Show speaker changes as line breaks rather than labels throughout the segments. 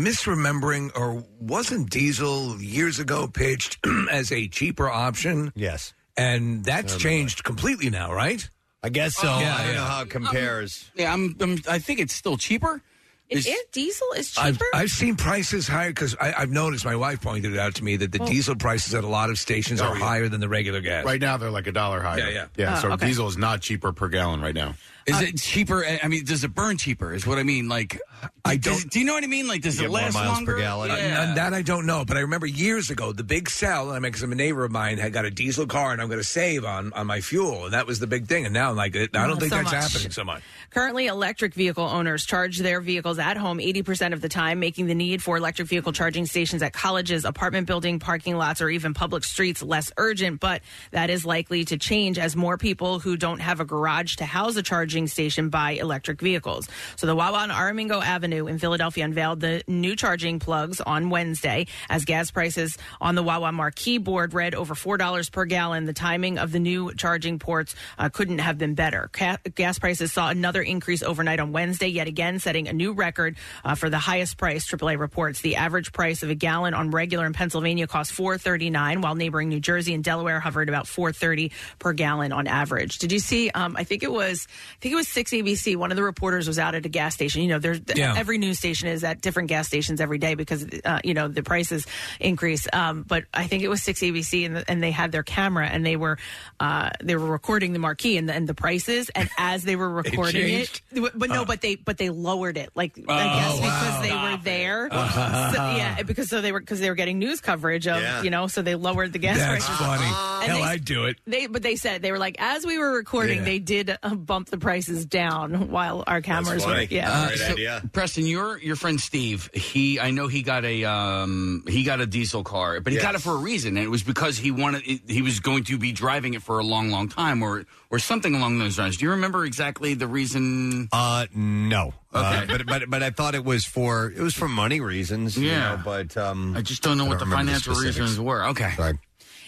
misremembering, or wasn't diesel years ago pitched as a cheaper option?
Yes,
and that's changed completely now, right?
I guess so.
Yeah,
I don't
yeah. Um,
know how it compares.
Yeah, I'm, I'm. I think it's still cheaper.
Is it diesel is
I've,
cheaper?
I've seen prices higher because I've noticed. My wife pointed it out to me that the
Well-
diesel prices at a lot of stations are higher than the regular gas.
Oh, Right now, they're like a dollar higher.
Yeah, yeah.
yeah.
Oh,
so
okay.
diesel is not cheaper per gallon right now.
Is
Uh,
it cheaper? I I mean, does it burn cheaper? Is what I mean. Like, I don't. do you know what I mean? Like, does
You
it
get more
last
miles per
longer?
gallon.
Uh,
Yeah.
n- that I don't know, but I remember years ago the big sell. I mean, because I'm a neighbor of mine had got a diesel car, and I'm going to save on on my fuel, and that was the big thing. And now, like, it, I don't
Not
think
so
that's
much.
happening so much.
Currently, electric vehicle owners charge their vehicles at home 80% of the time, making the need for electric vehicle charging stations at colleges, apartment building, parking lots, or even public streets less urgent. But that is likely to change as more people who don't have a garage to house a charging station buy electric vehicles. So the Wawa on Aramingo Avenue in Philadelphia unveiled the new charging plugs on Wednesday as gas prices on the Wawa marquee board read over $4 per gallon. The timing of the new charging ports uh, couldn't have been better. Ca- gas prices saw another increase overnight on Wednesday, yet again setting a new record uh, for the highest price. AAA reports the average price of a gallon on regular in Pennsylvania cost $4.39, while neighboring New Jersey and Delaware hovered about $4.30 per gallon on average. Did you see? Um, I think it was I think it was six ABC. One of the reporters was out at a gas station. You know, there's
Yeah.
every news station is at different gas stations every day because uh, you know the prices increase. Um, but I think it was six ABC, and, and they had their camera and they were uh, they were recording the marquee and the, and the prices. And as they were recording it,
changed? Uh. Oh,
but no, but they but they lowered it. Like I guess because they were there, so, yeah, because so they were because they were getting news coverage of
Yeah.
you know, so they lowered the gas
That's
prices.
funny.
And
Hell,
they-
I'd do it.
They, but they said they were like as we were recording,
Yeah.
they did uh, bump the prices down while our cameras were.
funny.
Yeah,
Uh,
Great
so,
idea.
Preston, your your friend Steve, he I know he got a um he got a diesel car, but he got it
Yes.
for a reason, and it was because he wanted he was going to be driving it for a long, long time, or or something along those lines. Do you remember exactly the reason?
Uh, no. Uh, but but but I thought it was for it was for money reasons. you
Yeah.
know, but um,
I just don't know
I
what
don't
the
remember the
financial
specifics.
reasons were. Okay,
sorry.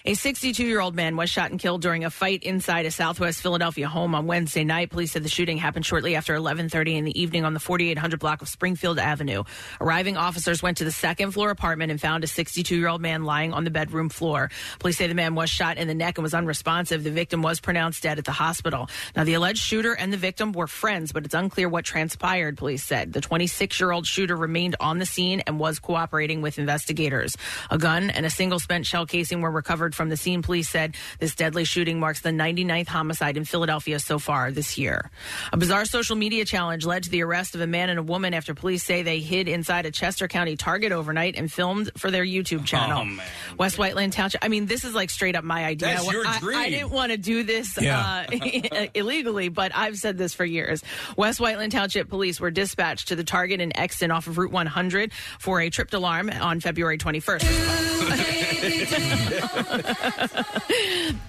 A 62 year old man was shot and killed during a fight inside a Southwest Philadelphia home on Wednesday night. Police said the shooting happened shortly after 11:30 in the evening on the 4800 block of Springfield Avenue. Arriving officers went to the second floor apartment and found a 62 year old man lying on the bedroom floor. Police say the man was shot in the neck and was unresponsive. The victim was pronounced dead at the hospital. Now the alleged shooter and the victim were friends, but it's unclear what transpired. Police said the 26 year old shooter remained on the scene and was cooperating with investigators. A gun and a single spent shell casing were recovered from the scene. Police said this deadly shooting marks the 99th homicide in Philadelphia so far this year. A bizarre social media challenge led to the arrest of a man and a woman after police say they hid inside a Chester County Target overnight and filmed for their YouTube channel.
Oh, man.
West Whiteland Township. I mean, this is like straight up my idea.
That's your
I- I
dream.
didn't want to do this
Yeah.
uh, illegally, but I've said this for years. West Whiteland Township Police were dispatched to the target in Exton off of Route 100 for a tripped alarm on February 21st.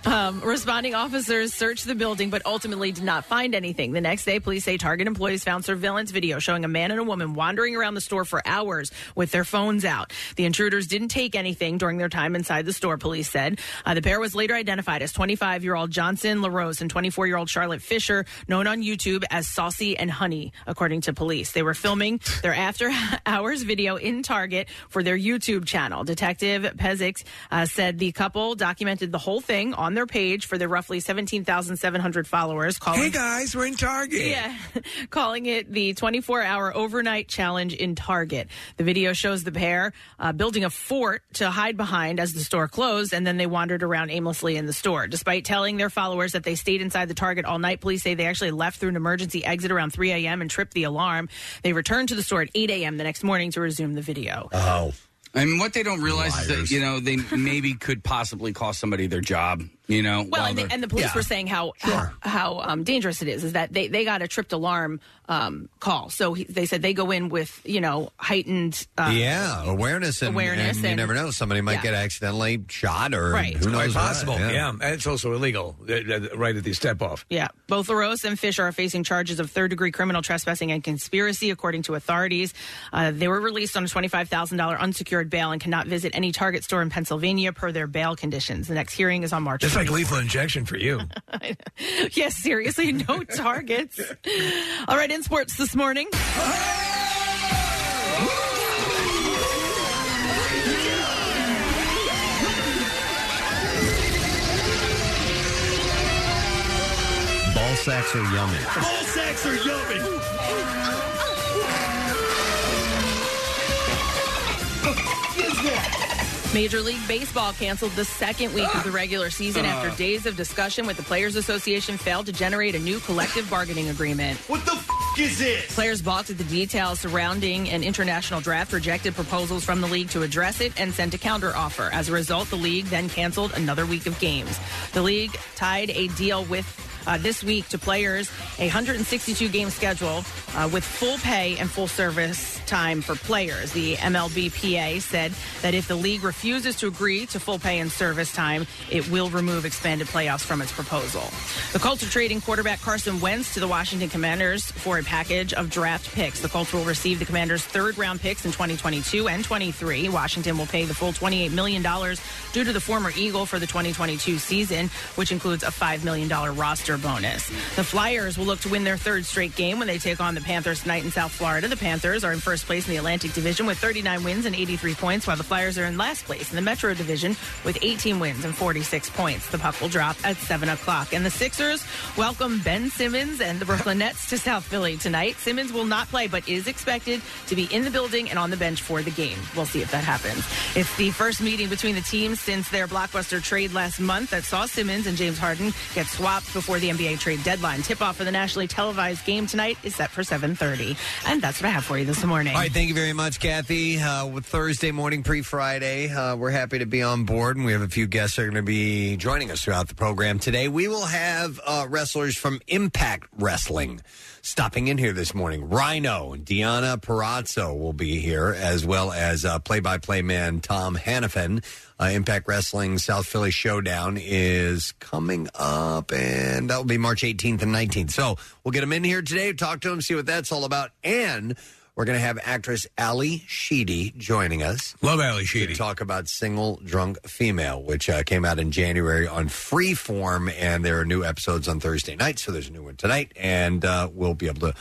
um, responding officers searched the building, but ultimately did not find anything. The next day, police say Target employees found surveillance video showing a man and a woman wandering around the store for hours with their phones out. The intruders didn't take anything during their time inside the store, police said. Uh, the pair was later identified as 25 year old Johnson LaRose and 24 year old Charlotte Fisher, known on YouTube as Saucy and Honey, according to police. They were filming their after hours video in Target for their YouTube channel. Detective Pezix uh, said the couple couple documented the whole thing on their page for their roughly 17,700 followers, calling
Hey guys, we're in Target.
yeah, calling it the 24 hour overnight challenge in Target. The video shows the pair uh, building a fort to hide behind as the store closed, and then they wandered around aimlessly in the store. Despite telling their followers that they stayed inside the Target all night, police say they actually left through an emergency exit around 3 a.m. and tripped the alarm. They returned to the store at 8 a.m. the next morning to resume the video.
Oh. I mean, what they don't realize is that you know they maybe could possibly cost somebody their job. You know,
Well,
while
and the,
they're-
and the police were saying how how, how um, dangerous it is. Is that they, they got a tripped alarm um, call, so he, they said they go in with you know heightened uh,
yeah, awareness and,
awareness
and you
and-
never know. Somebody might
yeah.
get accidentally shot or
Right.
who knows
Quite
what.
possible. Yeah. and it's also illegal uh, uh, right at the step off.
Yeah, both LaRose and Fisher are facing charges of third degree criminal trespassing and conspiracy, according to authorities. Uh, they were released on a $25,000 unsecured bail and cannot visit any Target store in Pennsylvania per their bail conditions. The next hearing is on March.
It's like
24th.
lethal injection for you.
yes, seriously, no targets. All right, in sports this morning.
Ball sacks are yummy.
Ball sacks are yummy.
Major League Baseball canceled the second week of the regular season
Ah.
after days of discussion with the Players Association failed to generate a new collective bargaining agreement.
What the f- is this?
Players balked at the details surrounding an international draft, rejected proposals from the league to address it, and sent a counter offer. As a result, the league then canceled another week of games. The league tied a deal with uh, this week to players a 162 game schedule uh, with full pay and full service time for players. The MLBPA said that if the league refuses to agree to full pay and service time, it will remove expanded playoffs from its proposal. The Colts are trading quarterback Carson Wentz to the Washington Commanders for a package of draft picks. The Colts will receive the Commanders' third round picks in 2022 and 23. Washington will pay the full $28 million due to the former Eagle for the 2022 season, which includes a $5 million roster bonus. The Flyers will look to win their third straight game when they take on the Panthers tonight in South Florida. The Panthers are in first place in the Atlantic Division with 39 wins and 83 points, while the Flyers are in last place in the Metro Division with 18 wins and 46 points. The puck will drop at 7 o'clock. And the Sixers welcome Ben Simmons and the Brooklyn Nets to South Philly tonight. Simmons will not play, but is expected to be in the building and on the bench for the game. We'll see if that happens. It's the first meeting between the teams since their blockbuster trade last month that saw Simmons and James Harden get swapped before the NBA trade deadline. Tip-off for the nationally televised game tonight is set for 7.30. And that's what I have for you this morning.
All right, thank you very much, Kathy. Uh, with Thursday morning pre Friday, uh, we're happy to be on board, and we have a few guests that are going to be joining us throughout the program today. We will have uh, wrestlers from Impact Wrestling stopping in here this morning. Rhino and Deanna Perazzo will be here, as well as play by play man Tom Hannafin. Uh, Impact Wrestling South Philly Showdown is coming up, and that will be March 18th and 19th. So we'll get them in here today, talk to them, see what that's all about, and we're going to have actress Ali Sheedy joining us.
Love Ali Sheedy.
To talk about Single Drunk Female, which uh, came out in January on Freeform, and there are new episodes on Thursday night, so there's a new one tonight, and uh, we'll be able to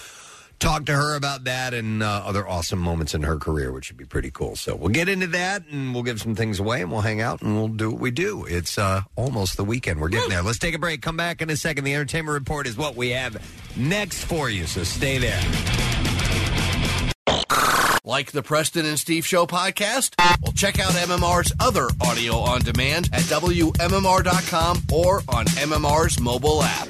talk to her about that and uh, other awesome moments in her career, which would be pretty cool. So we'll get into that, and we'll give some things away, and we'll hang out, and we'll do what we do. It's uh, almost the weekend. We're getting there. Let's take a break. Come back in a second. The Entertainment Report is what we have next for you, so stay there.
Like the Preston and Steve Show podcast? Well, check out MMR's other audio on demand at WMMR.com or on MMR's mobile app.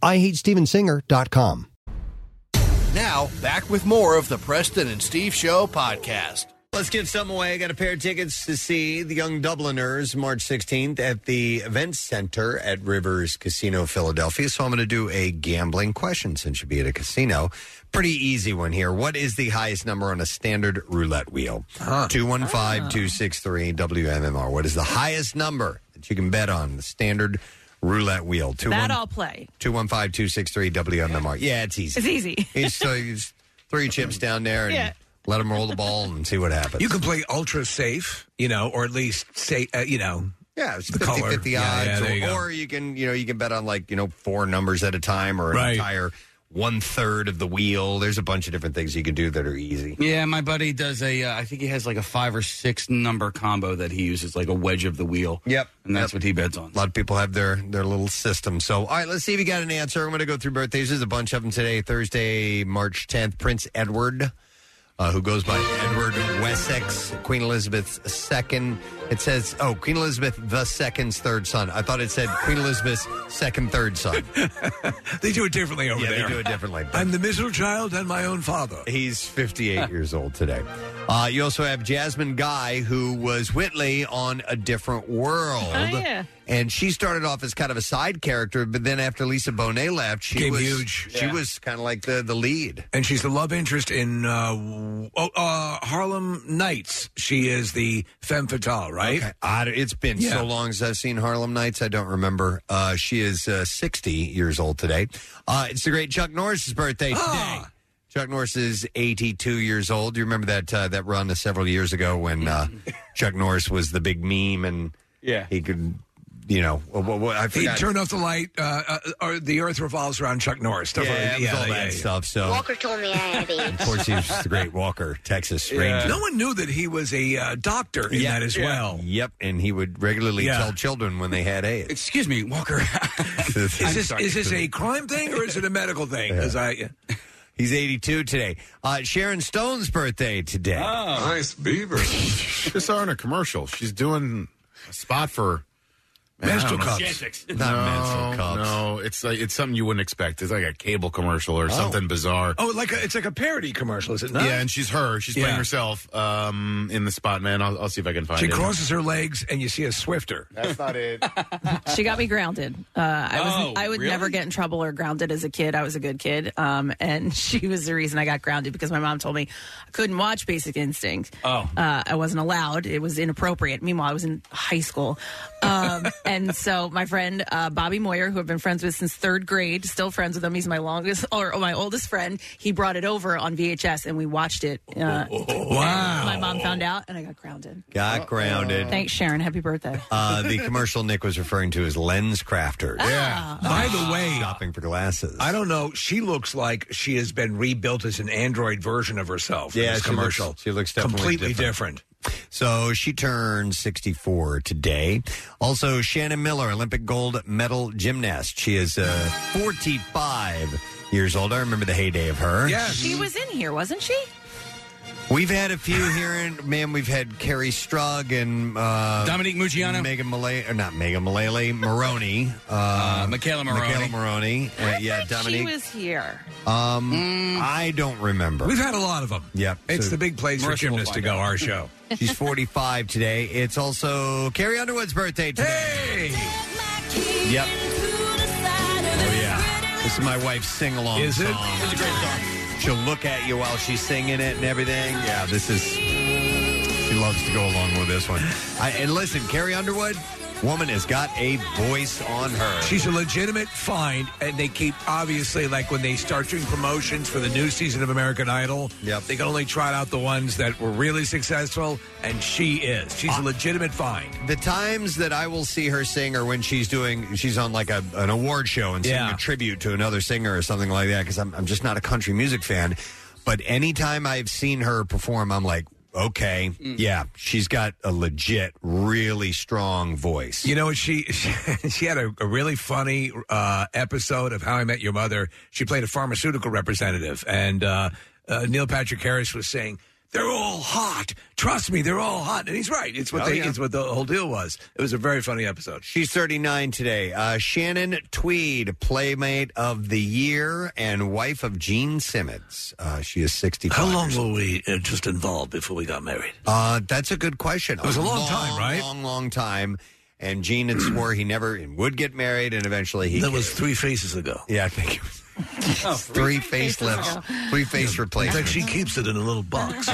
IHateStevensinger.com.
Now, back with more of the Preston and Steve Show podcast.
Let's give some away. I got a pair of tickets to see the Young Dubliners March 16th at the Event Center at Rivers Casino, Philadelphia. So I'm going to do a gambling question since you'll be at a casino. Pretty easy one here. What is the highest number on a standard roulette wheel? 215
Ah.
263 WMMR. What is the highest number that you can bet on the standard roulette wheel?
that I'll play.
215 263 WMMR. Yeah, it's easy.
It's easy.
It's, so you just throw your chips down there and
Yeah.
let them roll the ball and see what happens.
You can play ultra safe, you know, or at least say, uh, you know,
yeah, it's
the
50,
color.
50
Yeah,
odds.
yeah, there you
or,
go.
or you can, you know, you can bet on like, you know, four numbers at a time or an
Right.
entire one third of the wheel. There's a bunch of different things you can do that are easy.
Yeah, my buddy does a. Uh, I think he has like a five or six number combo that he uses, like a wedge of the wheel. Yep, and that's what he bets on.
A lot of people have their their little system. So, uh, all right, let's see if you got an answer. I'm going to go through birthdays. There's a bunch of them today. Thursday, March 10th, Prince Edward, uh, who goes by Edward Wessex, Queen Elizabeth II. It says, oh, Queen Elizabeth II's third son. I thought it said Queen Elizabeth's second third son.
they do it differently over
yeah,
there.
they do it differently. but-
I'm the miserable child and my own father.
He's 58 years old today. Uh, you also have Jasmine Guy, who was Whitley on A Different World.
Oh, yeah.
And she started off as kind of a side character, but then after Lisa Bonet left, she
Became
was
huge.
She
Yeah.
was kind of like the, the lead.
And she's the love interest in uh, oh, uh, Harlem Nights. She is the femme fatale, right?
I, it's been
Yeah.
so long since I've seen Harlem Nights. I don't remember. Uh, she is uh, 60 years old today. Uh, it's the great Chuck Norris's birthday
Ah.
today. Chuck Norris is 82 years old. You remember that uh, that run several years ago when uh, Chuck Norris was the big meme and
yeah,
he could, you know, what, what, what- I
He
forgot.
turn off the light, uh, uh, or the earth revolves around Chuck Norris. Stuff
Yeah, it
like,
was all that stuff, so- Walker
told me I had
of course, he was just the great Walker, Texas Ranger.
No one knew that he was a uh, doctor in that as well.
Yep, and he would regularly
Yeah.
tell children when they had AIDS.
Excuse me, Walker.
Is this, is this a crime thing or is it a medical thing? 'Cause I,
He's 82 today. Uh, Sharon Stone's birthday today.
Oh.
Nice beaver. Just saw her in a commercial. She's doing a spot for man, I
Menstrual
don't know.
cups. Chantix. Not menstrual cups.
No, it's like it's something you wouldn't expect. It's like a cable commercial or something bizarre.
oh, like a, it's like a parody commercial, is it not?
Yeah, and she's her. She's
Yeah.
playing herself um, in the spot, man. I'll, I'll see if I can find
she
it.
crosses her legs, and you see a swifter.
That's not it.
she got me grounded. Uh, I was
Oh,
I would
really?
never get in trouble or grounded as a kid. I was a good kid, um, and she was the reason I got grounded because my mom told me I couldn't watch Basic Instinct.
Oh.
uh, I wasn't allowed. It was inappropriate. Meanwhile, I was in high school, um, and so my friend uh, Bobby Moyer, who I've been friends with since third grade, still friends with him. He's my longest or my oldest friend. He brought it over on VHS, and we watched it. Uh,
Oh,
Wow.
My mom found out, and I got grounded.
Got grounded.
Thanks, Sharon. Happy birthday.
Uh, the commercial Nick was referring to is lens crafters.
Ah.
Yeah. Ah. By the way,
shopping for glasses.
I don't know. She looks like she has been rebuilt as an android version of herself. in
Yeah,
this
she
commercial.
looks- she looks definitely
completely
different.
different.
So she turned 64 today. Also, Shannon Miller, Olympic gold medal gymnast. She is uh, 45 years old. I remember the heyday of her.
She was in here, wasn't she?
We've had a few here, and man, we've had Carrie Strug and uh,
Dominique Mugiano,
Megan Mullally, or not Megan Mullally, Maroney, uh,
Uh, Michaela Maroney.
Michaela Maroney, uh, yeah,
She
Dominique.
was here.
um, I don't remember.
Mm. We've had a lot of them.
Yep,
It's
so-
the big place for gymnasts to go. Our show.
She's 45 today. It's also Carrie Underwood's birthday today. Yep. Oh, yeah. This is my wife's sing along
Is
song.
it?
It's a great song. She'll look at you while she's singing it and everything. Yeah, this is. She loves to go along with this one. I, and listen, Carrie Underwood, woman has got a voice on her.
She's a legitimate find, and they keep obviously like when they start doing promotions for the new season of American Idol. Yep. They can only trot out the ones that were really successful, and she is. She's
Uh,
a legitimate find.
the times that I will see her sing are when she's doing she's on like a, an award show and singing
Yeah.
a tribute to another singer or something like that because I'm I'm just not a country music fan. But anytime I've seen her perform, I'm like, okay, yeah, she's got a legit, really strong voice.
You know, she she, she had a, a really funny uh, episode of How I Met Your Mother. She played a pharmaceutical representative, and uh, uh, Neil Patrick Harris was saying They're all hot. Trust me, they're all hot. And he's right. It's what
Oh,
they,
yeah.
it's what the whole deal was. It was a very funny episode.
She's 39 today. Uh, Shannon Tweed, Playmate of the Year and wife of Gene Simmons. Uh, she is 65.
How long were we uh, just involved before we got married?
Uh, that's a good question.
It was a long time, right?
Long, long time. And Gene had swore he never would get married, and eventually he.
That was three faces ago.
Yeah, I think it was three facelifts, three face
In fact,
replacements.
she keeps it in a little box,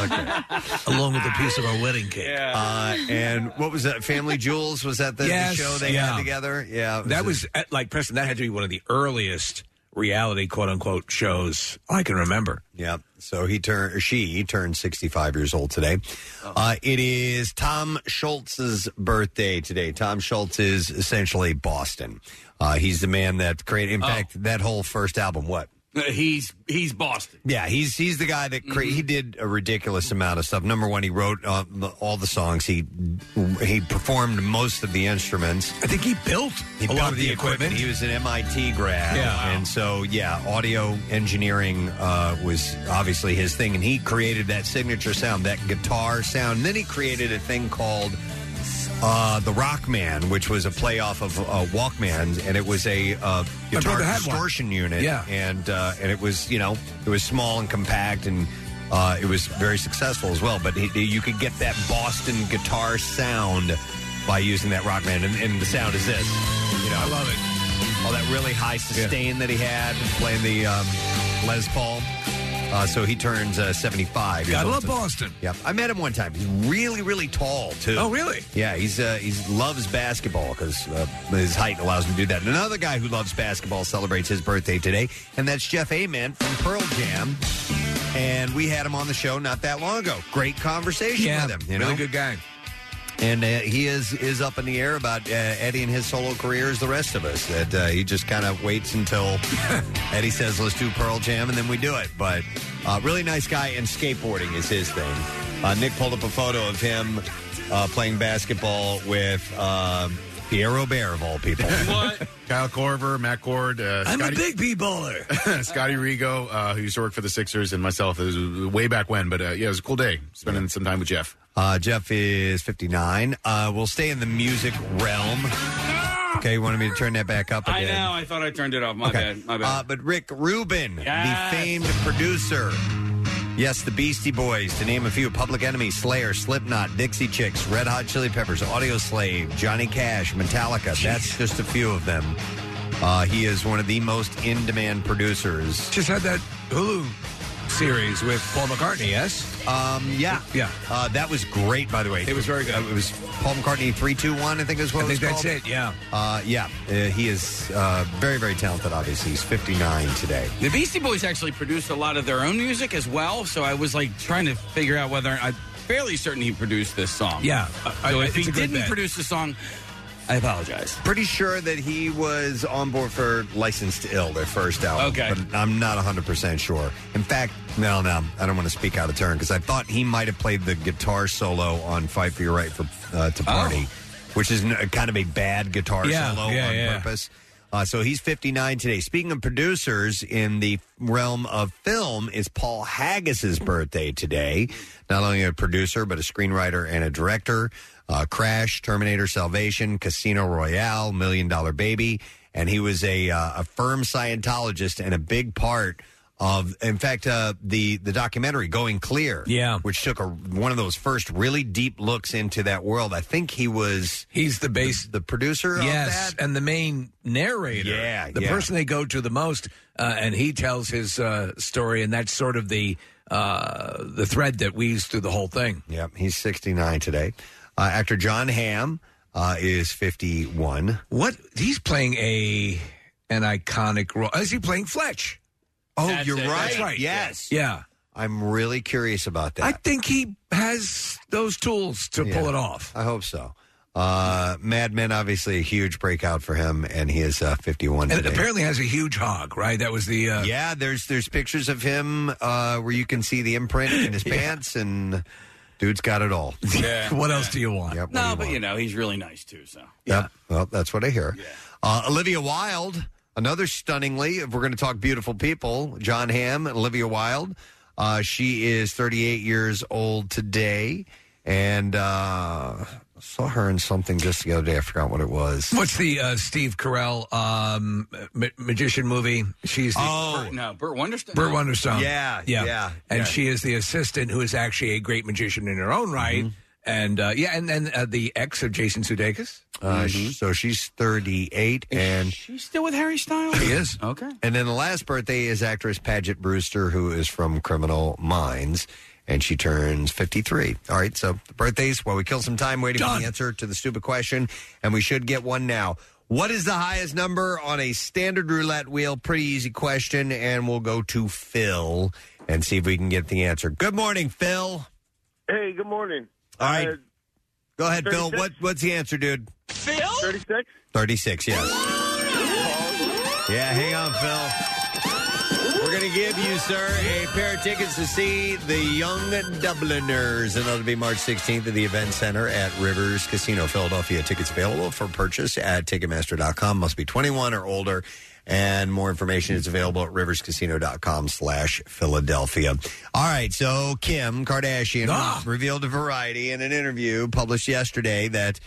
along with a piece of our wedding cake.
Uh, and what was that? Family Jewels was that the, the
Yes,
show they
yeah.
had together? Yeah,
that was uh, like Preston. That had to be one of the earliest reality quote unquote shows Oh, I can remember.
Yeah. So he turned, or she turned 65 years old today.
Oh.
Uh, it is Tom Schultz's birthday today. Tom Schultz is essentially Boston. Uh, he's the man that created, in
Oh.
fact, that whole first album. What?
Uh, He's he's Boston.
Yeah, he's he's the guy that cre-
Mm-hmm.
he did a ridiculous amount of stuff. Number one, he wrote uh, the, all the songs. He he performed most of the instruments.
I think he built
he
a
built
lot of the equipment.
He was an MIT grad,
Yeah.
and so yeah, audio engineering uh, was obviously his thing, and he created that signature sound, that guitar sound. then he created a thing called. Uh, the Rockman, which was a playoff of uh, Walkman, and it was a uh,
My
guitar
brother had one.
distortion unit
Yeah.
and uh, and it was you know it was small and compact and uh, it was very successful as well. But he, you could get that Boston guitar sound by using that Rockman, and, and the sound is this. You know, I love
it.
All that really high sustain that he had playing the um, Les Paul. Uh, so he turns uh, 75. years
Gotta
old
love
today.
Boston.
Yep. I met him one time. He's really, really tall, too.
Oh, really?
Yeah, he's uh, he's loves basketball because uh, his height allows him to do that. And another guy who loves basketball celebrates his birthday today, and that's Jeff Amen from Pearl Jam. And we had him on the show not that long ago. Great conversation
Yeah,
with him. You
really
know?
good guy.
And uh, he is is up in the air about uh, Eddie and his solo career as the rest of us. That uh, he just kind of waits until Eddie says, "Let's do Pearl Jam," and then we do it. But uh, really nice guy, and skateboarding is his thing. Uh, Nick pulled up a photo of him uh, playing basketball with uh, Pierre Robert of all people.
Kyle Corver, Matt Cord. Uh,
I'm a
big B baller.
Scotty Rigo, uh, who used to work for the Sixers, and myself. It was way back when, but uh, yeah, it was a cool day spending some time with Jeff.
Uh, Jeff is 59. Uh, we'll stay in the music realm. Okay, you wanted me to turn that back up
Ah! I
again.
know. I thought I turned it off. My
Okay.
bad. My bad.
Uh, but Rick Rubin,
Yes.
the famed producer. Yes, the Beastie Boys, to name a few Public Enemy, Slayer, Slipknot, Dixie Chicks, Red Hot Chili Peppers, Audio Slave, Johnny Cash, Metallica. That's just a few of them. Uh, he is one of the most in demand producers.
Just had that Hulu series with Paul McCartney. Yes.
Um. Yeah.
Yeah.
Uh, that was great, by the way.
It was very good.
Uh, it was Paul McCartney 321, I think is what
I
it was
think that's
called.
it. Yeah.
Uh, yeah, uh, he is uh, very, very talented, obviously. He's 59 today.
the Beastie Boys actually produced a lot of their own music as well. So I was like trying to figure out whether I'm fairly certain he produced this song. Uh,
Yeah, I-
so
I-
if
it's
he
a good
didn't
bet.
produce the song, I apologize.
Pretty sure that he was on board for Licensed Ill, their first album.
Okay.
But I'm not 100% sure. In fact, no, no, I don't want to speak out of turn because I thought he might have played the guitar solo on Fight for Your Right for, uh,
Oh.
to Party, which is n- kind of a bad guitar
Yeah,
solo
yeah,
on
yeah.
purpose. Uh, so he's 59 today. Speaking of producers in the realm of film, it's Paul Haggis's birthday today. Not only a producer, but a screenwriter and a director. Uh, Crash, Terminator Salvation, Casino Royale, Million Dollar Baby. And he was a, uh, a firm Scientologist and a big part of, in fact, uh, the, the documentary Going Clear.
Yeah.
Which took a, one of those first really deep looks into that world. I think he was.
He's the base,
the, producer.
Yes, and the main narrator.
Yeah,
the
yeah.
person they go to the most, uh, and he tells his uh, story, and that's sort of the uh, the thread that weaves through the whole thing.
Yep, he's 69 today. Uh, actor John Hamm uh, is 51.
What he's playing a an iconic role. Is he playing Fletch?
Oh, you're right.
That's right.
Yes.
Yeah.
I'm really curious about that.
I think he has those tools to
Yeah.
pull it off.
I hope so. Uh, Mad Men, obviously a huge breakout for him, and he is uh, 51
And it
today.
apparently has a huge hog, right? That was the uh,
yeah, there's there's pictures of him uh, where you can see the imprint in his pants, and dude's got it all.
Yeah.
What else do you want?
Yep,
No,
what do
but you know he's really nice too. So
Yep. Well, that's what I hear. Uh, Olivia Wilde, another stunningly, if we're going to talk beautiful people, John Hamm, and Olivia Wilde. Uh, she is 38 years old today, and uh, saw her in something just the other day. I forgot what it was.
What's the uh, Steve Carell um, ma- magician movie? She's the
Oh.
Burt, no, Burt Wonderstone.
Burt Wonderstone.
Oh. Yeah,
yeah,
yeah,
And
yeah.
she is the assistant, who is actually a great magician in her own right.
Mm-hmm.
And uh, yeah, and then uh, the ex of Jason Sudeikis. Mm-hmm.
Uh,
Mm-hmm.
sh- So she's 38, and
She's still with Harry Styles.
He is.
Okay.
And then the last birthday is actress Paget Brewster, who is from Criminal Minds, and she turns 53. All right, so the birthdays, while we kill some time waiting for the answer to the stupid question, and we should get one now. What is the highest number on a standard roulette wheel? Pretty easy question, and we'll go to Phil and see if we can get the answer. Good morning, Phil.
Hey, good morning. Uh,
All right. Go ahead, Phil.
36?
What, what's the answer, dude?
Phil? 36?
36, yes. Yeah, hang on, Phil. We're going to give you, sir, a pair of tickets to see the Young Dubliners, and that'll be March 16th at the Event Center at Rivers Casino, Philadelphia. Tickets available for purchase at Ticketmaster.com. Must be 21 or older, and more information is available at RiversCasino.com slash Philadelphia. All right, so Kim Kardashian revealed to Variety in an interview published yesterday that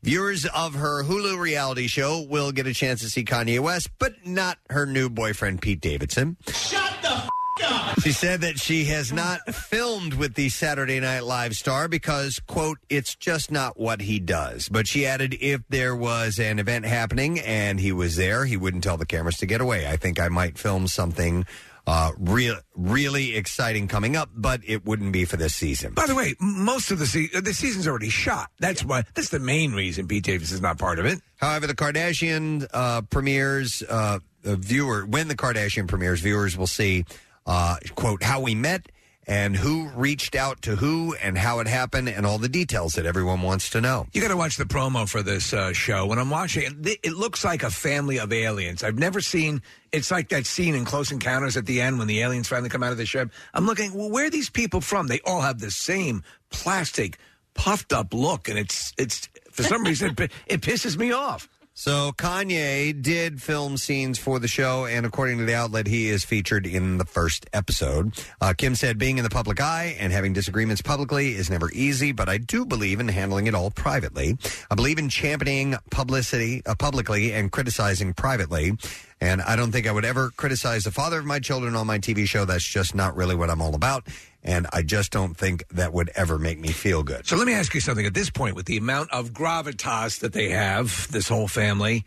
Viewers of her Hulu reality show will get a chance to see Kanye West, but not her new boyfriend, Pete Davidson.
Shut the f- up.
She said that she has not filmed with the Saturday Night Live star because, quote, it's just not what he does. But she added, if there was an event happening and he was there, he wouldn't tell the cameras to get away. I think I might film something uh, real, really exciting coming up, but it wouldn't be for this season.
By the way, m- most of the se- uh, the season's already shot. That's why. That's the main reason Pete Davis is not part of it.
However, the Kardashian uh, premieres uh, uh, viewer when the Kardashian premieres, viewers will see uh, quote how we met and who reached out to who and how it happened and all the details that everyone wants to know.
You got to watch the promo for this uh, show. When I'm watching it, th- it looks like a family of aliens. I've never seen. It's like that scene in Close Encounters at the end when the aliens finally come out of the ship. I'm looking. Well, where are these people from? They all have the same plastic, puffed up look, and it's it's for some reason it, pi- it pisses me off.
So Kanye did film scenes for the show, and according to the outlet, he is featured in the first episode. Uh, Kim said, "Being in the public eye and having disagreements publicly is never easy, but I do believe in handling it all privately. I believe in championing publicity uh, publicly and criticizing privately." And I don't think I would ever criticize the father of my children on my TV show. That's just not really what I'm all about. And I just don't think that would ever make me feel good.
So let me ask you something. At this point, with the amount of gravitas that they have, this whole family,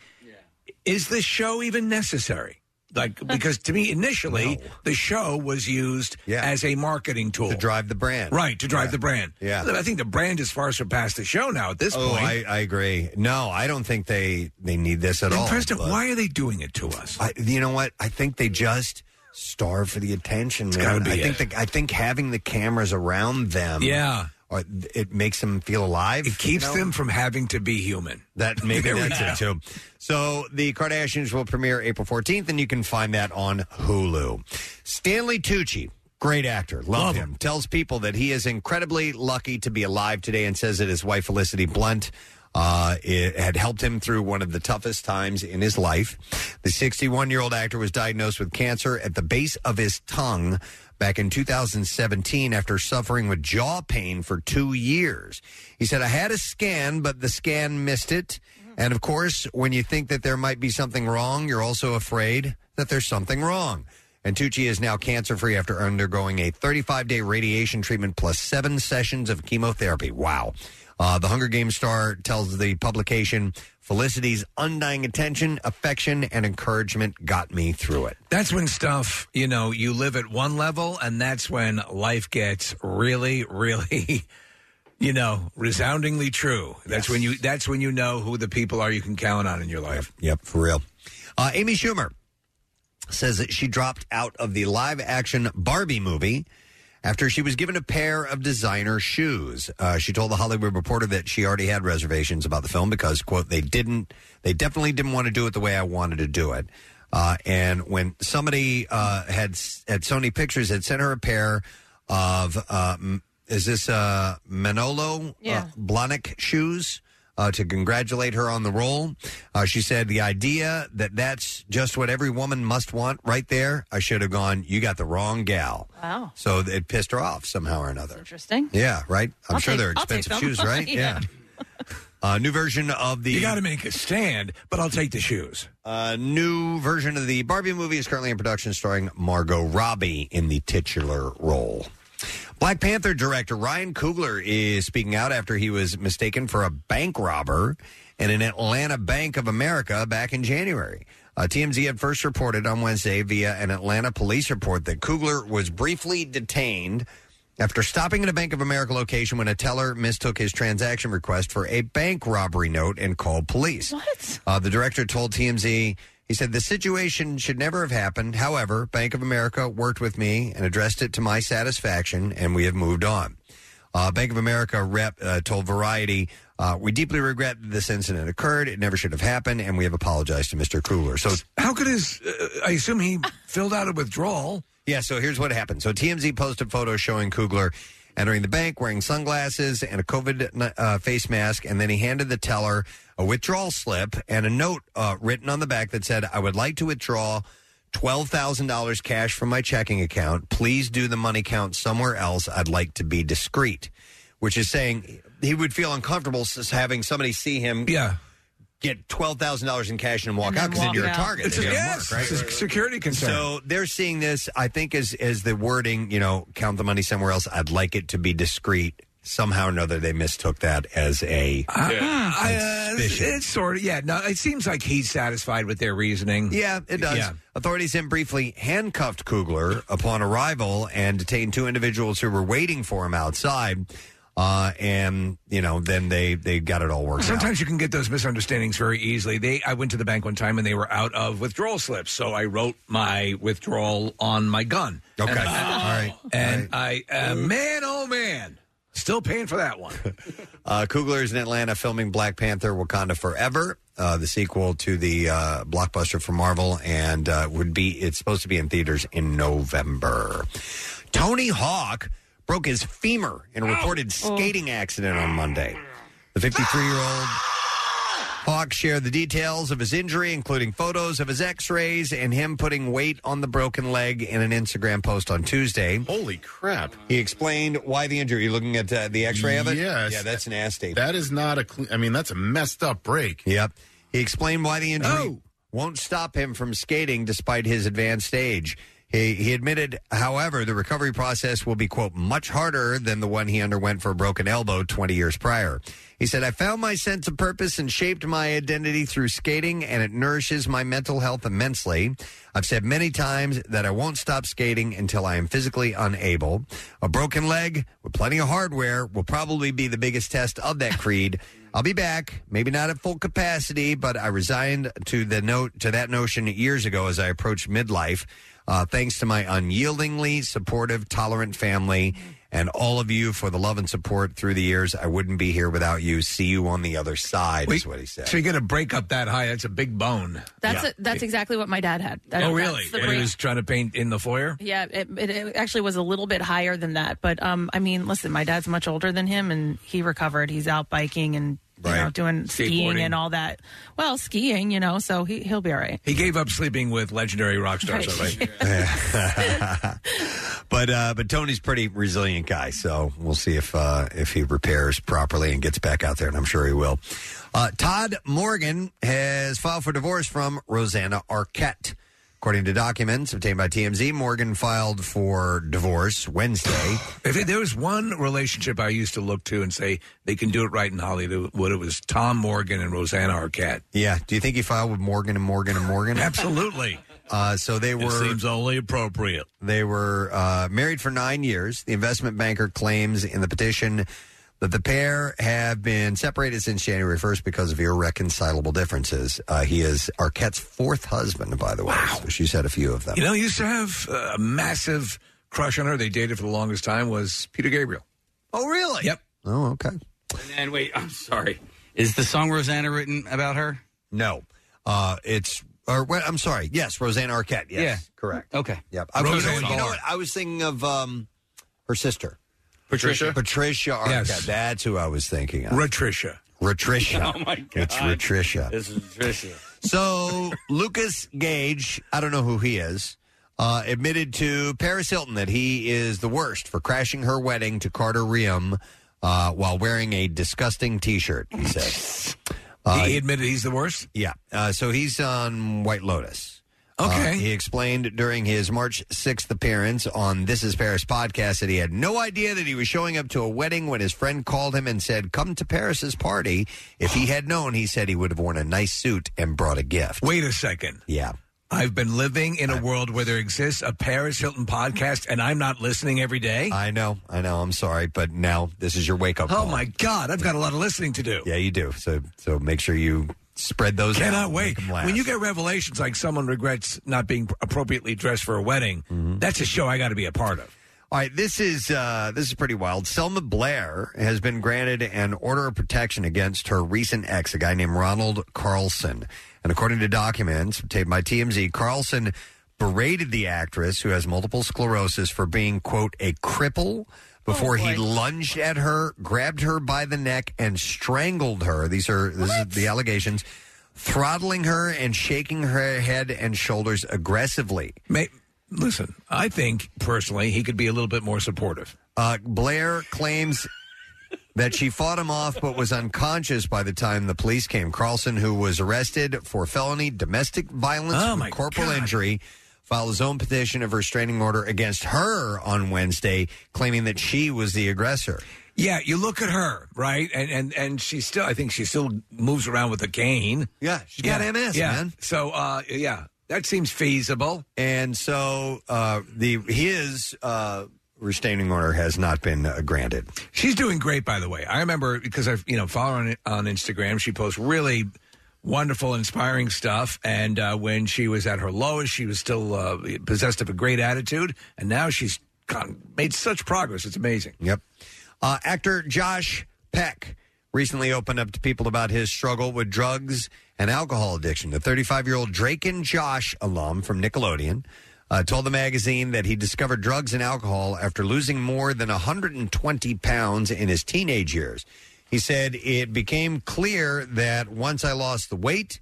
is this show even necessary? Like, because to me, initially, the show was used as a marketing tool to
drive the brand,
right? To drive
Yeah.
the brand.
Yeah.
I think the brand has far surpassed the show now. At this
oh,
point,
I, I agree. No, I don't think they they need this at
And
all.
Preston,
but-
why are they doing it to us?
I, you know what? I think they just starve for the attention.
gotta
Man.
be
I think the, I think having the cameras around them,
Yeah.
are, it makes them feel alive.
It keeps them from having to be human.
That maybe
There we
that's it
go.
too. So the Kardashians will premiere April 14th, and you can find that on Hulu. Stanley Tucci, great actor, love, him, tells people that he is incredibly lucky to be alive today, and says that his wife Felicity Blunt. Uh, it had helped him through one of the toughest times in his life. The 61 year old actor was diagnosed with cancer at the base of his tongue back in 2017 after suffering with jaw pain for two years. He said, I had a scan, but the scan missed it. And of course, when you think that there might be something wrong, you're also afraid that there's something wrong. And Tucci is now cancer free after undergoing a 35 day radiation treatment plus seven sessions of chemotherapy. Wow. Uh, the Hunger Games star tells the publication Felicity's undying attention, affection, and encouragement got me through it.
That's when stuff, you know, you live at one level, and that's when life gets really, really, you know, resoundingly true. That's when you. That's when you know who the people are you can count on in your life.
Yep, for real. Uh, Amy Schumer says that she dropped out of the live action Barbie movie after she was given a pair of designer shoes. Uh, she told the Hollywood Reporter that she already had reservations about the film because, quote, they didn't, they definitely didn't want to do it the way I wanted to do it. Uh, and when somebody uh, had at Sony Pictures had sent her a pair of, uh, m- is this uh, Manolo
Yeah.
uh, Blahnik shoes? uh, to congratulate her on the role. Uh, she said, The idea that that's just what every woman must want right there, I should have gone, You got the wrong gal.
Wow.
So it pissed her off somehow or another.
Interesting.
Yeah, right? I'm
I'll
sure
take-
they're
I'll take
expensive
them.
shoes, right?
Yeah.
Uh, new version of the.
You got to make a stand, but I'll take the shoes.
Uh, new version of the Barbie movie is currently in production, starring Margot Robbie in the titular role. Black Panther director Ryan Coogler is speaking out after he was mistaken for a bank robber in an Atlanta Bank of America back in January. Uh, TMZ had first reported on Wednesday via an Atlanta police report that Coogler was briefly detained after stopping at a Bank of America location when a teller mistook his transaction request for a bank robbery note and called police.
What?
Uh, the director told TMZ, he said, The situation should never have happened. However, Bank of America worked with me and addressed it to my satisfaction, and we have moved on. Uh, Bank of America rep uh, told Variety, uh, We deeply regret that this incident occurred. It never should have happened, and we have apologized to Mr. Cooler. So
How could his? Uh, I assume he filled out a withdrawal.
Yeah, so here's what happened. So TMZ posted photos showing Kugler entering the bank wearing sunglasses and a COVID uh, face mask, and then he handed the teller a withdrawal slip and a note uh, written on the back that said, I would like to withdraw $12,000 cash from my checking account. Please do the money count somewhere else. I'd like to be discreet, which is saying he would feel uncomfortable s- having somebody see him.
Yeah.
Get twelve thousand dollars in cash and walk
And
out
then
because then
walk
you're
out.
a target.
It's
They
a-
don't
yes, it's a security concern.
So they're seeing this, I think, as as the wording, you know, count the money somewhere else. I'd like it to be discreet. Somehow or another, they mistook that as a.
Ah, I, uh, it's, it's sort of yeah. No, it seems like he's satisfied with their reasoning.
Yeah, it does.
Yeah.
Authorities then briefly handcuffed Kugler upon arrival and detained two individuals who were waiting for him outside. Uh, and you know, then they they got it all worked out.
Sometimes you can get those misunderstandings very easily. They, I went to the bank one time and they were out of withdrawal slips, so I wrote my withdrawal on my gun.
Okay,
and,
all right.
And I, uh, man, oh man, still paying for that one.
Uh, Coogler is in Atlanta filming Black Panther: Wakanda Forever, uh, the sequel to the uh, blockbuster for Marvel, and uh, would be it's supposed to be in theaters in November. Tony Hawk broke his femur in a reported
Oh.
skating accident on Monday. The 53 year old Hawk shared the details of his injury, including photos of his x rays and him putting weight on the broken leg in an Instagram post on Tuesday.
Holy crap.
He explained why the injury. You're looking at uh, the x ray of it?
Yes.
Yeah, that's nasty.
That is not a clean. I mean, that's a messed up break.
Yep. He explained why the injury won't stop him from skating despite his advanced age. He, he admitted, however, the recovery process will be, quote, much harder than the one he underwent for a broken elbow 20 years prior. He said, I found my sense of purpose and shaped my identity through skating, and it nourishes my mental health immensely. I've said many times that I won't stop skating until I am physically unable. A broken leg with plenty of hardware will probably be the biggest test of that creed. I'll be back, maybe not at full capacity, but I resigned to the note to that notion years ago as I approached midlife. Uh, thanks to my unyieldingly supportive, tolerant family and all of you for the love and support through the years. I wouldn't be here without you. See you on the other side, is
Wait,
what he said.
So you get a break up that high? That's a big bone.
That's
Yeah.
a, that's exactly what my dad had. That-
oh,
that's
really?
the
And he
break-
was trying to paint in the foyer.
Yeah, it, it, it actually was a little bit higher than that, but um, I mean, listen, my dad's much older than him, and he recovered. He's out biking and you know doing skiing
Skateboarding.
and all that. Well, skiing, you know, so he he'll be all right.
He gave up sleeping with legendary rock stars.
Right.
Right.
but uh, but Tony's pretty resilient guy, so we'll see if uh, if he repairs properly and gets back out there, and I'm sure he will. Uh, Todd Morgan has filed for divorce from Rosanna Arquette. According to documents obtained by TMZ, Morgan filed for divorce Wednesday.
If there was one relationship I used to look to and say they can do it right in Hollywood, it was Tom Morgan and Rosanna Arquette.
yeah, do you think he filed with Morgan and Morgan and Morgan?
Absolutely.
Uh, so they were.
seems only appropriate.
They were uh, married for nine years. The investment banker claims in the petition that the pair have been separated since January 1st because of irreconcilable differences. Uh, he is Arquette's fourth husband, by the way. So she's had a few of them.
You know, he used to have uh, a massive crush on her. They dated for the longest time was Peter Gabriel.
Oh, really?
Yep.
Oh, okay.
And wait, I'm sorry. Is the song Rosanna written about her?
No. Uh, it's, or well, I'm sorry. Yes, Roseanne Arquette. Yes,
Yeah.
correct.
Okay.
Yep. I, you, know,
Roseanne
what- you know
Barr.
what? I was thinking of um, her sister.
Patricia?
Patricia Arquette.
Yes.
That's who I was thinking of.
Retricia.
Retricia.
Oh my god.
It's Retricia.
This is Retricia.
So Lucas Gage, I don't know who he is, uh, admitted to Paris Hilton that he is the worst for crashing her wedding to Carter Riem uh, while wearing a disgusting T-shirt. He says
he admitted he's the worst.
Uh, Yeah. Uh, so he's on White Lotus.
Okay.
Uh, he explained during his March 6th appearance on This Is Paris podcast that he had no idea that he was showing up to a wedding when his friend called him and said, Come to Paris's party. If he had known, he said he would have worn a nice suit and brought a gift.
Wait a second.
Yeah.
I've been living in a world where there exists a Paris Hilton podcast, and I'm not listening every day.
I know. I know. I'm sorry, but now this is your wake up
Oh
call.
my God, I've got a lot of listening to do.
Yeah, you do. So so make sure you spread those out.
Cannot
and
wait.
make 'em laugh.
When you get revelations like someone regrets not being appropriately dressed for a wedding, that's a show I got to be a part of.
Mm-hmm. All right, this is uh, this is pretty wild. Selma Blair has been granted an order of protection against her recent ex, a guy named Ronald Carlson. And according to documents obtained by TMZ, Carlson berated the actress who has multiple sclerosis for being quote a cripple before he lunged at her, grabbed her by the neck, and strangled her. These are this is the allegations, throttling her and shaking her head and shoulders aggressively.
May, listen, I think personally he could be a little bit more supportive.
Uh, Blair claims that she fought him off but was unconscious by the time the police came. Carlson, who was arrested for felony domestic violence
Oh,
with
my
corporal injury, filed his own petition of restraining order against her on Wednesday, claiming that she was the aggressor.
Yeah, you look at her, right? And and and she still, I think she still moves around with a cane.
Yeah, she's got MS,
yeah.
man.
So, uh, yeah, that seems feasible.
And so uh, the his uh, restraining order has not been uh, granted.
She's doing great, by the way. I remember because I've you know follow her on, on Instagram. She posts really wonderful, inspiring stuff. And uh, when she was at her lowest, she was still uh, possessed of a great attitude, and now she's gone, made such progress. It's amazing.
Yep. Uh, actor Josh Peck recently opened up to people about his struggle with drugs and alcohol addiction. The 35 year old Drake and Josh alum from Nickelodeon uh, told the magazine that he discovered drugs and alcohol after losing more than 120 pounds in his teenage years. He said, It became clear that once I lost the weight,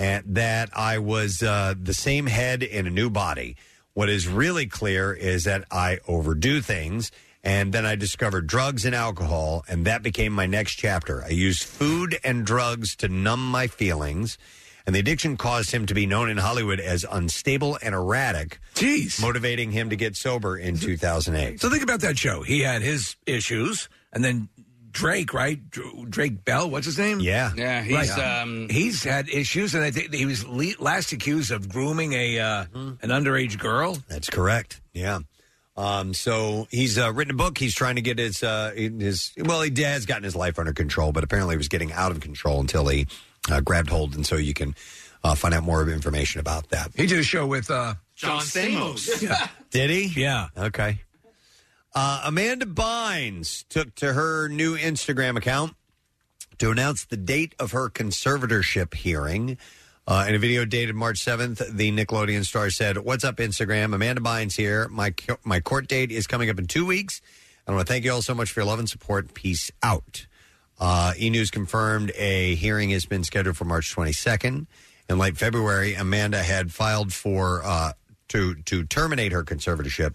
and that I was uh, the same head in a new body. What is really clear is that I overdo things, and then I discovered drugs and alcohol, and that became my next chapter. I used food and drugs to numb my feelings, and the addiction caused him to be known in Hollywood as unstable and erratic,
Jeez.
motivating him to get sober in 2008.
So think about that show. He had his issues, and then Drake, right? Dr- Drake Bell, what's his name?
Yeah.
Yeah, he's, um,
he's had issues, and I think he was le- last accused of grooming a uh, an underage girl.
Mm-hmm. That's correct. Yeah. Um, so he's uh, written a book. He's trying to get his uh, his well, he has gotten his life under control, but apparently it was getting out of control until he uh, grabbed hold. And so you can uh, find out more information about that.
He did a show with uh,
John Stamos.
yeah.
Did he?
yeah.
Okay. Uh, Amanda Bynes took to her new Instagram account to announce the date of her conservatorship hearing. Uh, in a video dated March 7th, the Nickelodeon star said, What's up, Instagram? Amanda Bynes here. My, co- my court date is coming up in two weeks. I want to thank you all so much for your love and support. Peace out. Uh, e News confirmed a hearing has been scheduled for March 22nd. In late February, Amanda had filed for uh, to to terminate her conservatorship,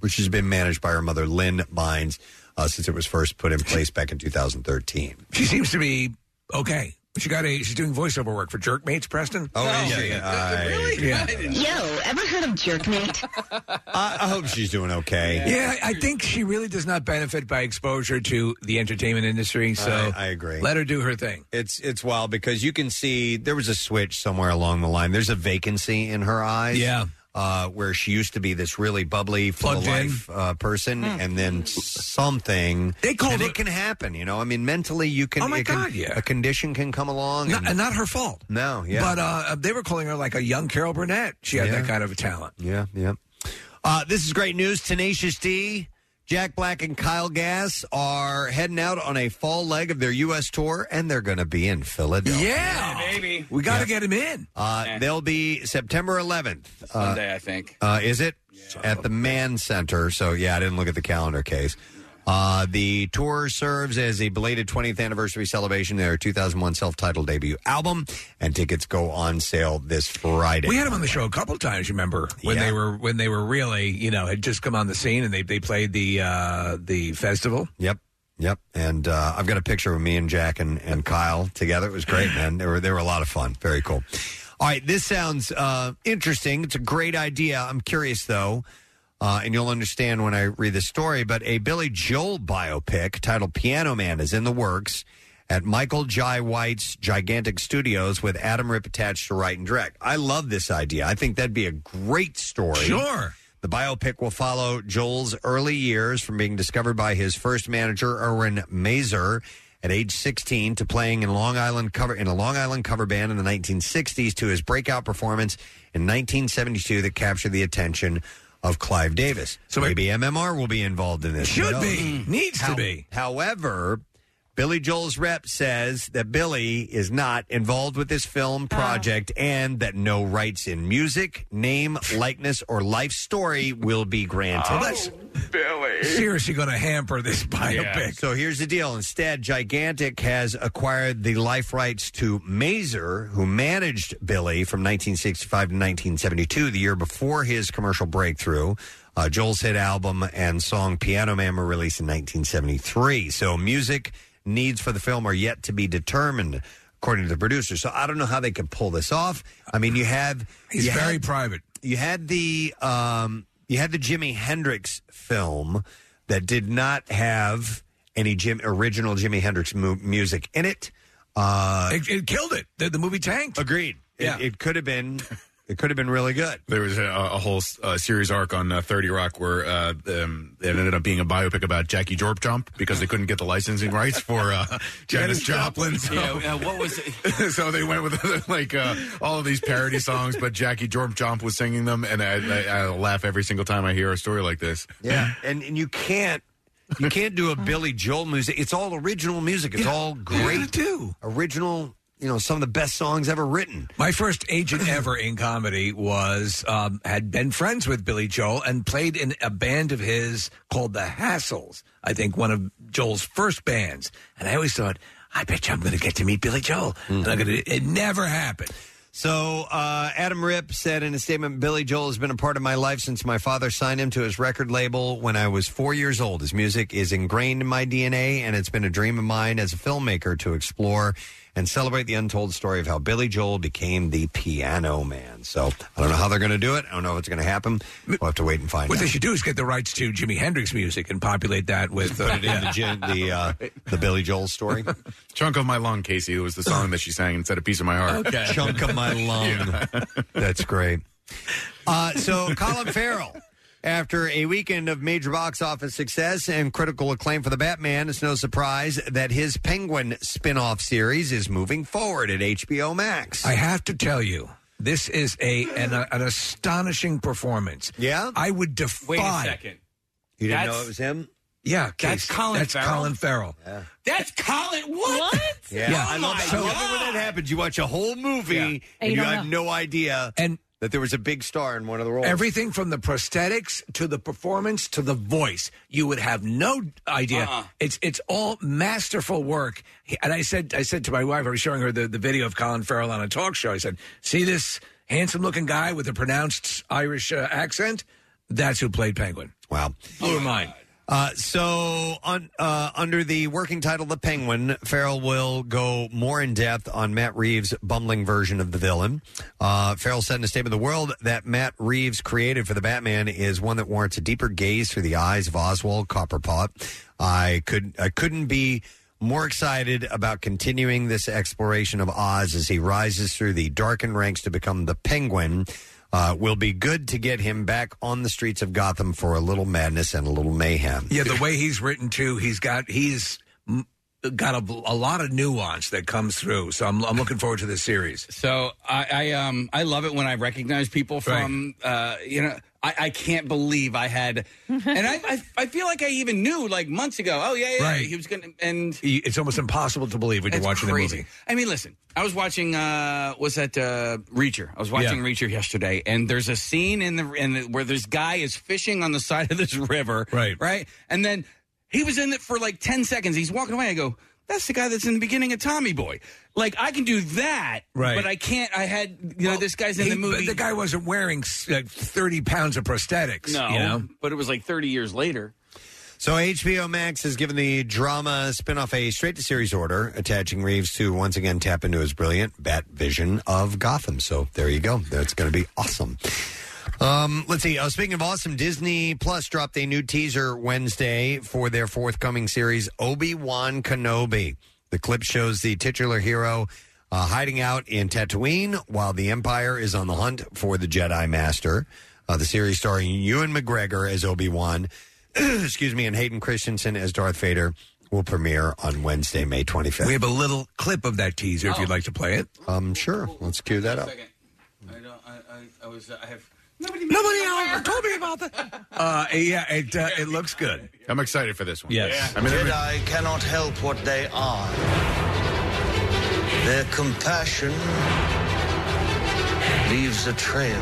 which has been managed by her mother, Lynn Bynes, uh, since it was first put in place back in 2013.
She seems to be okay. She got a. She's doing voiceover work for Jerkmates, Preston.
Oh, is she? I,
Yeah.
Yo, ever heard of Jerkmate?
I, I hope she's doing okay.
Yeah, I think she really does not benefit by exposure to the entertainment industry. So
I, I agree.
let her do her thing.
It's it's wild because you can see there was a switch somewhere along the line. There's a vacancy in her eyes.
Yeah.
Uh, where she used to be this really bubbly, full of
Plugged in. Hmm.
life uh, person, and then something.
They called
and
her-
it can happen, you know. I mean, mentally, you can.
Oh, my
it can-
God, yeah.
A condition can come along.
Not,
and-
and not her fault.
no, yeah,
But uh, they were calling her like a young Carol Burnett. She had
Yeah.
that kind of a talent.
yeah, yeah. Uh, this is great news. Tenacious D, Jack Black, and Kyle Gass are heading out on a fall leg of their U.S. tour, and they're going to be in Philadelphia.
Baby.
we got to get him in.
Uh, they'll be September 11th. Uh,
Sunday, I think.
uh, is it at the Mann Center? So yeah, I didn't look at the calendar case. Uh, the tour serves as a belated 20th anniversary celebration of their 2001 self-titled debut album, and tickets go on sale this Friday.
We had them on the show a couple times. Remember when
Yeah.
they were when they were really you know had just come on the scene and they they played the uh the festival.
Yep. Yep, and uh, I've got a picture of me and Jack and, and Kyle together. It was great, man. They were they were a lot of fun. Very cool. All right, this sounds uh, interesting. It's a great idea. I'm curious though, uh, and you'll understand when I read the story. But a Billy Joel biopic titled "Piano Man" is in the works at Michael Jai White's Gigantic Studios with Adam Rip attached to write and direct. I love this idea. I think that'd be a great story.
Sure.
The biopic will follow Joel's early years from being discovered by his first manager, Erwin Mazer, at age 16 to playing in Long Island cover in a Long Island cover band in the 1960s to his breakout performance in 1972 that captured the attention of Clive Davis. So maybe MMR will be involved in this.
Should
Who
be.
knows?
Needs to be.
However, Billy Joel's rep says that Billy is not involved with this film project and that no rights in music, name, likeness, or life story will be granted.
Billy. Seriously, going to hamper this biopic.
So here's the deal. Instead, Gigantic has acquired the life rights to Mazer, who managed Billy from 1965 to 1972, the year before his commercial breakthrough. Uh, Joel's hit album and song Piano Man were released in 1973. So music needs for the film are yet to be determined, according to the producer. So I don't know how they could pull this off. I mean, you have.
He's
you
very
had-
private.
you had the um, you had the Jimi Hendrix film that did not have any Jim original Jimi Hendrix mu- music in it. Uh,
it. It killed it. The, the movie tanked.
Agreed.
Yeah.
It, could have been. It could have been really good.
There was a, a whole uh, series arc on uh, 30 Rock where uh, um, it ended up being a biopic about Jackie Jorp Jump because they couldn't get the licensing rights for uh, Janis
Janis Joplin.
Joplin. So,
Yeah, uh, what was
so they went with like uh, all of these parody songs, but Jackie Jorp Jump was singing them, and I, I, I laugh every single time I hear a story like this.
Yeah, and and you can't you can't do a Billy Joel music. It's all original music. It's all great.
too.
Original, you know, some of the best songs ever written.
My first agent ever in comedy was um, had been friends with Billy Joel and played in a band of his called the Hassles. I think one of Joel's first bands, and I always thought, I bet you I'm going to get to meet Billy Joel. And I'm gonna, it never happened.
So uh, Adam Rip said in a statement, "Billy Joel has been a part of my life since my father signed him to his record label when I was four years old. His music is ingrained in my DNA, and it's been a dream of mine as a filmmaker to explore and celebrate the untold story of how Billy Joel became the Piano Man." So I don't know how they're going to do it. I don't know if it's going to happen. We'll have to wait and find
What
out.
they should do is get the rights to Jimi Hendrix music and populate that with uh,
Put it in the Jim- the, uh, the Billy Joel story.
Chunk of my lung, Casey. It was the song that she sang instead of "Piece of My Heart."
Okay. Chunk of my lung. That's great. Uh, so Colin Farrell, after a weekend of major box office success and critical acclaim for the Batman, it's no surprise that his Penguin spin-off series is moving forward at HBO Max.
I have to tell you, this is a an, an astonishing performance. Yeah, I would defy.
Wait a second.
You didn't
That's-
know it was him?
Yeah,
That's
Casey.
Colin
That's
Farrell?
Colin Farrell.
That's Colin. What?
Yeah, I love,
Oh
I love it when that happens. You watch a whole movie and,
And
you
you don't
have no idea that there was a big star in one of the roles.
Everything from the prosthetics to the performance to the voice, you would have no idea.
Uh-uh.
It's it's all masterful work. He- And I said I said to my wife, I was showing her the, the video of Colin Farrell on a talk show. I said, "See this handsome looking guy with a pronounced Irish uh, accent? That's who played Penguin."
Wow,
blew her mind.
Uh, so, un, uh, under the working title The Penguin, Farrell will go more in depth on Matt Reeves' bumbling version of the villain. Uh, Farrell said in a statement, The world that Matt Reeves created for the Batman is one that warrants a deeper gaze through the eyes of Oswald Copperpot. I, could, I couldn't be more excited about continuing this exploration of Oz as he rises through the darkened ranks to become the Penguin. Uh, will be good to get him back on the streets of Gotham for a little madness and a little mayhem.
Yeah, the way he's written too, he's got he's mm, got a, a lot of nuance that comes through. So I'm I'm looking forward to this series.
So I, I um I love it when I recognize people from uh you know I, I can't believe I had and I, I I feel like I even knew like months ago oh yeah yeah
Right.
he was gonna and
It's almost impossible to believe when you're
It's
watching
crazy.
the movie.
I mean, listen, I was watching uh was that uh Reacher. I was watching Reacher yesterday and there's a scene in the in the, where this guy is fishing on the side of this river. Right. Right? And then He was in it for like 10 seconds. He's walking away. I go, that's the guy that's in the beginning of Tommy Boy. Like, I can do that,
Right.
but I can't. I had, you know, this guy's in
He-
the movie.
The guy wasn't wearing s- uh, 30 pounds of prosthetics.
No,
You know?
but it was like 30 years later.
So HBO Max has given the drama spinoff a straight to series order, attaching Reeves to once again tap into his brilliant bat vision of Gotham. So there you go. That's going to be awesome. Um, let's see. Uh, speaking of awesome, Disney Plus dropped a new teaser Wednesday for their forthcoming series, Obi Wan Kenobi. The clip shows the titular hero uh, hiding out in Tatooine while the Empire is on the hunt for the Jedi Master. Uh, the series starring Ewan McGregor as Obi Wan, excuse me, and Hayden Christensen as Darth Vader will premiere on Wednesday, May 25th.
We have a little clip of that teaser if you'd like to play it.
Um, sure. Let's cue that up.
I was, I have.
Nobody, else told me about that. Uh, yeah, it, uh, it looks good.
I'm excited for this one.
Yes.
I mean, every-
Jedi cannot help what they are. Their compassion leaves a trail.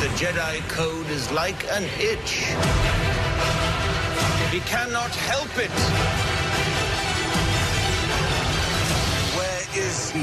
The Jedi Code is like an itch. He cannot help it. Where is he?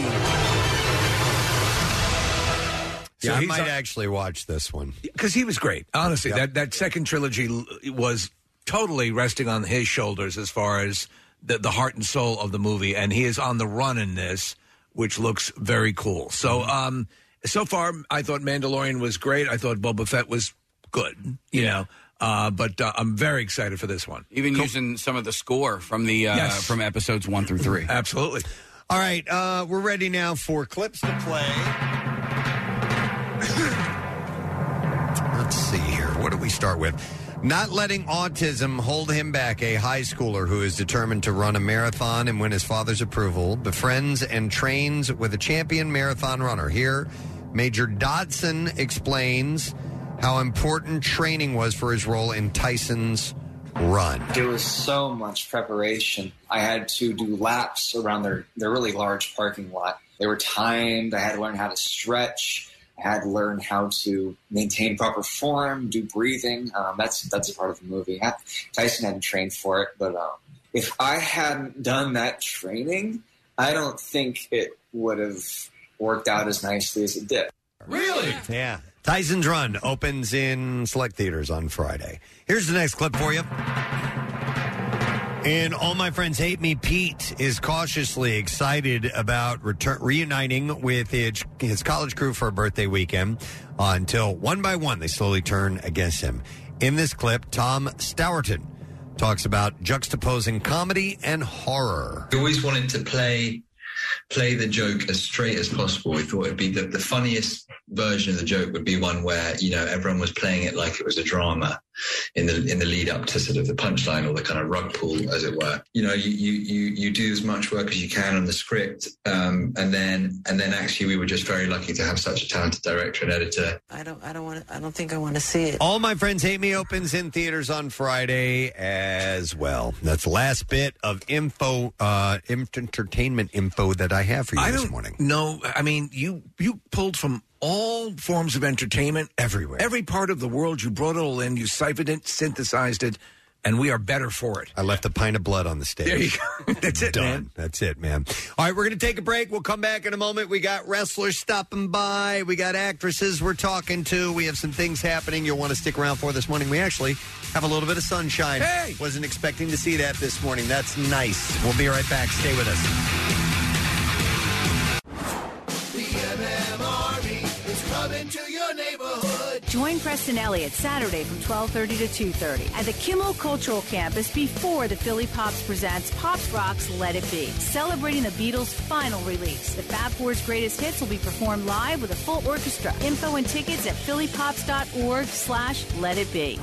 Yeah,
So
I
he's
might
on-
actually watch this one.
Because he was great. Honestly, that, that second trilogy l- was totally resting on his shoulders as far as the, the heart and soul of the movie. And he is on the run in this, which looks very cool. So, um, so far, I thought Mandalorian was great. I thought Boba Fett was good, you know. Uh, but uh, I'm very excited for this one.
Even using some of the score from the uh,
Yes.
from episodes one through three.
Absolutely.
All right, uh, we're ready now for clips to play. Let's see here. What do we start with? Not letting autism hold him back, a high schooler who is determined to run a marathon and win his father's approval, befriends and trains with a champion marathon runner. Here, Major Dodson explains how important training was for his role in Tyson's run.
There was so much preparation. I had to do laps around their, their really large parking lot. They were timed. I had to learn how to stretch. I had to learn how to maintain proper form, do breathing. Um, that's that's a part of the movie. I- Tyson hadn't trained for it, but um, if I hadn't done that training, I don't think it would have worked out as nicely as it did.
Really? Yeah. Tyson's Run opens in select theaters on Friday. Here's the next clip for you. And All My Friends Hate Me, Pete is cautiously excited about return, reuniting with his, his college crew for a birthday weekend until one by one they slowly turn against him. In this clip, Tom Stourton talks about juxtaposing comedy and horror.
We always wanted to play play the joke as straight as possible. We thought it'd be the, the funniest version of the joke would be one where you know everyone was playing it like it was a drama in the in the lead up to sort of the punchline or the kind of rug pull, as it were. You know, you you you, you do as much work as you can on the script, um, and then and then actually we were just very lucky to have such a talented director and editor.
I don't. I don't want. I don't think I want to see it.
All My Friends Hate Me opens in theaters on Friday as well. That's the last bit of info, uh, in- entertainment info that I have for you
I
this
don't
morning.
know. I mean, you you pulled from all forms of entertainment everywhere, every part of the world. You brought it all in. You siphoned it, synthesized it, and we are better for it.
I left a pint of blood on the stage.
There you go. That's it,
Done.
man.
That's it, man. All right, we're going to take a break. We'll come back in a moment. We got wrestlers stopping by. We got actresses we're talking to. We have some things happening you'll want to stick around for this morning. We actually have a little bit of sunshine. Hey! Wasn't expecting to see that this morning. That's nice. We'll be right back. Stay with us.
Join Preston Elliott Saturday from 12:30 to 2:30 at the Kimmel Cultural Campus before the Philly Pops presents Pops Rocks Let It Be, celebrating the Beatles' final release. The Fab Four's greatest hits will be performed live with a full orchestra. Info and tickets at phillypops.org/slash Let It Be.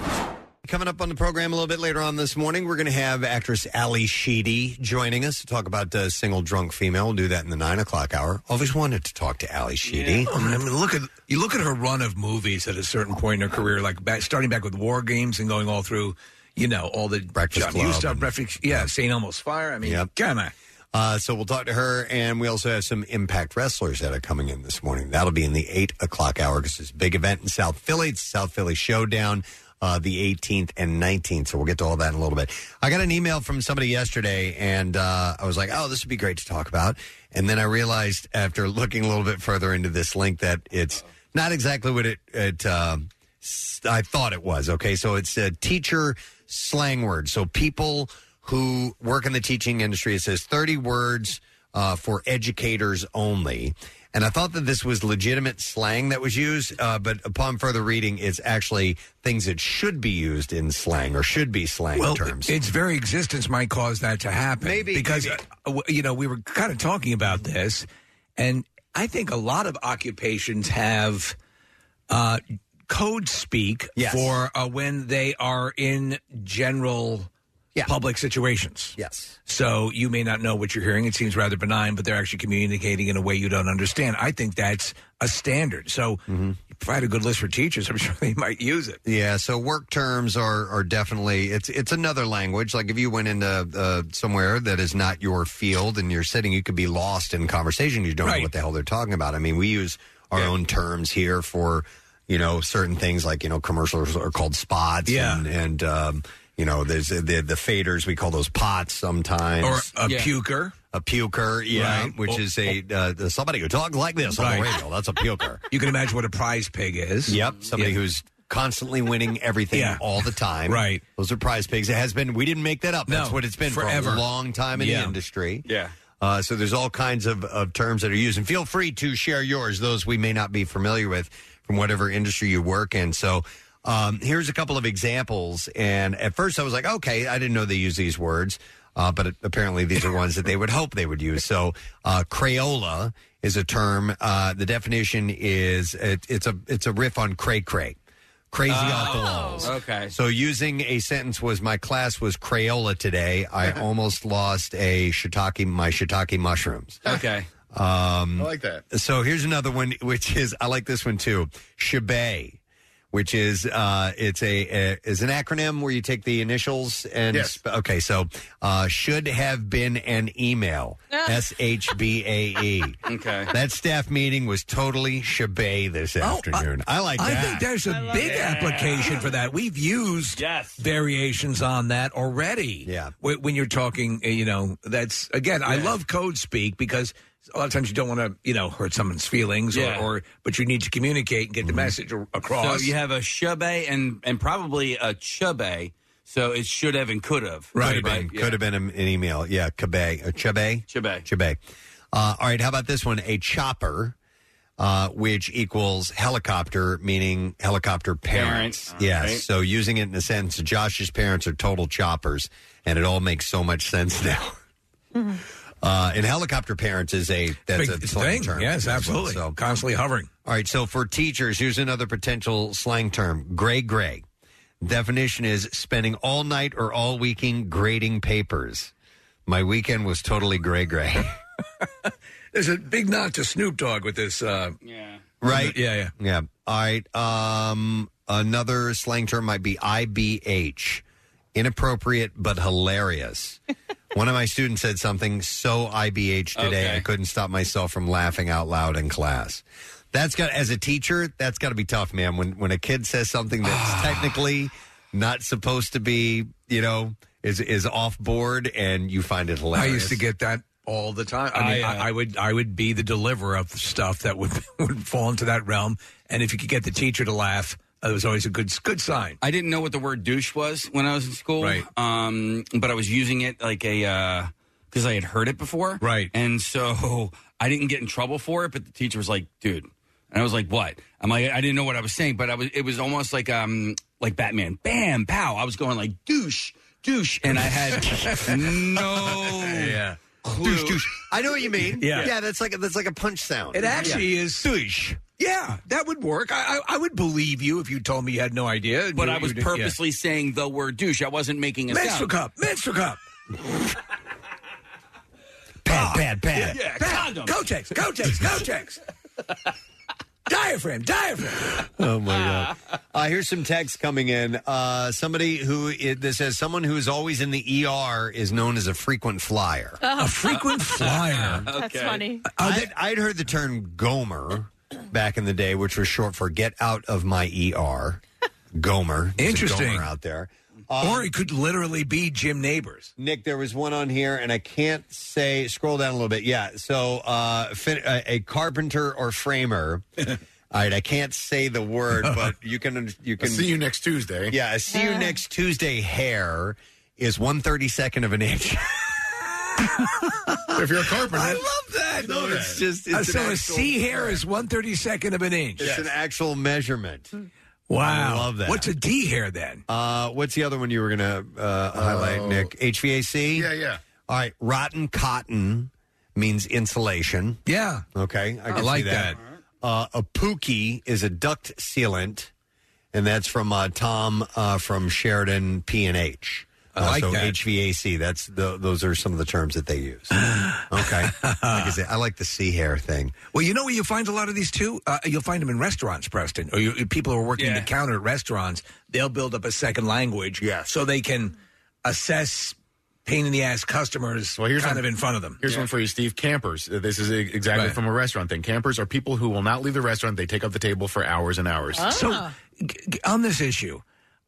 Coming up on the program a little bit later on this morning, we're going to have actress Ali Sheedy joining us to talk about uh, single drunk female. We'll do that in the nine o'clock hour. Always wanted to talk to Ali Sheedy.
Oh, man, I mean, look at you look at her run of movies at a certain point in her career, like back, starting back with War Games and going all through, you know, all the Breakfast John Hughes
Club
stuff,
and-
Breakfast- yeah, St. Elmo's Fire. I mean,
Yep.
come on.
Uh, so we'll talk to her, and we also have some Impact wrestlers that are coming in this morning. That'll be in the eight o'clock hour because it's a big event in South Philly. It's South Philly Showdown. uh, the 18th and 19th. So we'll get to all that in a little bit. I got an email from somebody yesterday, and uh, I was like, oh, this would be great to talk about. And then I realized after looking a little bit further into this link that it's not exactly what it, it uh, s- I thought it was. Okay. So it's a teacher slang word. So people who work in the teaching industry, it says 30 words uh, for educators only. And I thought that this was legitimate slang that was used, uh, but upon further reading, it's actually things that should be used in slang or should be slang
well,
terms.
Its very existence might cause that to happen. Maybe because uh, w you know we were kind of talking about this, and I think a lot of occupations have uh, code speak for uh, when they are in general. Public situations.
Yes.
So you may not know what you're hearing. It seems rather benign, but they're actually communicating in a way you don't understand. I think that's a standard. So
Mm-hmm.
you provide a good list for teachers. I'm sure they might use it.
Yeah, so work terms are are definitely it's it's another language. Like if you went into uh, somewhere that is not your field and you're sitting, you could be lost in conversation. You don't know what the hell they're talking about. I mean, we use our own terms here for you know certain things, like you know commercials are called spots.
Yeah.
and, and um, you know there's the the faders we call those pots sometimes
Or a puker.
A puker, yeah,
Right.
which
Or-
is a uh, somebody who talks like this on the
Right.
radio. That's a puker.
You can imagine what a prize pig is.
Yep, somebody who's constantly winning everything
Yeah.
all the time.
Right.
Those are prize pigs. It has been. We didn't make that up. That's
No,
what it's been for
forever.
a long time in
Yeah.
the industry.
Yeah.
Uh, so there's all kinds of, of terms that are used, and feel free to share yours. Those we may not be familiar with from whatever industry you work in. So um, here's a couple of examples. And at first, I was like, okay, I didn't know they use these words, uh, but it- apparently these are ones that they would hope they would use. So uh, Crayola is a term. Uh, the definition is it, it's a it's a riff on cray cray. Crazy off the walls.
Oh, Okay.
So using a sentence was my class was Crayola today. I almost lost a shiitake my shiitake mushrooms.
Okay.
Um,
I like that.
So here's another one, which is I like this one too. Shebay, which is uh, it's a, a is an acronym where you take the initials and
Yes.
sp- okay, so uh, should have been an email. S H B A E.
Okay.
That staff meeting was totally shebay this
Oh,
afternoon. I, like
I
that.
think there's a big application for that. We've used variations on that already. Yeah. When you're talking, uh, you know, that's again, I love code speak because a lot of times you don't want to, you know, hurt someone's feelings
Yeah.
or, or but you need to communicate and get
Mm-hmm.
the message a- across.
So you have a shubay and and probably a chubay. So it should have and could have.
Could have been, could have been an, an email. Yeah, Cabay. Uh, Chabay?
Chabay.
Chabay. Uh, all right, how about this one? A chopper, uh, which equals helicopter, meaning helicopter parents.
Parents,
Yes.
right.
So using it in a sentence, Josh's parents are total choppers, and it all makes so much sense now. Uh, and helicopter parents is a that's
Big
a slang
thing.
term
Yes,
as well,
absolutely.
so.
Constantly hovering.
All right, so for teachers, here's another potential slang term gray gray. Definition is spending all night or all weekend grading papers. My weekend was totally gray gray.
There's a big nod to Snoop Dogg with this. Uh,
yeah.
right?
Yeah, yeah.
Yeah. All right. Um, another slang term might be IBH inappropriate but hilarious. One of my students said something so IBH today,
Okay.
I couldn't stop myself from laughing out loud in class. That's got as a teacher, that's got to be tough, man. When when a kid says something that's technically not supposed to be, you know, is is off board, and you find it hilarious.
I used to get that all the time. I mean,
I,
I,
uh,
I, would I would be the deliverer of stuff that would would fall into that realm, and if you could get the teacher to laugh, it was always a good good sign.
I didn't know what the word douche was when I was in school. Right. Um, but I was using it like a because I had heard it before. Right. And so I didn't get in trouble for it, but the teacher was like, "Dude," and I was like, "What?" I'm like, I didn't know what I was saying, but I was. It was almost like um like Batman, bam, pow. I was going like douche, douche, and I had no
yeah.
clue.
I know what you mean.
Yeah.
yeah, that's like a, that's like a punch sound.
It actually is douche. Yeah, that would work. I, I I would believe you if you told me you had no idea.
But
You-
I was
you did- yeah.
purposely saying the word douche. I wasn't making a
menstrual cup,
sound.
menstrual cup. Ah,
Bad, bad,
Yeah, Bad. Kotex, Kotex, Kotex. diaphragm, diaphragm.
Oh my god! Uh, here's some text coming in. Uh, somebody who it, this says someone who is always in the ER is known as a frequent flyer.
Oh.
A frequent flyer.
That's Okay.
funny.
I'd, I'd heard the term Gomer back in the day, which was short for get out of my ER. Gomer. There's a
Interesting.
Gomer out there.
or it could literally be Jim Neighbors.
Um, Nick, there was one on here, and I can't say. Scroll down a little bit. Yeah. So uh, fin- a, a carpenter or framer. All right, I can't say the word, but you can you can
see you next Tuesday.
Yeah, I see you next Tuesday. Hair is one thirty second of an inch.
if you're a carpenter,
I love that.
No, it's just- it's
Uh,
an
so a
actual-
C hair is one thirty second of an inch.
It's an actual measurement.
Wow.
I love that.
What's a D hair then?
Uh, what's the other one you were gonna uh, highlight,
Oh.
Nick? HVAC.
Yeah, yeah.
All right, rotten cotton means insulation.
Yeah.
Okay, I,
I
can see
like
that.
that.
Uh, a pookie is a duct sealant, and that's from uh, Tom uh, from Sheridan P and H. Uh,
I like
so
that.
HVAC. That's the, those are some of the terms that they use. Okay, like I said, I like the sea hair thing.
Well, you know where you find a lot of these too. Uh, you'll find them in restaurants, Preston, or you, people who are working the counter at restaurants. They'll build up a second language, yeah, so they can assess pain in the ass customers, well, kind of in front of them.
Here's one for you, Steve. Campers. Uh, This is e- exactly
Right.
from a restaurant thing. Campers are people who will not leave the restaurant. They take up the table for hours and hours.
So g- g- on this issue,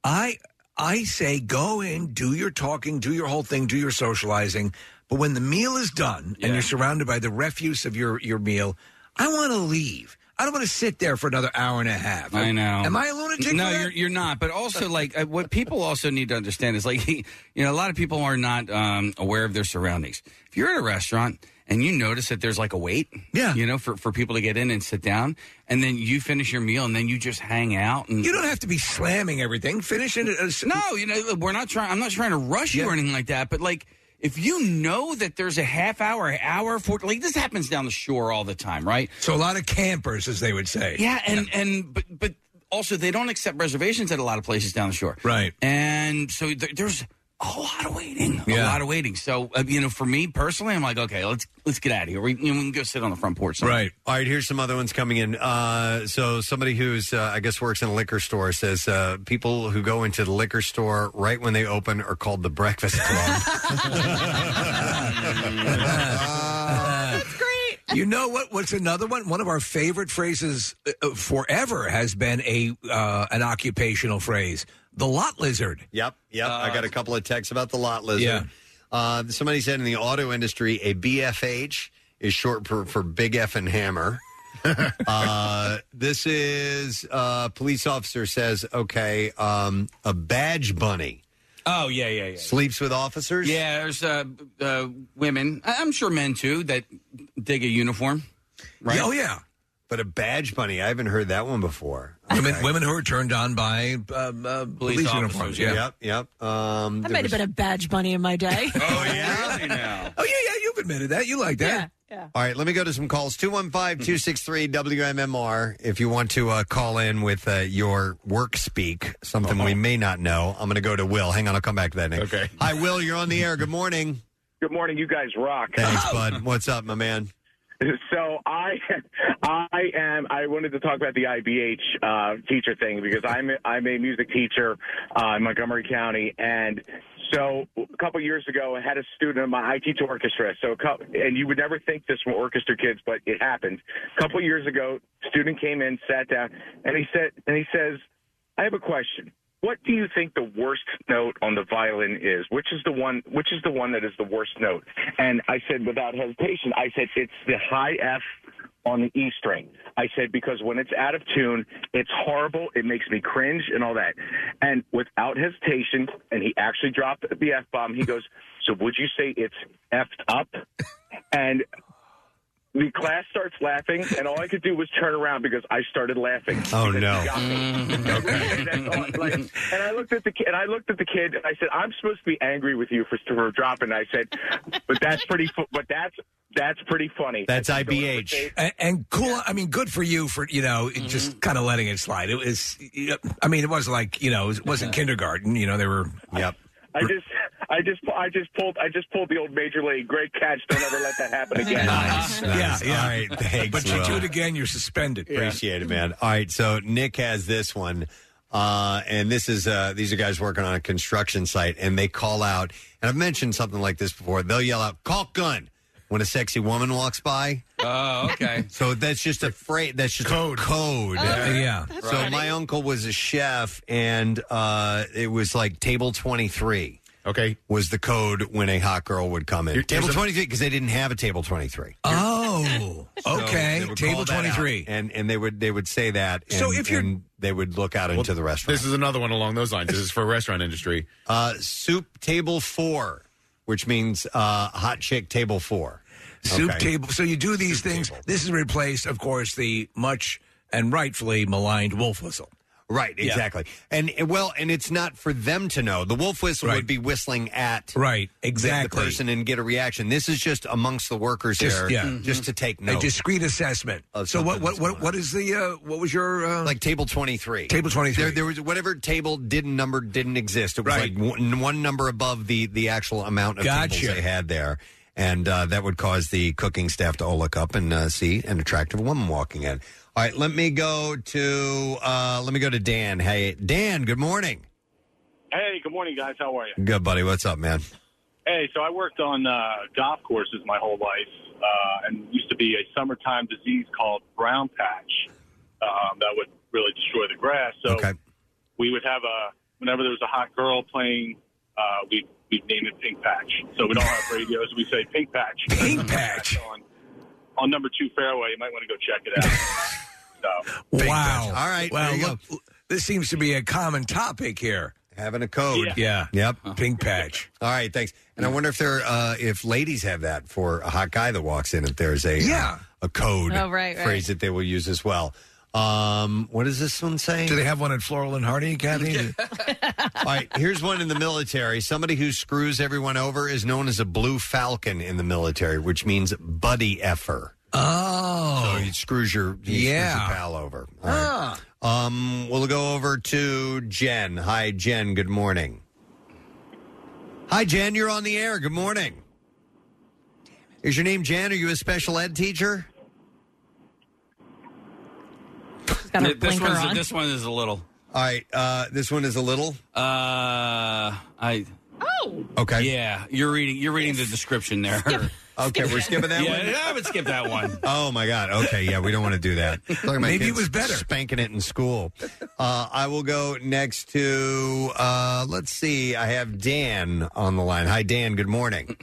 I I say go in, do your talking, do your whole thing, do your socializing. But when the meal is done and you're surrounded by the refuse of your your meal, I want to leave. I don't want to sit there for another hour and a half.
I know.
Am I a lunatic?
No,
for that?
you're you're not. But also, like, uh, what people also need to understand is, like, you know, a lot of people are not um, aware of their surroundings. If you're at a restaurant and you notice that there's like a wait, yeah, you know, for for people to get in and sit down, and then you finish your meal and then you just hang out. And
You don't have to be slamming everything. Finish it. Uh, As,
no, you know, we're not trying. I'm not trying to rush you or anything like that. But like, if you know that there's a half hour, hour, for, like this happens down the shore all the time, right?
So a lot of campers, as they would say.
Yeah, and and but but also they don't accept reservations at a lot of places down the shore.
Right.
And so there, there's a lot of waiting, a
Yeah.
lot of waiting. So uh, you know, for me personally, I'm like, okay, let's let's get out of here. We, you know, we can go sit on the front porch. somewhere.
All right. Here's some other ones coming in. Uh, so somebody who's uh, I guess works in a liquor store says uh, people who go into the liquor store right when they open are called the breakfast club.
You know what? What's another one? One of our favorite phrases uh, uh, forever has been a uh, an occupational phrase: the lot lizard.
yep. Yep. I got a couple of texts about the lot lizard.
Uh, Yeah.
Uh, somebody said in the auto industry, a BFH is short for, for big F and hammer. uh, this is uh, police officer says, okay, um, a badge bunny
Oh yeah, yeah, yeah.
sleeps with officers.
Yeah, there's uh, uh, women. I- I'm sure men too that dig a uniform. Right.
Oh yeah.
But a badge bunny, I haven't heard that one before.
Women, women who are turned on by um, uh, police,
officers,
uniforms. Yeah.
Yep, yep. Um,
That
there
might have
was-
been a badge bunny in my day.
Oh yeah, yeah. You've admitted that. You like that.
All right, let me go to some calls. 215-263-WMMR if you want to uh, call in with uh, your work speak, something
Uh-huh.
we may not know. I'm going to go to Will. Hang on, I'll come back to that, Nick. Okay. Hi, Will. You're on the air. Good morning.
Good morning. You guys rock.
Thanks, bud. What's up, my man?
So I, I am. I wanted to talk about the IBH uh, teacher thing because I'm I'm a music teacher uh, in Montgomery County, and so a couple years ago I had a student in my I teach orchestra. So a couple, and you would never think this from orchestra kids, but it happened. A couple years ago, student came in, sat down, and he said, and he says, I have a question. What do you think the worst note on the violin is? Which is the one? Which is the one that is the worst note? And I said, without hesitation, I said it's the high F on the E string. I said because when it's out of tune, it's horrible. It makes me cringe and all that. And without hesitation, and he actually dropped the F bomb. He goes, "So would you say it's effed up?" And the class starts laughing, and all I could do was turn around because I started laughing.
Oh,
Because he
no.
got me. And that's all, like, and I looked at the kid, and I looked at the kid, and I said, "I'm supposed to be angry with you for, for dropping." I said, "But that's pretty. Fu- but that's that's pretty funny."
That's
I said, "Don't
IBH.
ever say-
And, and cool. I mean, good for you for you know it just kind of letting it slide. It was. I mean, it wasn't like you know it wasn't kindergarten. You know they were.
Yep.
I just, I just, I just pulled, I just pulled the old major league. Great catch! Don't ever let that happen again.
Nice.
Yeah, yeah.
All right, thanks,
But you
Will.
do it again, you're suspended.
Appreciate it, man. All right, so Nick has this one, uh, and this is uh, these are guys working on a construction site, and they call out. And I've mentioned something like this before. They'll yell out "caulk gun" when a sexy woman walks by.
Oh, okay.
So that's just a phrase. That's just code. Code.
Oh, Yeah.
So
that's funny.
my uncle was a chef, and uh, it was like table twenty three.
Okay.
Was the code when a hot girl would come in?
Your-
table
there's a-
twenty three because they didn't have a table twenty three.
Oh, okay. Table twenty three.
and and they would they would say that. And,
So if you're-
and they would look out into the restaurant.
This is another one along those lines. This is for restaurant industry.
Uh, soup table four, which means uh, hot chick table four.
Soup
Okay.
table. So you do these things. This is replaced, of course, the much and rightfully maligned wolf whistle.
Right,
Yeah.
exactly. And and, well, and it's not for them to know. The wolf whistle
Right.
would be whistling at
Right,
the-
exactly.
the person and get a reaction. This is just amongst the workers
Just-
here,
yeah. Mhm.
just to take
A
note.
discreet assessment.
of
So
something
what? What?
that's
What? What is the? Uh, what was your? Uh,
like table twenty three.
Table twenty three.
There, there was whatever table didn't number didn't exist. It was
Right.
like one, one number above the the actual amount of
Gotcha.
tables they had there. And uh, that would cause the cooking staff to all look up and uh, see an attractive woman walking in. All right, let me go to uh, let me go to Dan. Hey, Dan. Good morning.
Hey, good morning, guys. How are you?
Good buddy. What's up, man?
Hey, so I worked on uh, golf courses my whole life, uh, and used to be a summertime disease called brown patch um, that would really destroy the grass. So we would have a whenever there was a hot girl playing, uh, we we'd name it Pink Patch. So we don't have radios. We say Pink Patch. Pink Patch on, on number two fairway. You might want to go check it out.
wow.
All right.
Well,
there you go.
look, this seems to be a common topic here.
Having a code.
Yeah.
Yep.
Pink patch.
All right, thanks. And I wonder if there, uh, if ladies have that for a hot guy that walks in, if there's a uh,
Yeah.
a code
Oh, right, right.
phrase that they will use as well. Um, what does this one say?
Do they have one at Floral and Hardy, Kathy?
All right, here's one in the military. Somebody who screws everyone over is known as a blue falcon in the military, which means buddy effer.
oh.
So he screws your, he screws
Yeah.
your pal over. All right. Um, we'll go over to Jen. Hi, Jen. Good morning. Hi, Jen. You're on the air. Good morning. Is your name Jen? Are you a special ed teacher?
Th- this, one's, this one is a little.
All right. Uh, this one is a little.
Uh, I.
Oh.
Okay.
Yeah, you're reading. You're reading the description there.
Okay, we're skipping that
yeah,
one?
I would skip that one.
Oh my God. Okay, yeah, we don't want to do that. Look at my
Maybe it
kids
was better.
spanking it in school. Uh, I will go next to. Uh, let's see. I have Dan on the line. Hi, Dan. Good morning.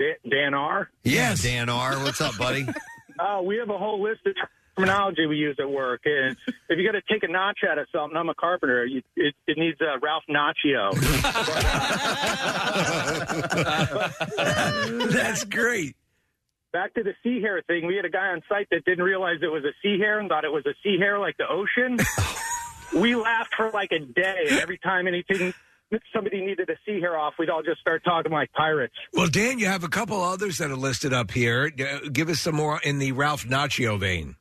Da- Dan R.
Yes, Dan R. What's up, buddy?
Uh, we have a whole list of terminology we use at work, and if you got to take a notch out of something, I'm a carpenter. You, it, it needs uh, Ralph Nacchio.
That's great.
Back to the sea hare thing. We had a guy on site that didn't realize it was a sea hare and thought it was a sea hare like the ocean. we laughed for like a day. and Every time anything somebody needed a sea hare off, we'd all just start talking like pirates.
Well, Dan, you have a couple others that are listed up here. Uh, Give us some more in the Ralph Nacchio vein.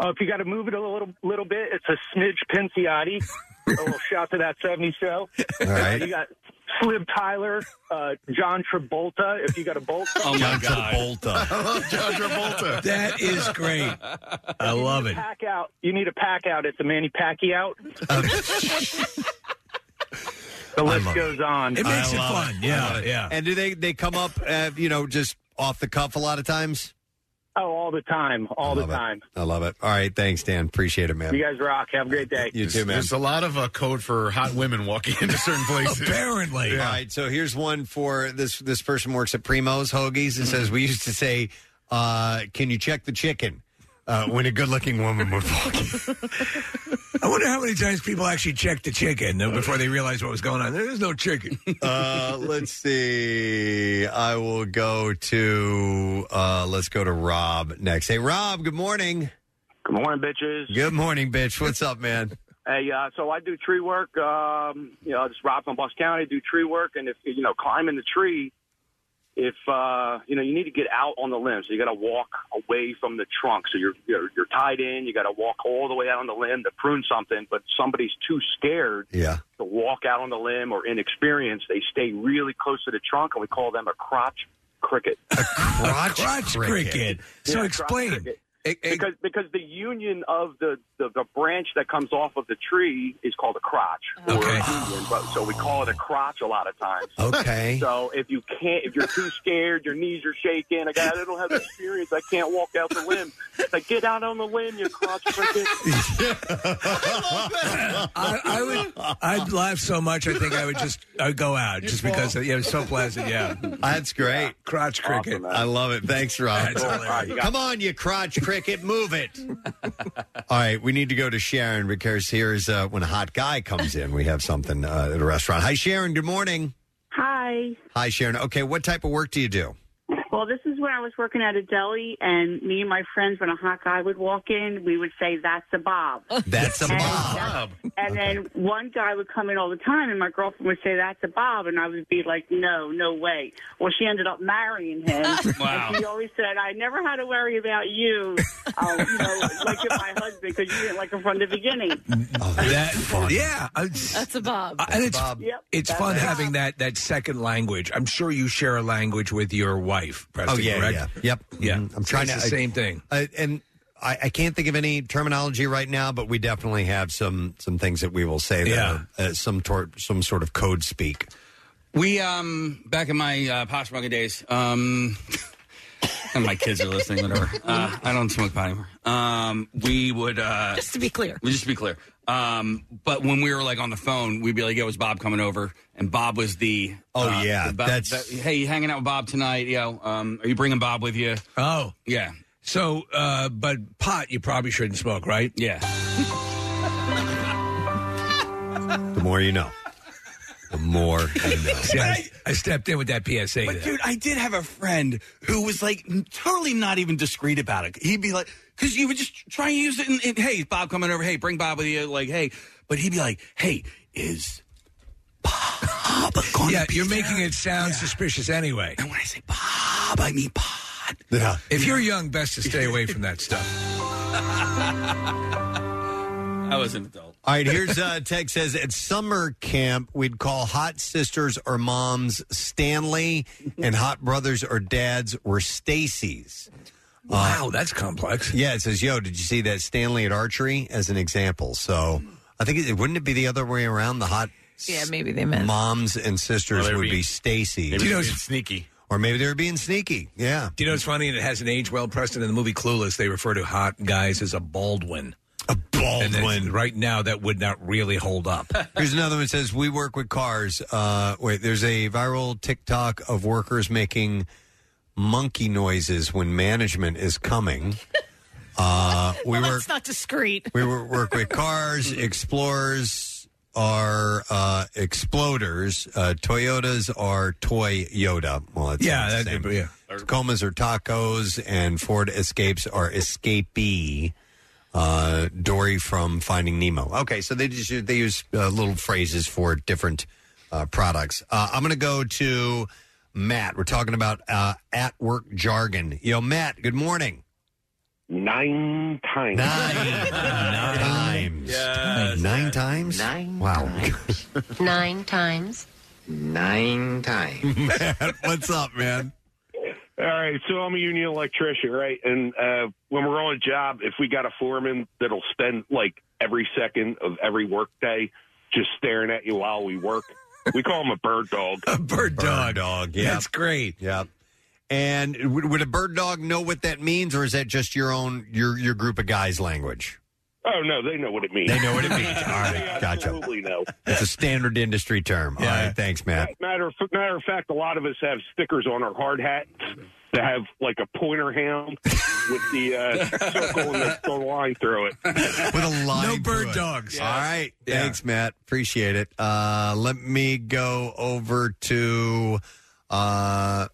Oh, if you got to move it a little little bit, it's a smidge Pinciotti. a little shout to that 70 show.
All right.
Uh, you got Slib Tyler, uh, John Travolta. If you got a bolt.
John Travolta.
John Travolta.
That is great. I love it.
Pack out. You need a pack out. It's a Manny Pacquiao. the list goes on.
I love I love it. And do they they come up, uh, you know, just off the cuff a lot of times?
Oh, all the time. All the time.
I love it. All right, thanks, Dan. Appreciate it, man.
You guys rock. Have a great day.
You too, man.
There's a lot of uh, code for hot women walking into certain places.
Apparently.
All right, so here's one for this. This person works at Primo's Hoagies and says we used to say, uh, "Can you check the chicken?" Uh, when a good-looking woman would walk. in.
I wonder how many times people actually checked the chicken uh, before they realized what was going on. There is no chicken.
Uh, let's see. I will go to. Uh, let's go to Rob next. Hey, Rob. Good morning.
Good morning, bitches.
Good morning, bitch. What's up, man?
Hey, uh, so I do tree work. Um, you know, I just rock on Bucks County, do tree work, and if you know, climbing the tree, if uh, you know, you need to get out on the limb, so you got to walk away from the trunk. So you're you're, you're tied in. You got to walk all the way out on the limb to prune something, but somebody's too scared
Yeah.
to walk out on the limb or inexperienced. They stay really close to the trunk, and we call them a crotch cricket.
Crotch,
cricket. So
Yeah, crotch
explain.
cricket.
because because the union of the, the the branch that comes off of the tree is called a crotch.
Oh.
Okay. so we call it a crotch a lot of times.
Okay.
So if you can't, if you're too scared, your knees are shaking. I got, I don't have experience. I can't walk out the limb. It's Like get out on the limb, you crotch cricket.
I, I would, I'd laugh so much. I think I would just I'd go out just because. Yeah, it was so pleasant. Yeah,
that's great.
Crotch cricket.
I love it. Thanks, Rob.
That's hilarious.
Come on, you crotch cricket, move it. All right, we need to go to Sharon because here's uh, when a hot guy comes in. We have something uh, at a restaurant. Hi, Sharon. Good morning.
Hi.
Hi, Sharon. Okay, what type of work do you do?
Well, this is when I was working at a deli, and me and my friends, when a hot guy would walk in, we would say, "That's a Bob."
That's a
Bob. And then one guy would come in all the time, and my girlfriend would say, "That's a Bob," and I would be like, "No, no way." Well, she ended up marrying him.
Wow.
And she always said, "I never had to worry about you, um, you know, like you're my husband because you didn't like him from the beginning."
That, yeah, I-
That's a Bob.
Uh, and it's
Yep,
it's
that's
fun
a Bob.
having that that second language. I'm sure you share a language with your wife. Preston,
oh yeah,
correct?
yeah, yep. Mm-hmm.
yeah.
I'm trying
It's
to
the same thing.
I, Uh, and I, I can't think of any terminology right now, but we definitely have some some things that we will say that
Yeah.
are, uh, some tor- some sort of code speak.
We um back in my uh, Poshmark days, um, and my kids are listening. Whatever. Uh, I don't smoke pot anymore. Um, we would uh,
Just to be clear.
We just to be clear. Um, but when we were like on the phone, we'd be like, "Yo, is Bob coming over?" And Bob was the
Oh,
uh,
yeah,
the Bob-
that's-
that- hey, you hanging out with Bob tonight? Yo, um, are you bringing Bob with you?
Oh
yeah.
So, uh, but pot you probably shouldn't smoke, right?
Yeah.
The more you know. The more you know.
See, I, I stepped in with that PSA.
But dude, I did have a friend who was like n- totally not even discreet about it. He'd be like, because you would just try and use it. And, and, hey, is Bob coming over? Hey, bring Bob with you. Like, hey, but he'd be like, hey, is Bob going?
yeah, you're making it sound suspicious anyway. And
when I say Bob, I mean pot.
Yeah.
If you're young, best to stay away from that stuff.
I was an adult.
All right, here's uh, Tech says at summer camp we'd call hot sisters or moms Stanley, and hot brothers or dads were Stacy's.
Wow, that's complex.
Yeah, it says, "Yo, did you see that Stanley at archery?" As an example, so I think it wouldn't it be the other way around? The hot
Yeah, maybe they meant.
moms and sisters
Well, they were
would be
being-
Stacy.
they were You know, being
sneaky.
Or maybe they were being sneaky. Yeah.
Do you know what's funny? And it hasn't aged well, Preston. In the movie Clueless, they refer to hot guys as a Baldwin.
A
Baldwin. Right now, that would not really hold up.
Here's another one that says, We work with cars. Uh, wait, there's a viral TikTok of workers making monkey noises when management is coming. Uh, we work
That's not discreet.
we wor- work with cars, explorers are uh, exploders, uh, Toyotas are toy Yoda. Well, it's
Yeah,
it's the
that'd
same.
be- yeah.
Tacomas are tacos, and Ford Escapes are escapee. Uh, Dory from Finding Nemo. Okay, so they just they use uh, little phrases for different uh, products. Uh, I'm going to go to Matt. We're talking about uh, at work jargon. Yo, Matt. Good morning.
Nine times.
Nine. Nine times. Nine times?
Nine
Wow.
Nine times. Nine times.
Matt, what's up, man?
All right, so I'm a union electrician, right? And uh, when we're on a job, if we got a foreman that'll spend like every second of every workday just staring at you while we work, we call him a bird dog.
A bird
dog. dog. Yeah.
That's great.
Yeah. And would, would a bird dog know what that means, or is that just your own your your group of guys' language?
Oh no, they know what it means.
They know what it means. All right, gotcha.
Absolutely know.
It's a standard industry term. All right, thanks, Matt.
Matter of, matter of fact, a lot of us have stickers on our hard hats that have like a pointer hound with the uh, circle and the, the line through it.
With a line.
No bird
dogs. All right, thanks, Matt. Appreciate it. Uh, let me go over to. Uh,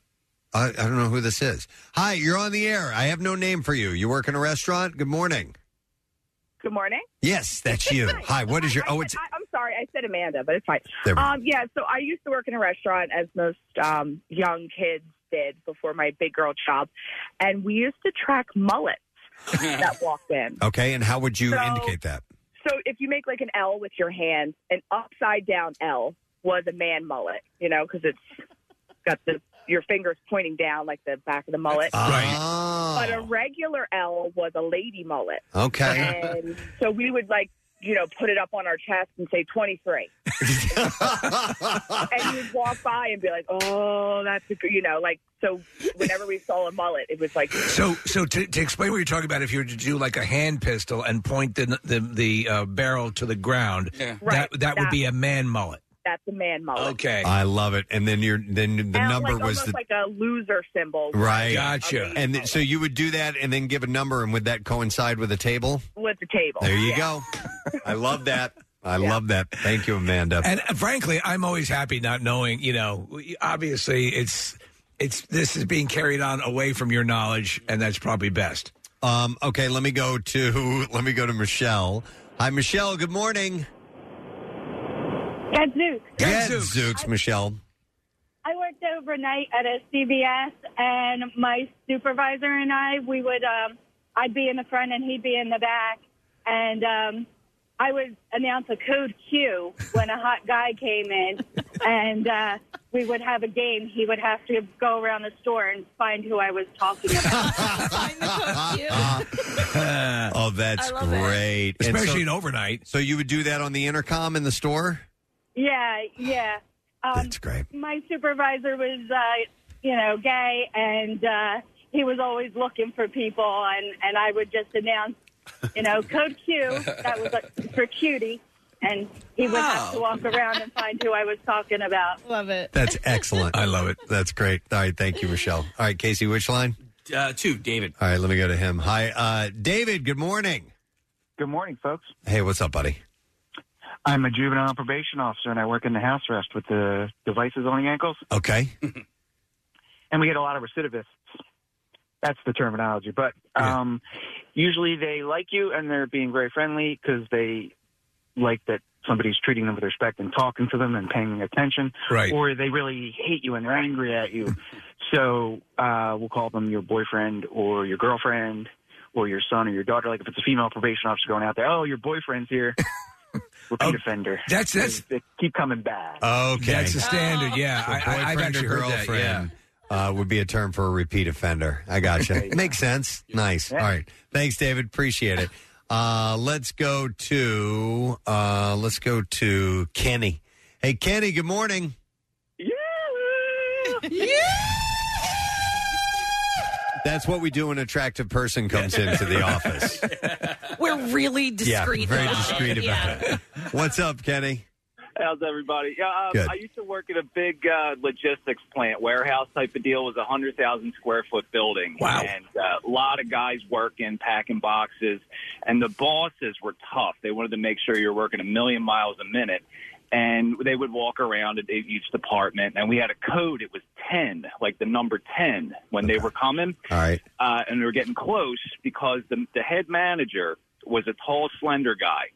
I, I don't know who this is. Hi, you're on the air. I have no name for you. You work in a restaurant. Good morning.
Good morning.
Yes, that's you. Hi, what is your? Oh, it's
I, I'm sorry, I said Amanda, but it's fine.
There we go.
Um, yeah, so I used to work in a restaurant as most um, young kids did before my big girl job, and we used to track mullets that walked in.
okay. And how would you
So-
indicate that?
So if you make like an L with your hand, an upside down L was a man mullet, you know, because it's got the your fingers pointing down like the back of the mullet.
Ah. Right.
But a regular L was a lady mullet.
Okay.
And so we would like, you know, put it up on our chest and say 23. and you'd walk by and be like, oh, that's a good, you know, like, so whenever we saw a mullet, it was like,
So, so to, to explain what you're talking about, if you were to do like a hand pistol and point the the, the uh, barrel to the ground, that
Right,
that, would
that-
be a man mullet.
that's a man mullet.
Okay,
I love it. And then your then the
And,
number
like,
was
almost
the
like a loser symbol.
right.
Gotcha.
And th- so you would do that, and then give a number, and would that coincide with a table?
With the table.
There you
Yeah.
go. I love that. I love that. Thank you, Amanda.
And uh, frankly, I'm always happy not knowing. You know, obviously, it's it's this is being carried on away from your knowledge, and that's probably best.
Um, okay, let me go to let me go to Michelle. Hi, Michelle. Good morning.
Gadzooks.
Gadzooks, Michelle.
I worked overnight at a CVS, and my supervisor and I, we would, um, I'd be in the front and he'd be in the back, and um, I would announce a code Q when a hot guy came in, and uh, we would have a game. He would have to go around the store and find who I was talking about.
oh, that's
I love it.
great.
Especially in overnight.
So you would do that on the intercom in the store?
Yeah, yeah. Um, That's
great.
My supervisor was, uh, you know, gay, and uh, he was always looking for people, and, and I would just announce, you know, code Q. That was like, for cutie, and he would have to walk around and find who I was talking about.
Love it.
That's excellent. I love it. That's great. All right, thank you, Michelle. All right, Casey, which line?
Uh, two, David.
All right, let me go to him. Hi, uh, David. Good morning.
Good morning, folks.
Hey, what's up, buddy?
I'm a juvenile probation officer, and I work in the house arrest with the devices on the ankles.
Okay.
and we get a lot of recidivists. That's the terminology. But um, usually they like you, and they're being very friendly because they like that somebody's treating them with respect and talking to them and paying attention.
Right.
Or they really hate you and they're angry at you. so uh, we'll call them your boyfriend or your girlfriend or your son or your daughter. Like if it's a female probation officer going out there, oh, your boyfriend's here. Repeat offender.
Oh, that's- that's-
They, they keep coming back.
Okay.
That's
Oh.
the standard. Yeah,
So
I, I, I've
boyfriend
actually
or
heard that. Yeah.
girlfriend uh, would be a term for a repeat offender. I gotcha. Makes sense. Nice. All right. Thanks, David. Appreciate it. Uh, let's go to uh, let's go to Kenny. Hey, Kenny. Good morning. That's what we do when an attractive person comes into the office.
We're really discreet.
yeah, very
about it.
discreet about
Yeah.
it. What's up, Kenny?
How's everybody? Yeah,
Good.
um, I used to work at a big uh, logistics plant, warehouse type of deal. It was a hundred thousand square foot building. Wow! And uh, a lot of guys working, packing boxes, and the bosses were tough. They wanted to make sure you're working a million miles a minute. And they would walk around at e-, each department, and we had a code. It was ten, like the number ten, when they were coming
All right.
uh, and we were getting close because the, the head manager was a tall, slender guy,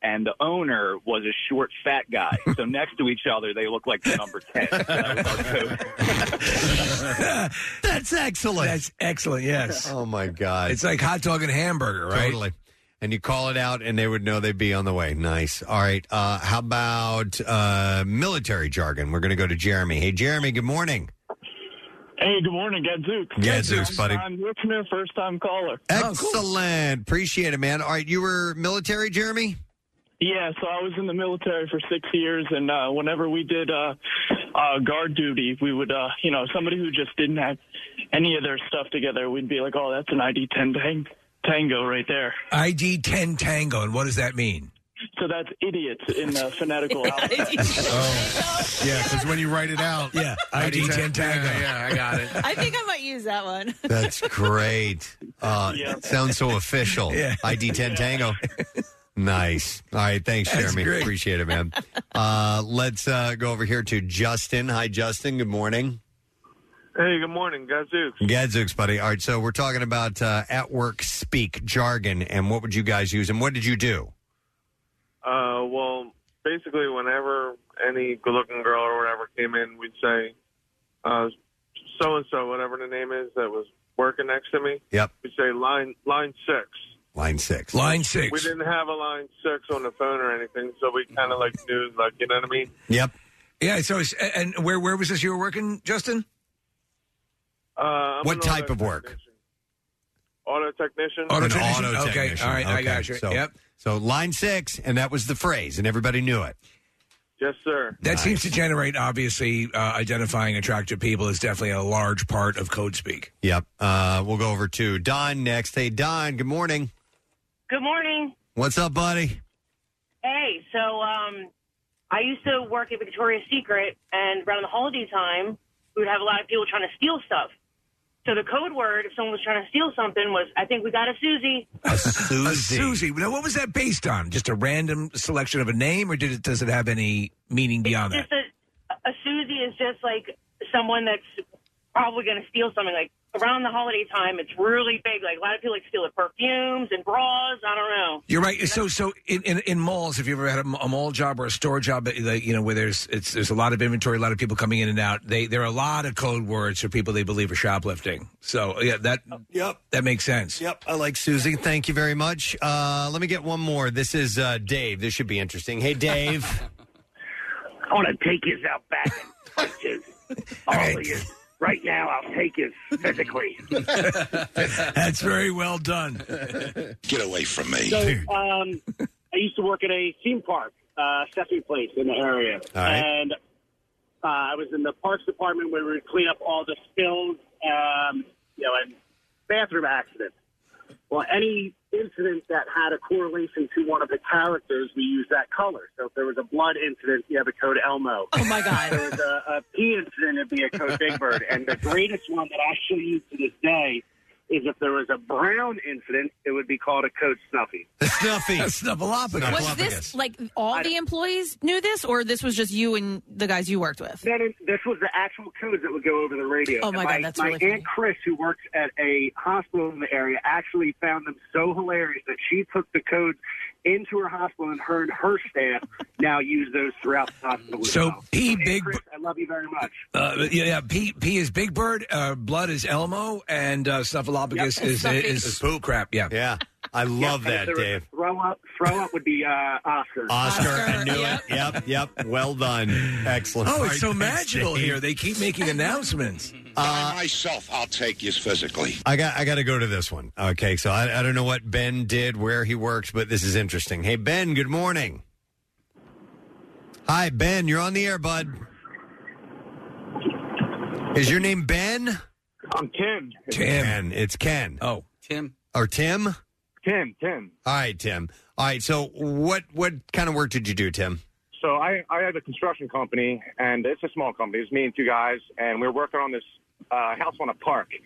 and the owner was a short, fat guy. so next to each other, they looked like the number ten.
That's excellent.
That's excellent. Yes.
Oh my God.
It's like hot dog and hamburger, right?
Totally. And you call it out, and they would know they'd be on the way. Nice. All right. Uh, how about uh, military jargon? We're going to go to Jeremy. Hey, Jeremy. Good morning.
Hey, good morning, Gadzooks.
Gadzooks, buddy.
I'm listener, first time caller.
Excellent. Appreciate it, man. All right. You were military, Jeremy.
Yeah, so I was in the military for six years, and uh, whenever we did uh, uh, guard duty, we would, uh, you know, somebody who just didn't have any of their stuff together, we'd be like, oh, that's an ID 10 tang- tango right there.
ID ten Tango, and what does that mean?
So that's idiots in the phonetical alphabet.
Yeah, because when you write it out, yeah, ID ten Tango.
Yeah, I got it.
I think I might use that one.
That's great. Uh, Sounds so official.
Yeah.
ID 10 Tango. Nice. All right. Thanks,
That's
Jeremy.
great.
Appreciate it, man. Uh, let's uh, go over here to Justin. Hi, Justin. Good morning.
Hey, good morning, Gadzooks.
Gadzooks, buddy. All right, so we're talking about uh, at work speak jargon, and what would you guys use, and what did you do?
Uh, well, basically, whenever any good-looking girl or whatever came in, we'd say, uh, so-and-so, whatever the name is that was working next to me.
Yep.
We'd say line line six.
Line six.
Line
We
six.
didn't have a line six on the phone or anything, so we kind of like knew, like you know what I mean.
Yep.
Yeah. So, it's, and where where was this you were working, Justin?
Uh, I'm
what
an
type of work?
Auto technician.
An auto technician. Okay, So, So line six, and that was the phrase, and everybody knew it.
Yes, sir.
That seems to generate, obviously, uh, identifying attractive people is definitely a large part of code speak.
Yep. Uh, we'll go over to Don next. Hey, Don. Good morning.
Good morning.
What's up, buddy?
Hey, so um, I used to work at Victoria's Secret, and around the holiday time, we would have a lot of people trying to steal stuff. So the code word, if someone was trying to steal something, was "I think we got a Susie."
A Susie. Now, what was that based on? Just a random selection of a name, or did it, does it have any meaning beyond that?
Just a, a Susie is just like someone that's probably going to steal something. Like around the holiday time, it's really big. Like a lot of people like steal perfumes and bras. I don't know.
You're right. So, so in, in, in malls, if you ever had a, m- a mall job or a store job, uh, you know where there's it's there's a lot of inventory, a lot of people coming in and out. They there are a lot of code words for people they believe are shoplifting. So yeah, that
yep
that makes sense.
Yep, I like Susie. Thank you very much. Uh, let me get one more. This is uh, Dave. This should be interesting. Hey, Dave.
I want to take his out back and punch his. All of you. Right now, I'll take his physically.
That's very well done.
Get away from
So, um, I used to work at a theme park, uh, Sesame Place in the area.
All right.
And uh, I was in the parks department where we would clean up all the spills, um, you know, and bathroom accidents. Well, any incident that had a correlation to one of the characters, we used that color. So if there was a blood incident, you have a code Elmo.
Oh, my God.
If there was a, a pee incident, it'd be a code Big Bird. And the greatest one that I still use to this day is if there was a brown incident, it would be called a code Snuffy.
Snuffy.
Snuffleopagus.
Was this like all the employees knew this, or this was just you and the guys you worked with?
This was the actual codes that would go over the radio.
Oh, my
And
God, that's
my
really
aunt
funny.
Chris, who works at a hospital in the area, actually found them so hilarious that she took the codes into her hospital, and her and her staff now use those throughout the hospital. as
So
well.
P
Aunt
Big
Chris, I love you very much.
Uh, yeah, yeah. P, P is Big Bird. Uh, blood is Elmo, and uh, Snuffleupagus
Yep.
is,
Snuffy.
is poop crap. Yeah,
yeah. I
Yeah, and if there was a Throw up, throw up would be uh, Oscar.
Oscar, I knew it. Yep, yep. Well done. Excellent.
Oh,
All
it's
right,
so
thanks,
magical
Dave.
here. They keep making announcements.
By myself, I'll take you physically.
I got I got to go to this one. Okay, so I, I don't know what Ben did, where he works, but this is interesting. Hey Ben, good morning. Hi Ben, you're on the air, bud. Is your name Ben?
I'm Tim.
Ken, it's Ken.
Oh,
Tim
or Tim?
Tim, Tim.
All right, Tim. All right, so what what kind of work did you do, Tim?
So I, I had a construction company, and it's a small company. It's me and two guys, and we were working on this uh, house on a park. And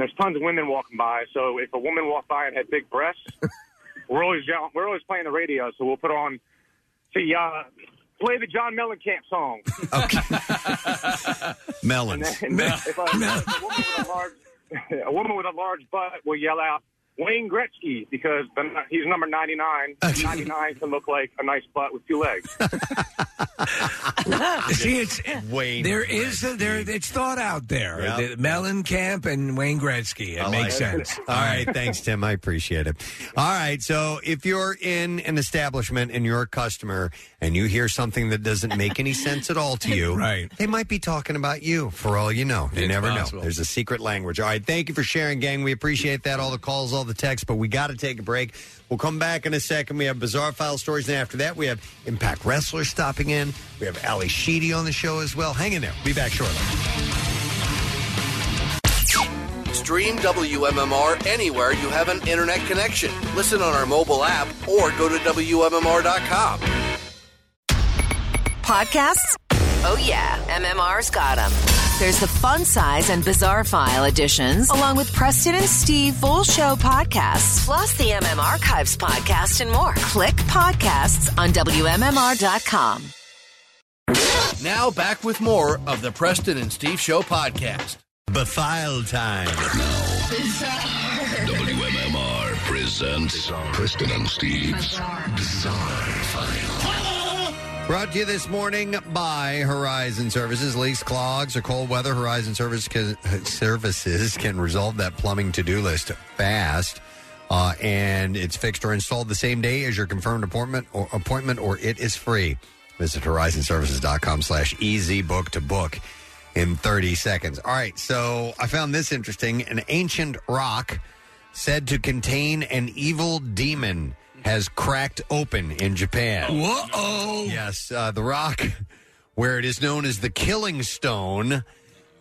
there's tons of women walking by. So if a woman walked by and had big breasts, we're always yell- we're always playing the radio. So we'll put on the uh, play the John Mellencamp song.
Melons.
And then if a, if a woman with a large a woman with a large butt will yell out Wayne Gretzky because the, he's number 99. 99 can look like a nice butt with two legs.
See, it's
Wayne.
There is a, there. It's thought out there.
Yeah.
The Mellencamp and Wayne Gretzky. It
I like
makes
it.
sense.
All right, thanks, Tim. I appreciate it. All right, so if you're in an establishment and you're a customer and you hear something that doesn't make any sense at all to you,
Right.
They might be talking about you for all you know. You
It's
never
possible.
know. There's a secret language. All right, thank you for sharing, gang. We appreciate that. All the calls, all the texts, but we got to take a break. We'll come back in a second. We have bizarre file stories, and after that, we have Impact Wrestler stopping in. We have Ali Sheedy on the show as well. Hang in there. Be back shortly.
Stream WMMR anywhere you have an internet connection. Listen on our mobile app or go to WMMR.com.
Podcasts? Oh, yeah. MMR's got them. There's the Fun Size and Bizarre File editions, along with Preston and Steve Full Show podcasts, plus the MM Archives podcast and more. Click podcasts on WMMR.com.
Now back with more of the Preston and Steve Show podcast.
Befile time.
WMMR presents Preston and Steve's Bizarre, File.
Brought to you this morning by Horizon Services. Leaks, clogs, or cold weather, Horizon Service can, Services can resolve that plumbing to do list fast. Uh, and it's fixed or installed the same day as your confirmed appointment or, appointment, or it is free. Visit horizonservices.com slash easy book to book. in 30 seconds. All right, so I found this interesting. An ancient rock said to contain an evil demon has cracked open in Japan. Whoa! Yes, uh, the rock, where it is known as the Killing Stone.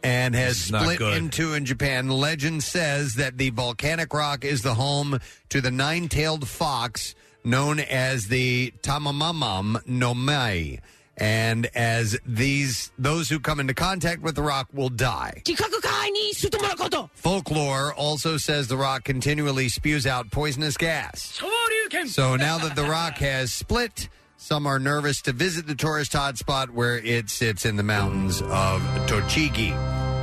And has
This is not
split
good.
into in Japan. Legend says that the volcanic rock is the home to the nine tailed fox known as the Tamamamam no Mai. And as these those who come into contact with the rock will die. Folklore also says the rock continually spews out poisonous gas. So now that the rock has split, some are nervous to visit the tourist hotspot where it sits in the mountains of Tochigi.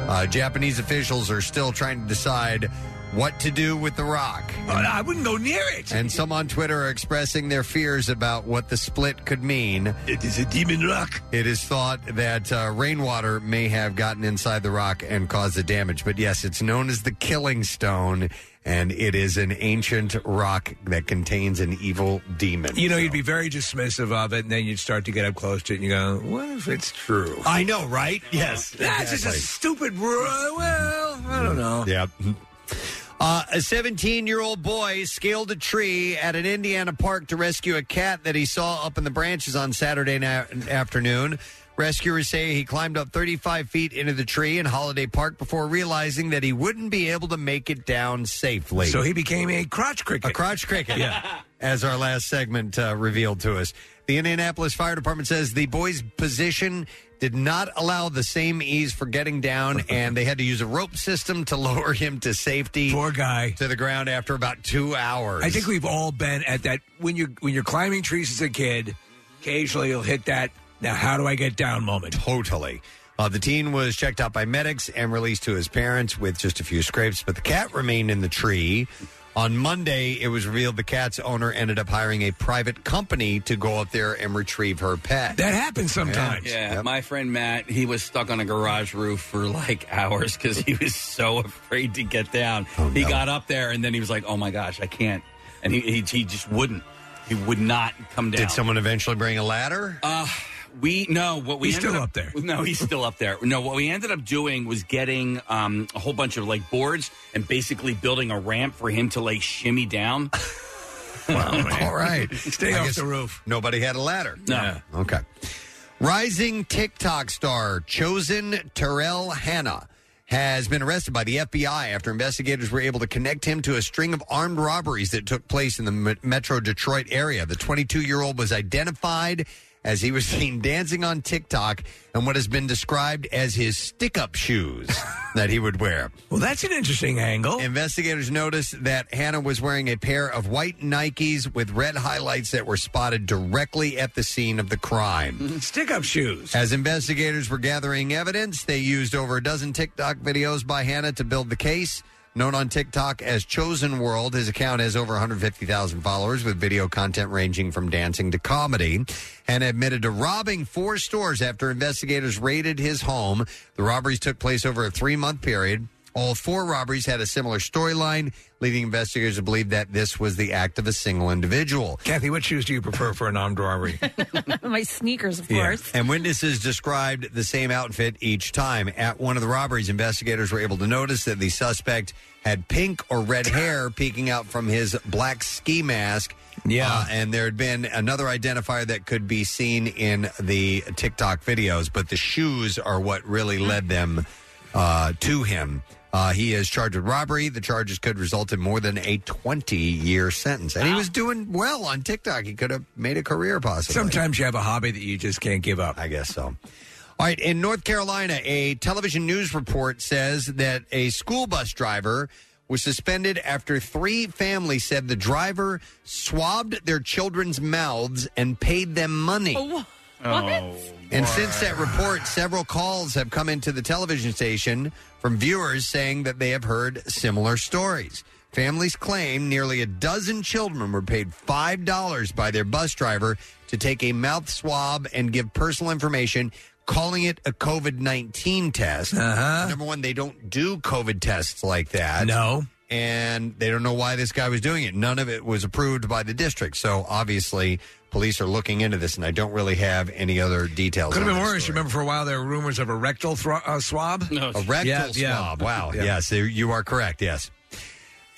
Uh, Japanese officials are still trying to decide what to do with the rock.
I wouldn't go near it.
And some on Twitter are expressing their fears about what the split could mean.
It is a demon rock.
It is thought that uh, rainwater may have gotten inside the rock and caused the damage. But yes, it's known as the Killing Stone, and it is an ancient rock that contains an evil demon.
You know, you'd be very dismissive of it, and then you'd start to get up close to it, and you go, "What if it's true?"
I know, right? Yes,
that's just
exactly.
a stupid rule. Well, I don't know.
Yeah. Uh, a 17 year old boy scaled a tree at an Indiana park to rescue a cat that he saw up in the branches on Saturday na- afternoon. Rescuers say he climbed up 35 feet into the tree in Holiday Park before realizing that he wouldn't be able to make it down safely.
So he became a crotch cricket.
A crotch cricket. Yeah. As our last segment uh, revealed to us, the Indianapolis Fire Department says the boy's position did not allow the same ease for getting down, and they had to use a rope system to lower him to safety. Poor
guy.
To the ground after about two hours.
I think we've all been at that when you when you're climbing trees as a kid. Occasionally, you'll hit that. Now, how do I get down? Moment.
Totally. Uh, the teen was checked out by medics and released to his parents with just a few scrapes, but the cat remained in the tree. On Monday, it was revealed the cat's owner ended up hiring a private company to go up there and retrieve her pet.
That happens sometimes.
Yeah, my friend Matt, he was stuck on a garage roof for like hours because he was so afraid to get down.
Oh,
He got up there and then he was like, "Oh my gosh, I can't!" And he he, he just wouldn't. He would not come down.
Did someone eventually bring a ladder?
Uh, we no. What we
He's
ended
still up there.
No, he's still up there. No, what we ended up doing was getting um, a whole bunch of like boards and basically building a ramp for him to like shimmy down.
All right.
Stay
I
off
guess
the
roof.
Nobody had a ladder.
No.
Okay. Rising TikTok star Chosen Terrell Hanna has been arrested by the FBI after investigators were able to connect him to a string of armed robberies that took place in the me- metro Detroit area. The 22 year old was identified as he was seen dancing on TikTok in what has been described as his stick up shoes that he would wear.
Well, that's an interesting angle.
Investigators noticed that Hannah was wearing a pair of white Nikes with red highlights that were spotted directly at the scene of the crime.
Stick up shoes.
As investigators were gathering evidence, they used over a dozen TikTok videos by Hannah to build the case. Known on TikTok as Chosen World, his account has over 150,000 followers with video content ranging from dancing to comedy. And admitted to robbing four stores after investigators raided his home. The robberies took place over a three month period. All four robberies had a similar storyline, leading investigators to believe that this was the act of a single individual.
Kathy, what shoes do you prefer for an armed robbery?
My sneakers, of course.
And witnesses described the same outfit each time. At one of the robberies, investigators were able to notice that the suspect had pink or red hair peeking out from his black ski mask. Yeah. and there had been another identifier that could be seen in the TikTok videos, but the shoes are what really
Mm-hmm.
led them uh, to him. Uh, he is charged with robbery. The charges could result in more than a 20 year sentence. And he was doing well on TikTok. He could have made a career possibly.
Sometimes you have a hobby that you just can't give up.
I guess so. All right, in North Carolina, a television news report says that a school bus driver was suspended after three families said the driver swabbed their children's mouths and paid them money. And since that report, several calls have come into the television station from viewers saying that they have heard similar stories. Families claim nearly a dozen children were paid $5 by their bus driver to take a mouth swab and give personal information, calling it a COVID 19 test. Number one, they don't do COVID tests like that.
Uh-huh. No.
and they don't know why this guy was doing it. None of it was approved by the district. So obviously, police are looking into this, and I don't really have any other details.
Could
on
have been
this.
worse. Remember, for a while there were rumors of a rectal thro- uh, swab. No,
A rectal swab. Wow. Yes, you- you are correct. Yes.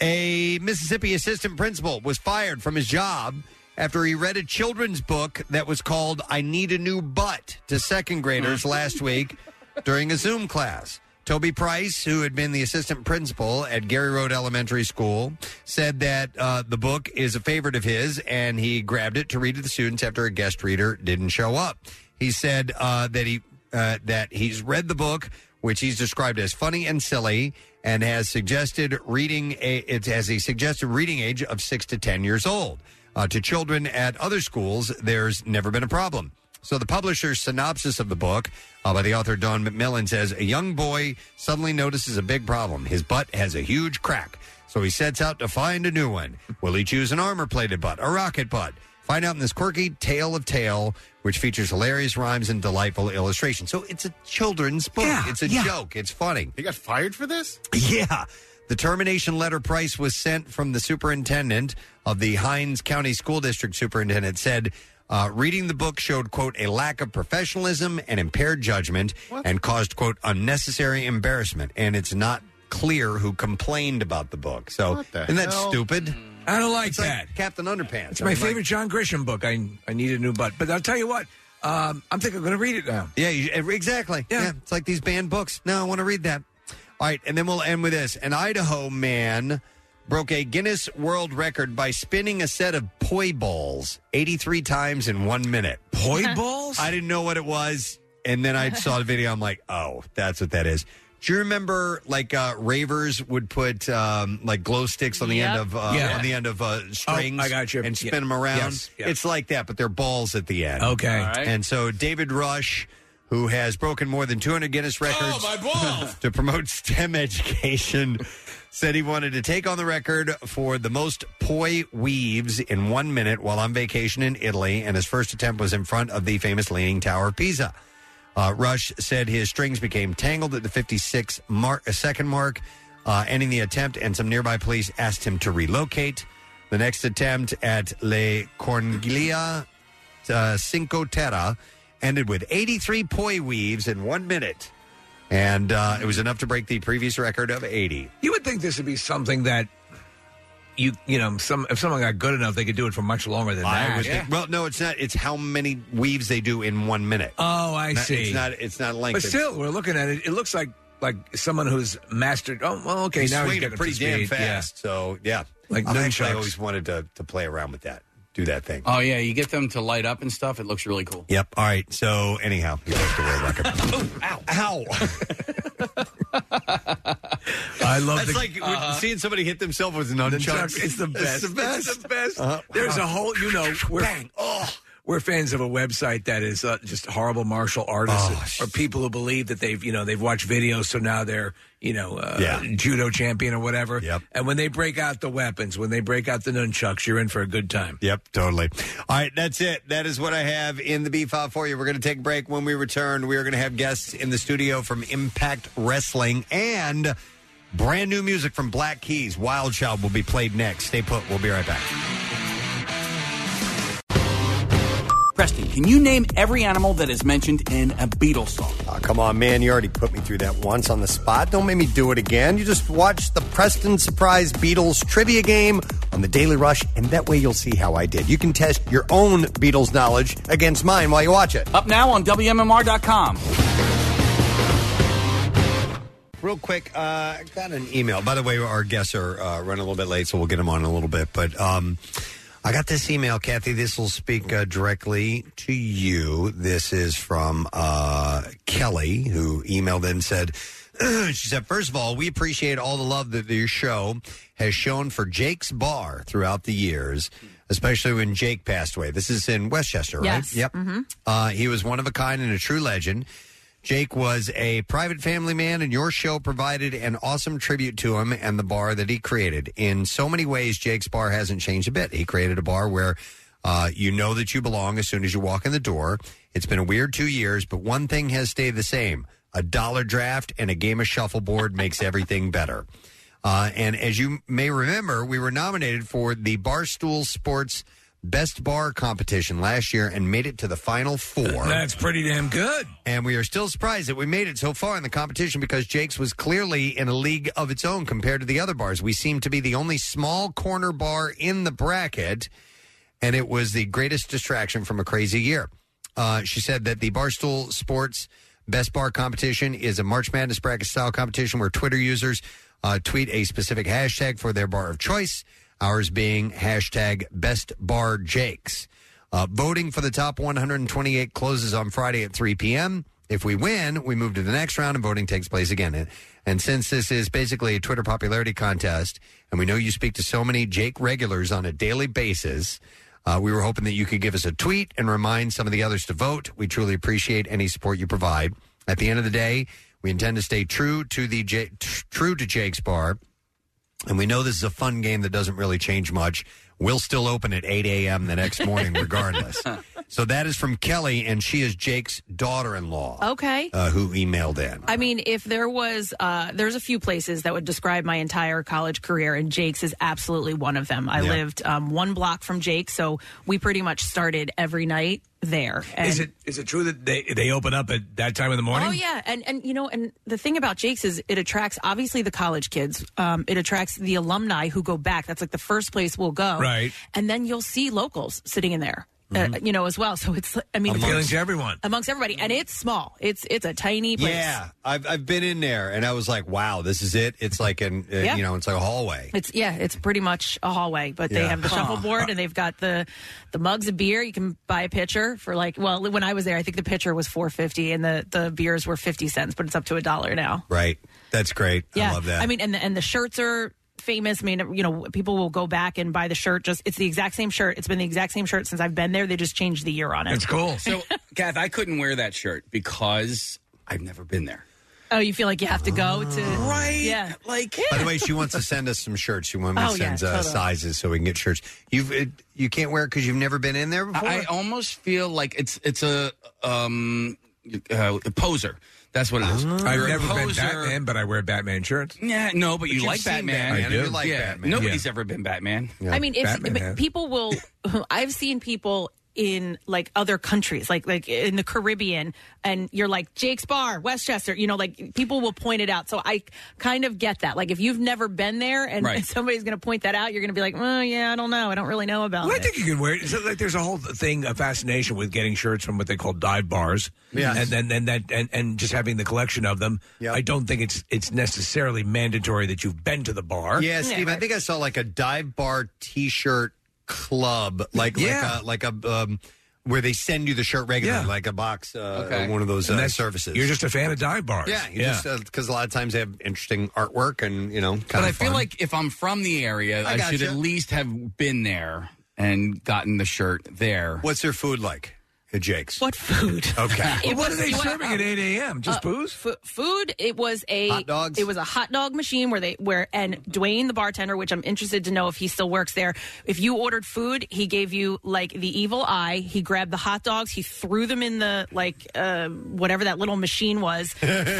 A Mississippi assistant principal was fired from his job after he read a children's book that was called I Need a New Butt to second graders last week during a Zoom class. Toby Price, who had been the assistant principal at Gary Road Elementary School, said that uh, the book is a favorite of his and he grabbed it to read to the students after a guest reader didn't show up. He said uh, that he uh, that he's read the book, which he's described as funny and silly, and has suggested reading a, it has a suggested reading age of six to ten years old. Uh, to children at other schools, there's never been a problem. So the publisher's synopsis of the book uh, by the author Don McMillan says a young boy suddenly notices a big problem. His butt has a huge crack, so he sets out to find a new one. Will he choose an armor-plated butt, a rocket butt? Find out in this quirky tale of tale, which features hilarious rhymes and delightful illustrations. So it's a children's book. it's a joke. It's funny. He got fired for this? Yeah. The termination letter price was sent from the superintendent of the Hines County School District superintendent said, uh, reading the book showed, quote, a lack of professionalism and impaired judgment and caused, quote, unnecessary embarrassment. And it's not clear who complained about the book. So,
the
isn't that
hell? Hmm.
stupid?
I don't like
It's
that.
Captain Underpants.
It's
I
my
mean, like-
favorite John Grisham book. I I need a new butt, but I'll tell you what. Um, I'm thinking I'm going to read it now.
Yeah, you, eh, exactly. Yeah. it's like these banned books. No, I want to read that. All right, and then we'll end with this. An Idaho man broke a Guinness World Record by spinning a set of poi balls 83 times in one minute.
Poi balls?
I didn't know what it was, and then I saw the video. I'm like, oh, that's what that is. Do you remember like uh, ravers would put um, like glow sticks on the end
Yep.
of uh,
Yeah. Oh,
on the end of uh, strings?
I got you.
And spin
Yeah.
them around.
Yes, yeah.
It's like that, but they're balls at the end.
Okay. All right.
And so David Rush, who has broken more than 200 Guinness records to promote STEM education, said he wanted to take on the record for the most poi weaves in one minute while on vacation in Italy. And his first attempt was in front of the famous Leaning Tower of Pisa. Uh, Rush said his strings became tangled at the 56 mark, uh, second mark, uh, ending the attempt, and some nearby police asked him to relocate. The next attempt at Le Corniglia uh, Cinco Terra ended with 83 poi weaves in one minute, and uh, it was enough to break the previous record of 80.
You would think this would be something that you you know some if someone got good enough they could do it for much longer than that.
I was think- well, no, it's not. It's how many weaves they do in one minute.
Oh, I
Not-
see.
It's not. It's not length.
but still, we're looking at it. It looks like like someone who's mastered. Oh well, okay,
He's
now he's
swinging
getting up
pretty
to
damn
speed, yeah.
fast. So yeah,
Like
I actually
nunchucks.
always wanted to to play around with that, do that thing.
Oh yeah, you get them to light up and stuff. It looks really cool.
Yep. All right. So anyhow, he broke the world record. ow! Ow!
I love
That's
the-
like
Uh-huh.
seeing somebody hit themselves with nunchucks.
Nunchucks, It's the best.
It's the best.
It's the best.
Uh-huh.
There's a whole, you know, we're, oh, we're fans of a website that is uh, just horrible martial
Oh,
artists or people who believe that they've, you know, they've watched videos, so now they're, you know, uh,
Yeah.
judo champion or whatever. Yep. And when they break out the weapons, when they break out the nunchucks, you're in for a good time.
Yep, totally. All right, that's it. That is what I have in the B file for you. We're going to take a break. When we return, we are going to have guests in the studio from Impact Wrestling and brand new music from Black Keys. Wild Child will be played next. Stay put. We'll be right back.
Preston, can you name every animal that is mentioned in a Beatles song?
Oh, come on, man. You already put me through that once on the spot. Don't make me do it again. You just watch the Preston Surprise Beatles trivia game on the Daily Rush, and that way you'll see how I did. You can test your own Beatles knowledge against mine while you watch it.
Up now on WMMR.com.
Real quick, uh, I got an email. By the way, our guests are uh, running a little bit late, so we'll get them on in a little bit. But um, I got this email, Kathy. This will speak uh, directly to you. This is from uh, Kelly, who emailed and said, She said, First of all, we appreciate all the love that your show has shown for Jake's Bar throughout the years, especially when Jake passed away. This is in Westchester,
Yes.
right? Yep.
Mm-hmm.
Mhm.
Uh, he was one of a kind and a true legend. Jake was a private family man, and your show provided an awesome tribute to him and the bar that he created. In so many ways, Jake's bar hasn't changed a bit. He created a bar where uh, you know that you belong as soon as you walk in the door. It's been a weird two years, but one thing has stayed the same a dollar draft and a game of shuffleboard makes everything better. Uh, and as you may remember, we were nominated for the Barstool Sports Best Bar competition last year and made it to the final four.
That's pretty damn good.
And we are still surprised that we made it so far in the competition because Jake's was clearly in a league of its own compared to the other bars. We seem to be the only small corner bar in the bracket, and it was the greatest distraction from a crazy year. Uh, she said that the Barstool Sports Best Bar competition is a March Madness bracket style competition where Twitter users uh, tweet a specific hashtag for their bar of choice, ours being hashtag Best Bar Jakes. Uh, voting for the top 128 closes on Friday at 3 p.m. If we win, we move to the next round and voting takes place again. And, and since this is basically a Twitter popularity contest, and we know you speak to so many Jake regulars on a daily basis, uh, we were hoping that you could give us a tweet and remind some of the others to vote. We truly appreciate any support you provide. At the end of the day, we intend to stay true to the J- tr- true to Jake's Bar, and we know this is a fun game that doesn't really change much. We'll still open at 8 a.m. the next morning, regardless. so that is from Kelly, and she is Jake's daughter-in-law,
Okay.
uh, who emailed in.
I mean, if there was, uh, there's a few places that would describe my entire college career, and Jake's is absolutely one of them. I
Yeah.
lived um, one block from Jake, so we pretty much started every night there. And
Is it is it true that they they open up at that time in the morning?
Oh yeah, and and you know, and the thing about Jake's is it attracts obviously the college kids. Um, it attracts the alumni who go back. That's like the first place we'll go,
Right.
And then you'll see locals sitting in there,
Mm-hmm.
uh, you know, as well. So it's I mean,
Appealing
to everyone
amongst everybody, and it's small. It's it's a tiny place.
Yeah, I've I've been in there, and I was like, wow, this is it. It's like an uh,
Yeah.
you know, it's like a hallway.
It's yeah, it's pretty much a hallway, but they
Yeah.
have the
Huh.
shuffleboard and they've got the the mugs of beer. You can buy a pitcher for like well, when I was there, I think the pitcher was four fifty and the the beers were fifty cents, but it's up to a dollar now.
Right, that's great.
Yeah,
I love that.
I mean, and the, and the shirts are famous. I mean, you know, people will go back and buy the shirt. Just it's the exact same shirt. It's been the exact same shirt since I've been there. They just changed the year on it.
So, Kath, I couldn't wear that shirt because I've never been there.
oh, you feel like you have to go to
right?
Yeah,
like
By the way, she wants to send us some shirts. She wants me
Oh,
to
yeah,
send uh,
totally.
sizes so we can get shirts. You've it, you can't wear it because you've never been in there before.
I, I almost feel like it's it's a um uh, a poser. That's what it is.
I've
You're
Ah.
a
never been
poser.
Batman, but I wear Batman shirts.
Yeah, no, but, you
you've
like
seen
Batman.
I do.
yeah, Nobody's ever been Batman.
I mean, if
Batman
but people will, I've seen people in like other countries, like like in the Caribbean, and you're like Jake's Bar, Westchester. You know, like people will point it out. So I kind of get that. Like if you've never been there, and,
Right.
somebody's going to point that out, you're going to be like, oh yeah, I don't know, I don't really know about
Well, I
it.
think you could wear it. So, like, there's a whole thing, a fascination with getting shirts from what they call dive bars,
Yes.
and then and that and, and just having the collection of them. I don't think it's it's necessarily mandatory that you've been to the bar.
Yeah, Steve. I think I saw like a dive bar T-shirt club, like
Yeah.
like a like a um, where they send you the shirt regularly,
Yeah.
like a box, uh,
Okay.
one of those
And
uh,
that's-
services.
you're just a fan of dive bars.
Yeah, you
Yeah.
just because a lot of times they have interesting artwork and you know. Kind
But
of
I feel
fun.
like if I'm from the area,
I
I, should
gotcha.
at least have been there and gotten the shirt there.
What's their food like at Jake's?
What food?
Okay.
It
what are
was-
they
it was-
serving at 8 a.m.? Just
Uh,
booze?
fu- food. It was a
Hot dogs?
It was a hot dog machine where they where and Dwayne the bartender, which I'm interested to know if he still works there. If you ordered food, he gave you like the evil eye. He grabbed the hot dogs, he threw them in the like uh, whatever that little machine was,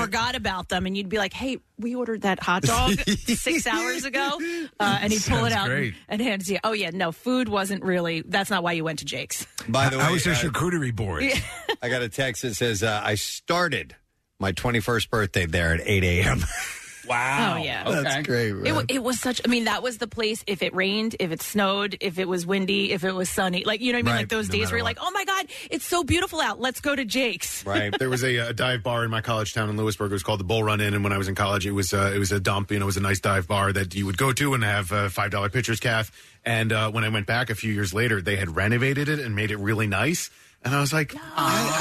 forgot about them, and you'd be like, "Hey, we ordered that hot dog six hours ago," uh, and he'd pull
Sounds
it out
great.
and, and hand it to you. Oh yeah, no, food wasn't really. That's not why you went to Jake's.
By the way,
I was their
uh,
charcuterie board.
Yeah.
I got a text that says uh, I started my 21st birthday there at 8 a.m.
Wow.
Oh, yeah.
that's great.
It,
man.
wa- it was such. I mean, that was the place. If it rained, if it snowed, if it was windy, if it was sunny, like you know what I mean.
Right,
Like those
no
days
matter
where you're
what.
like, oh my god, it's so beautiful out. Let's go to Jake's.
Right. there was a, a dive bar in my college town in Lewisburg. It was called the Bull Run Inn, and when I was in college, it was uh, it was a dump. You know, it was a nice dive bar that you would go to and have uh, five dollar pitchers, calf. And uh, when I went back a few years later, they had renovated it and made it really nice. And I was like, I,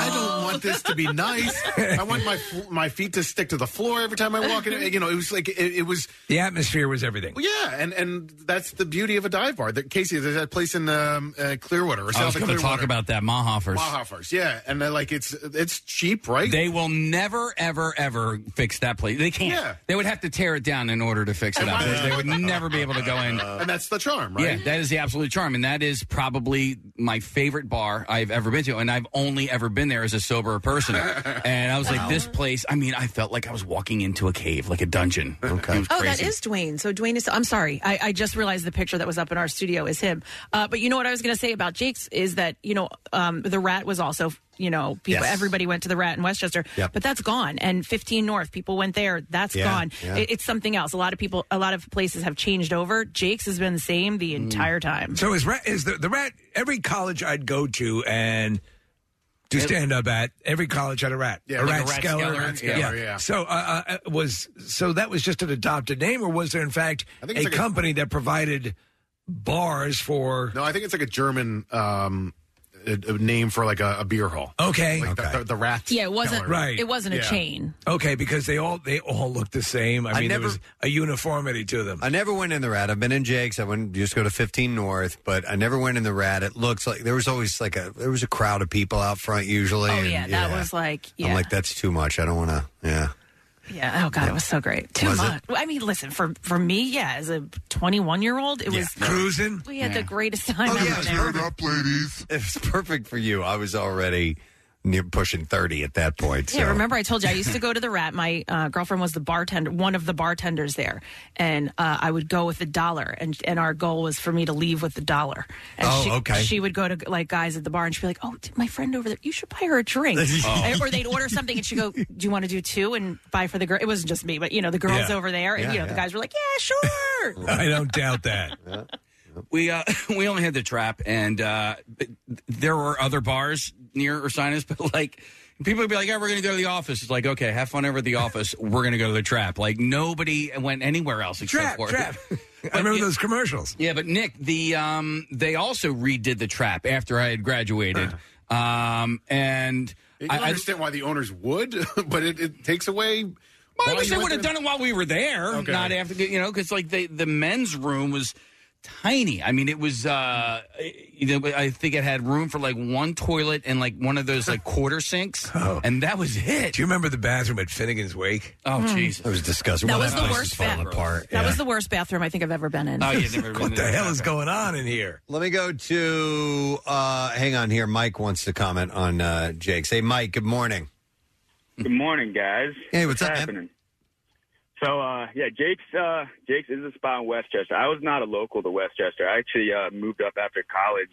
I don't want this to be nice. I want my fl- my feet to stick to the floor every time I walk in. You know, it was like it, it was
The atmosphere was everything.
well, Yeah, and and that's the beauty of a dive bar. That Casey, there's that place in um, uh, Clearwater. Or
I was
South of
going to talk
Clearwater.
about that Mahoffers.
Mahoffers, yeah, and they're like it's it's cheap, right?
They will never, ever, ever fix that place. They can't.
Yeah.
They would have to tear it down in order to fix it
And
up.
why-
They, they would never be able to go in.
and that's the charm, right?
Yeah, that is the absolute charm, and that is probably my favorite bar I've ever been to. know, and I've only ever been there as a sober person. and I was like, this place. I mean, I felt like I was walking into a cave, like a dungeon. Okay.
Oh, that is Dwayne. So Dwayne is. I'm sorry. I, I just realized the picture that was up in our studio is him. Uh, but you know what I was going to say about Jake's is that you know um, the rat was also you know people
Yes.
everybody went to the rat in Westchester,
Yep.
but that's gone. And 15 North people went there. That's
Yeah,
gone.
yeah.
It- it's something else. A lot of people, a lot of places have changed over. Jake's has been the same the entire time.
So is rat is the the rat every college I'd go to and do It- stand up at every college had a rat.
Yeah,
a,
like a
rat
rat
skeller.
skeller, rat skeller, yeah.
So uh, uh, uh, was so that was just an adopted name, or was there in fact a
think it's like a-
company that provided bars for?
No, I think it's like a German um, a, a name for like a, a beer hall.
Okay.
Like The, the, the rat.
Yeah, it wasn't.
skeller.
Right.
It wasn't a
Yeah.
chain.
Okay, because they all they all looked the same. I,
I
mean,
never-
there was a uniformity to them.
I never went in the rat. I've been in Jake's. I went just go to 15 North, but I never went in the rat. It looks like there was always like a there was a crowd of people out front usually.
Oh
and
yeah, that was like yeah,
I'm like that's too much. I don't want to. Yeah.
yeah. Oh god, it was so great. Too
Was it?
much. I mean, listen for for me, yeah, as a 21 year old, it was
cruising. Oh,
We had the greatest time ever. there.
up, ladies. It was perfect for you. I was already near pushing 30 at that point.
Yeah,
so.
remember I told you I used to go to the Rat. My uh, girlfriend was the bartender, one of the bartenders there, and uh, I would go with a dollar, and and our goal was for me to leave with the dollar. And
Oh,
she,
okay.
She would go to like guys at the bar, and she'd be like, "Oh, d- my friend over there, you should buy her a drink,"
Oh.
or they'd order something, and she'd go, "Do you want to do two and buy for the girl?" It wasn't just me, but you know the girls
Yeah.
over there, and
Yeah,
you know the
yeah.
guys were like, "Yeah, sure."
I don't doubt that.
We uh, we only had the trap, and uh, th- there were other bars near Ursinus, but like people would be like, "Yeah, we're going to go to the office." It's like, okay, have fun over at the office. We're going to go to the trap. Like nobody went anywhere else except
Trap,
for
trap. I remember those commercials.
Yeah, but Nick, the um, they also redid the trap after I had graduated,
Uh-huh.
um, and
You
I,
can understand why the owners would, but it, it takes away.
I, well, I
why
wish
you
they
went
would have
there.
done it while we were there,
Okay.
not after you know, because like the the men's room was tiny. I mean, it was uh, you know, I think it had room for like one toilet and like one of those like quarter sinks, and that was it.
Oh. Do you remember the bathroom at Finnegan's Wake?
Oh,
Mm.
Jesus,
it was disgusting.
That was the worst bathroom.
apart.
That was the worst bathroom I think I've ever been in.
Oh,
what the hell is going on in here?
Let me go to uh hang on here. Mike wants to comment on uh Jake's. Hey Mike, good morning.
Good morning, guys.
Hey, what's up, man?
happening? So, uh, yeah, Jake's uh, Jake's is a spot in Westchester. I was not a local to Westchester. I actually uh, moved up after college,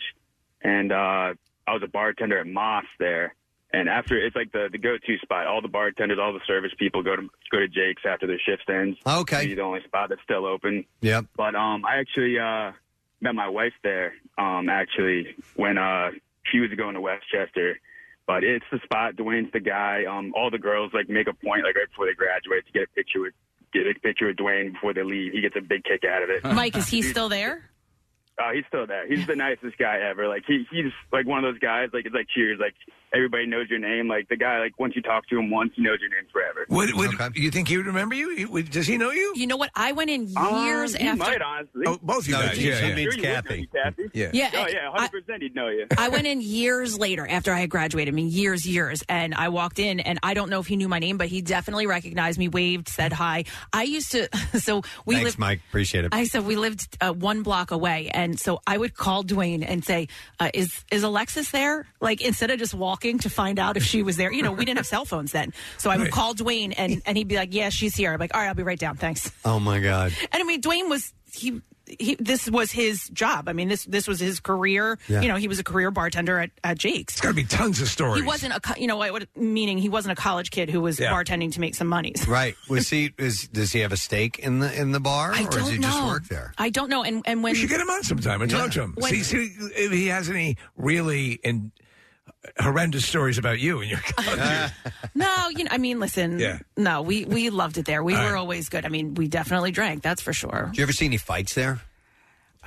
and uh, I was a bartender at Moss there. And after, it's like the, the go-to spot. All the bartenders, all the service people go to go to Jake's after their shift ends.
Okay,
It's the only spot that's still open.
Yep.
But um, I actually uh, met my wife there. Um, actually, when uh, she was going to Westchester, but it's the spot. Dwayne's the guy. Um, all the girls like make a point like right before they graduate to get a picture with get a picture with Dwayne before they leave. He gets a big kick out of it.
Mike, is he still there?
Oh, he's still there. He's the nicest guy ever. Like he, he's like one of those guys. Like it's like Cheers. Like everybody knows your name. Like the guy. Like once you talk to him once, he knows your name forever.
Would, would you think he would remember you? He- would- Does he know you?
You know what? I went in
Um,
years
he
after.
might, honestly.
Oh, both you
No,
guys.
he-
Yeah,
he
yeah.
means Sure, you would Kathy. know you, Kathy.
Yeah.
Yeah.
Oh yeah, hundred percent. He'd know you.
I went in years later after I had graduated. I mean, years, years. And I walked in, and I don't know if he knew my name, but he definitely recognized me, waved, said hi. I used to, so we
Thanks,
lived.
Mike. Appreciate it.
I said we lived uh, one block away, and so I would call Dwayne and say, uh, "Is is Alexis there?" Like instead of just walking to find out if she was there. You know, we didn't have cell phones then, so I would
Right.
call Dwayne, and and he'd be like, "Yeah, she's here." I'm like, "All right, I'll be right down. Thanks."
oh my god.
And I mean, Dwayne was he. He, this was his job. I mean, this this was his career.
Yeah.
You know, he was a career bartender at, at Jake's.
It's got to be tons of stories.
He wasn't a co- you know I would, meaning he wasn't a college kid who was
Yeah.
bartending to make some money.
Right. Was he is does he have a stake in the in the bar
I
or does
don't
he
know.
just work there?
I don't know. And and when
You should get him on sometime and talk to him.
When-
see, see if he has any really and horrendous stories about you and your college.
No, you know, I mean, listen.
Yeah.
No, we we loved it there. We
All
were
right.
always good. I mean, we definitely drank. That's for sure.
Do you ever see any fights there?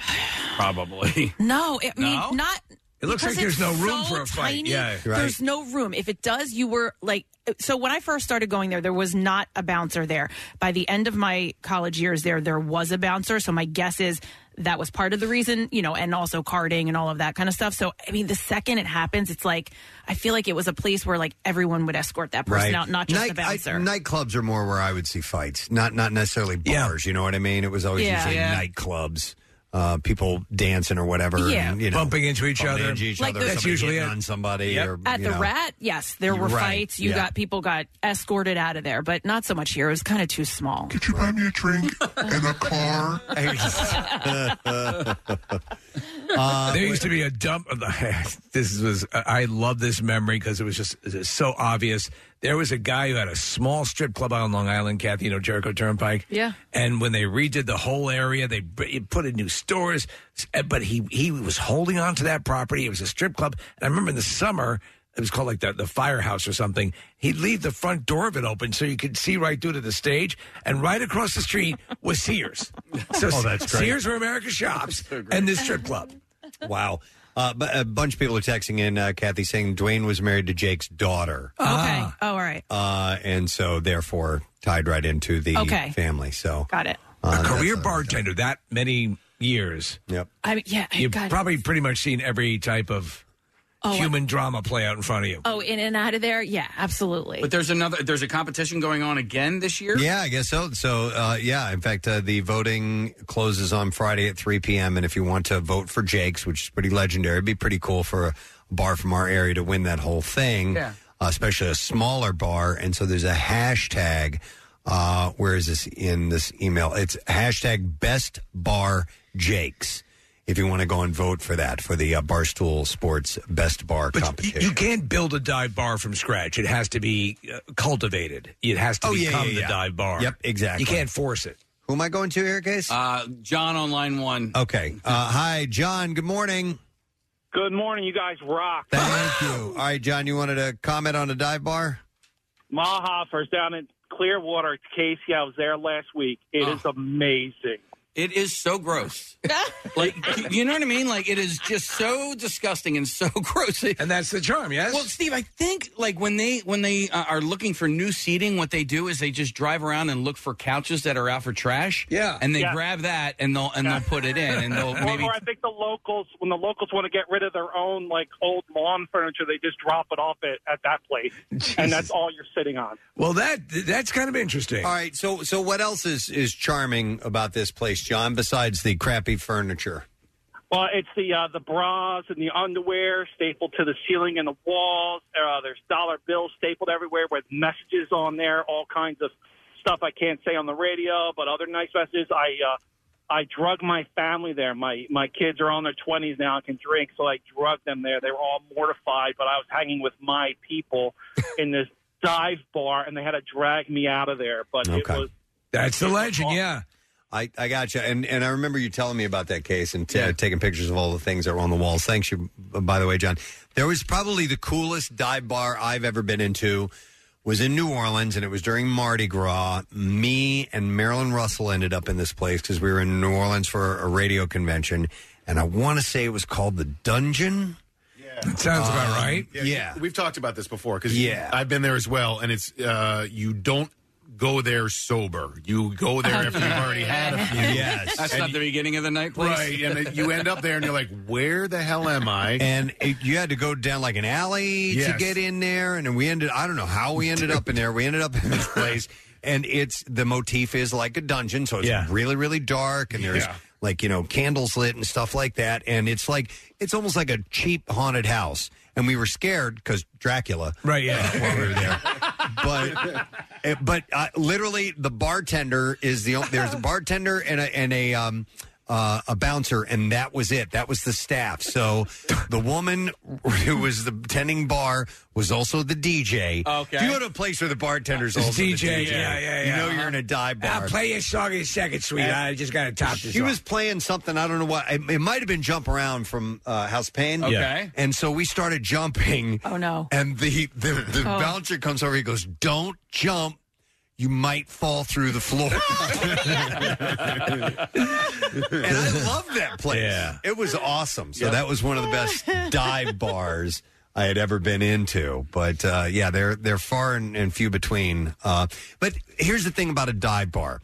Probably.
No, it, I
No?
mean not.
It looks
because
like there's
it's
no room
so
for a fight.
tiny,
Yeah. Right.
there's no room. If it does, you were like. So when I first started going there, there was not a bouncer there. By the end of my college years, there there was a bouncer. So my guess is that was part of the reason, you know, and also carding and all of that kind of stuff. So I mean, the second it happens, it's like I feel like it was a place where like everyone would escort that person out, not just
Night-
the bouncer.
I, nightclubs are more where I would see fights, not not necessarily bars. You know what I mean? It was always
Yeah.
usually
Yeah.
nightclubs. uh, people dancing or whatever.
Yeah.
and, you know,
Bumping into each
bumping
other.
into each
Like
other,
the-
somebody
That's usually
hitting
it.
on somebody. Or,
At
you
the
know.
rat, yes, there were
Right,
fights. You
yeah.
got people got escorted out of there, but not so much here. It was kind of too small.
Could you buy me a drink and a car?
there used to be a dump. Of the, this was I love this memory because it was just it was so obvious. There was a guy who had a small strip club out on Long Island, Kathy, you know Jericho Turnpike.
Yeah.
And when they redid the whole area, they b- put in new stores. s- eh, But he he was holding on to that property. It was a strip club, and I remember in the summer. It was called like the, the firehouse or something. He'd leave the front door of it open so you could see right through to the stage, and right across the street was Sears. So
Oh, that's great.
Sears were America's shops and this strip club.
Wow. Uh, but a bunch of people are texting in, uh, Kathy, saying Dwayne was married to Jake's daughter.
Ah.
Okay. Oh, all right.
Uh, and so, therefore, tied right into the
Okay.
family. So,
Got it.
uh,
a career bartender that many years.
Yep.
I mean, yeah. I
You've
got,
probably pretty much seen every type of
Oh, I-
human drama play out in front of you.
oh, in and out of there. Yeah, absolutely.
But there's another. There's a competition going on again this year.
Yeah, I guess so. So, uh, yeah, in fact, uh, the voting closes on Friday at 3 p.m. And if you want to vote for Jake's, which is pretty legendary, it'd be pretty cool for a bar from our area to win that whole thing,
Yeah.
uh, especially a smaller bar. And so there's a hashtag. Uh, where is this in this email? It's hashtag best bar Jake's. If you want to go and vote for that, for the uh, Barstool Sports Best Bar competition.
You can't build a dive bar from scratch. It has to be uh, cultivated. It has to
Oh, yeah,
become
yeah,
the
yeah.
dive bar.
Yep, exactly.
You can't force it.
Who am I going to here, Case?
Uh, John on line one.
Okay. Uh, hi, John. Good morning.
Good morning, you guys rock.
Thank you. All right, John, you wanted to comment on the dive bar?
Mahoffers down in Clearwater, Casey. I was there last week. It
Oh.
is amazing.
It is so gross. like you- you know what I mean? Like it is just so disgusting and so gross. And
that's the charm, yes.
Well, Steve, I think like when they when they uh, are looking for new seating, what they do is they just drive around and look for couches that are out for trash.
Yeah.
and they
Yeah.
grab that and they'll and they'll put it in and they'll
Or-
maybe
or I think the locals, when the locals want to get rid of their own like old lawn furniture, they just drop it off at, at that place, and that's all you're sitting on.
Well, that that's kind of interesting.
All right. So, so what else is is charming about this place, John? Besides the crappy furniture?
Well, it's the uh, the bras and the underwear stapled to the ceiling and the walls. Uh, there's dollar bills stapled everywhere with messages on there, all kinds of stuff I can't say on the radio, but other nice messages. I uh, I drug my family there. My my kids are on their 20s now and can drink, so I drugged them there. They were all mortified, but I was hanging with my people in this dive bar, and they had to drag me out of there. But it was
That's the legend. Yeah.
I, I got you, and and I remember you telling me about that case and t- taking pictures of all the things that were on the walls. Thanks you, by the way, John. There was probably the coolest dive bar I've ever been into. Was in New Orleans, and it was during Mardi Gras. Me and Marilyn Russell ended up in this place because we were in New Orleans for a radio convention, and I want to say it was called the Dungeon. Um, Yeah,
sounds
Uh,
about right.
Yeah, we've talked about this before because
Yeah.
I've been there as well, and it's uh, you don't go there sober. You go there
Uh-huh.
after you've already had a few.
Yes.
that's not the beginning of the night, please.
Right, and it- you end up there, and you're like, "Where the hell am I?"
And it, you had to go down like an alley to
Yes.
get in there, and then we ended. I don't know how we ended up in there. We ended up in this place, and it's the motif is like a dungeon, so it's really really dark, and there's.
Yeah.
Like, you know, candles lit and stuff like that. And it's like, it's almost like a cheap haunted house. And we were scared because Dracula.
Right, yeah.
uh, while we were there. but eh, but uh, literally, the bartender is the only, there's a bartender and a and a um uh, a bouncer, and that was it. That was the staff. So the woman who was the tending bar was also the DJ.
Okay.
If you go to a place where the bartender's also the
DJ, yeah, yeah, yeah.
You know you're in a dive bar.
I'll play your song in a second, sweet.
And-
I just got to top this.
She
off.
was playing something. I don't know what. It, it might have been Jump Around from uh, House Pain.
Okay. Yeah.
And so we started jumping.
Oh, no.
And the, the, the
Oh.
bouncer comes over. He goes, Don't jump. You might fall through the floor. and I love that place.
Yeah.
It was awesome. So that was one of the best dive bars I had ever been into. But uh, yeah, they're they're far and, and few between. Uh, but here's the thing about a dive bar.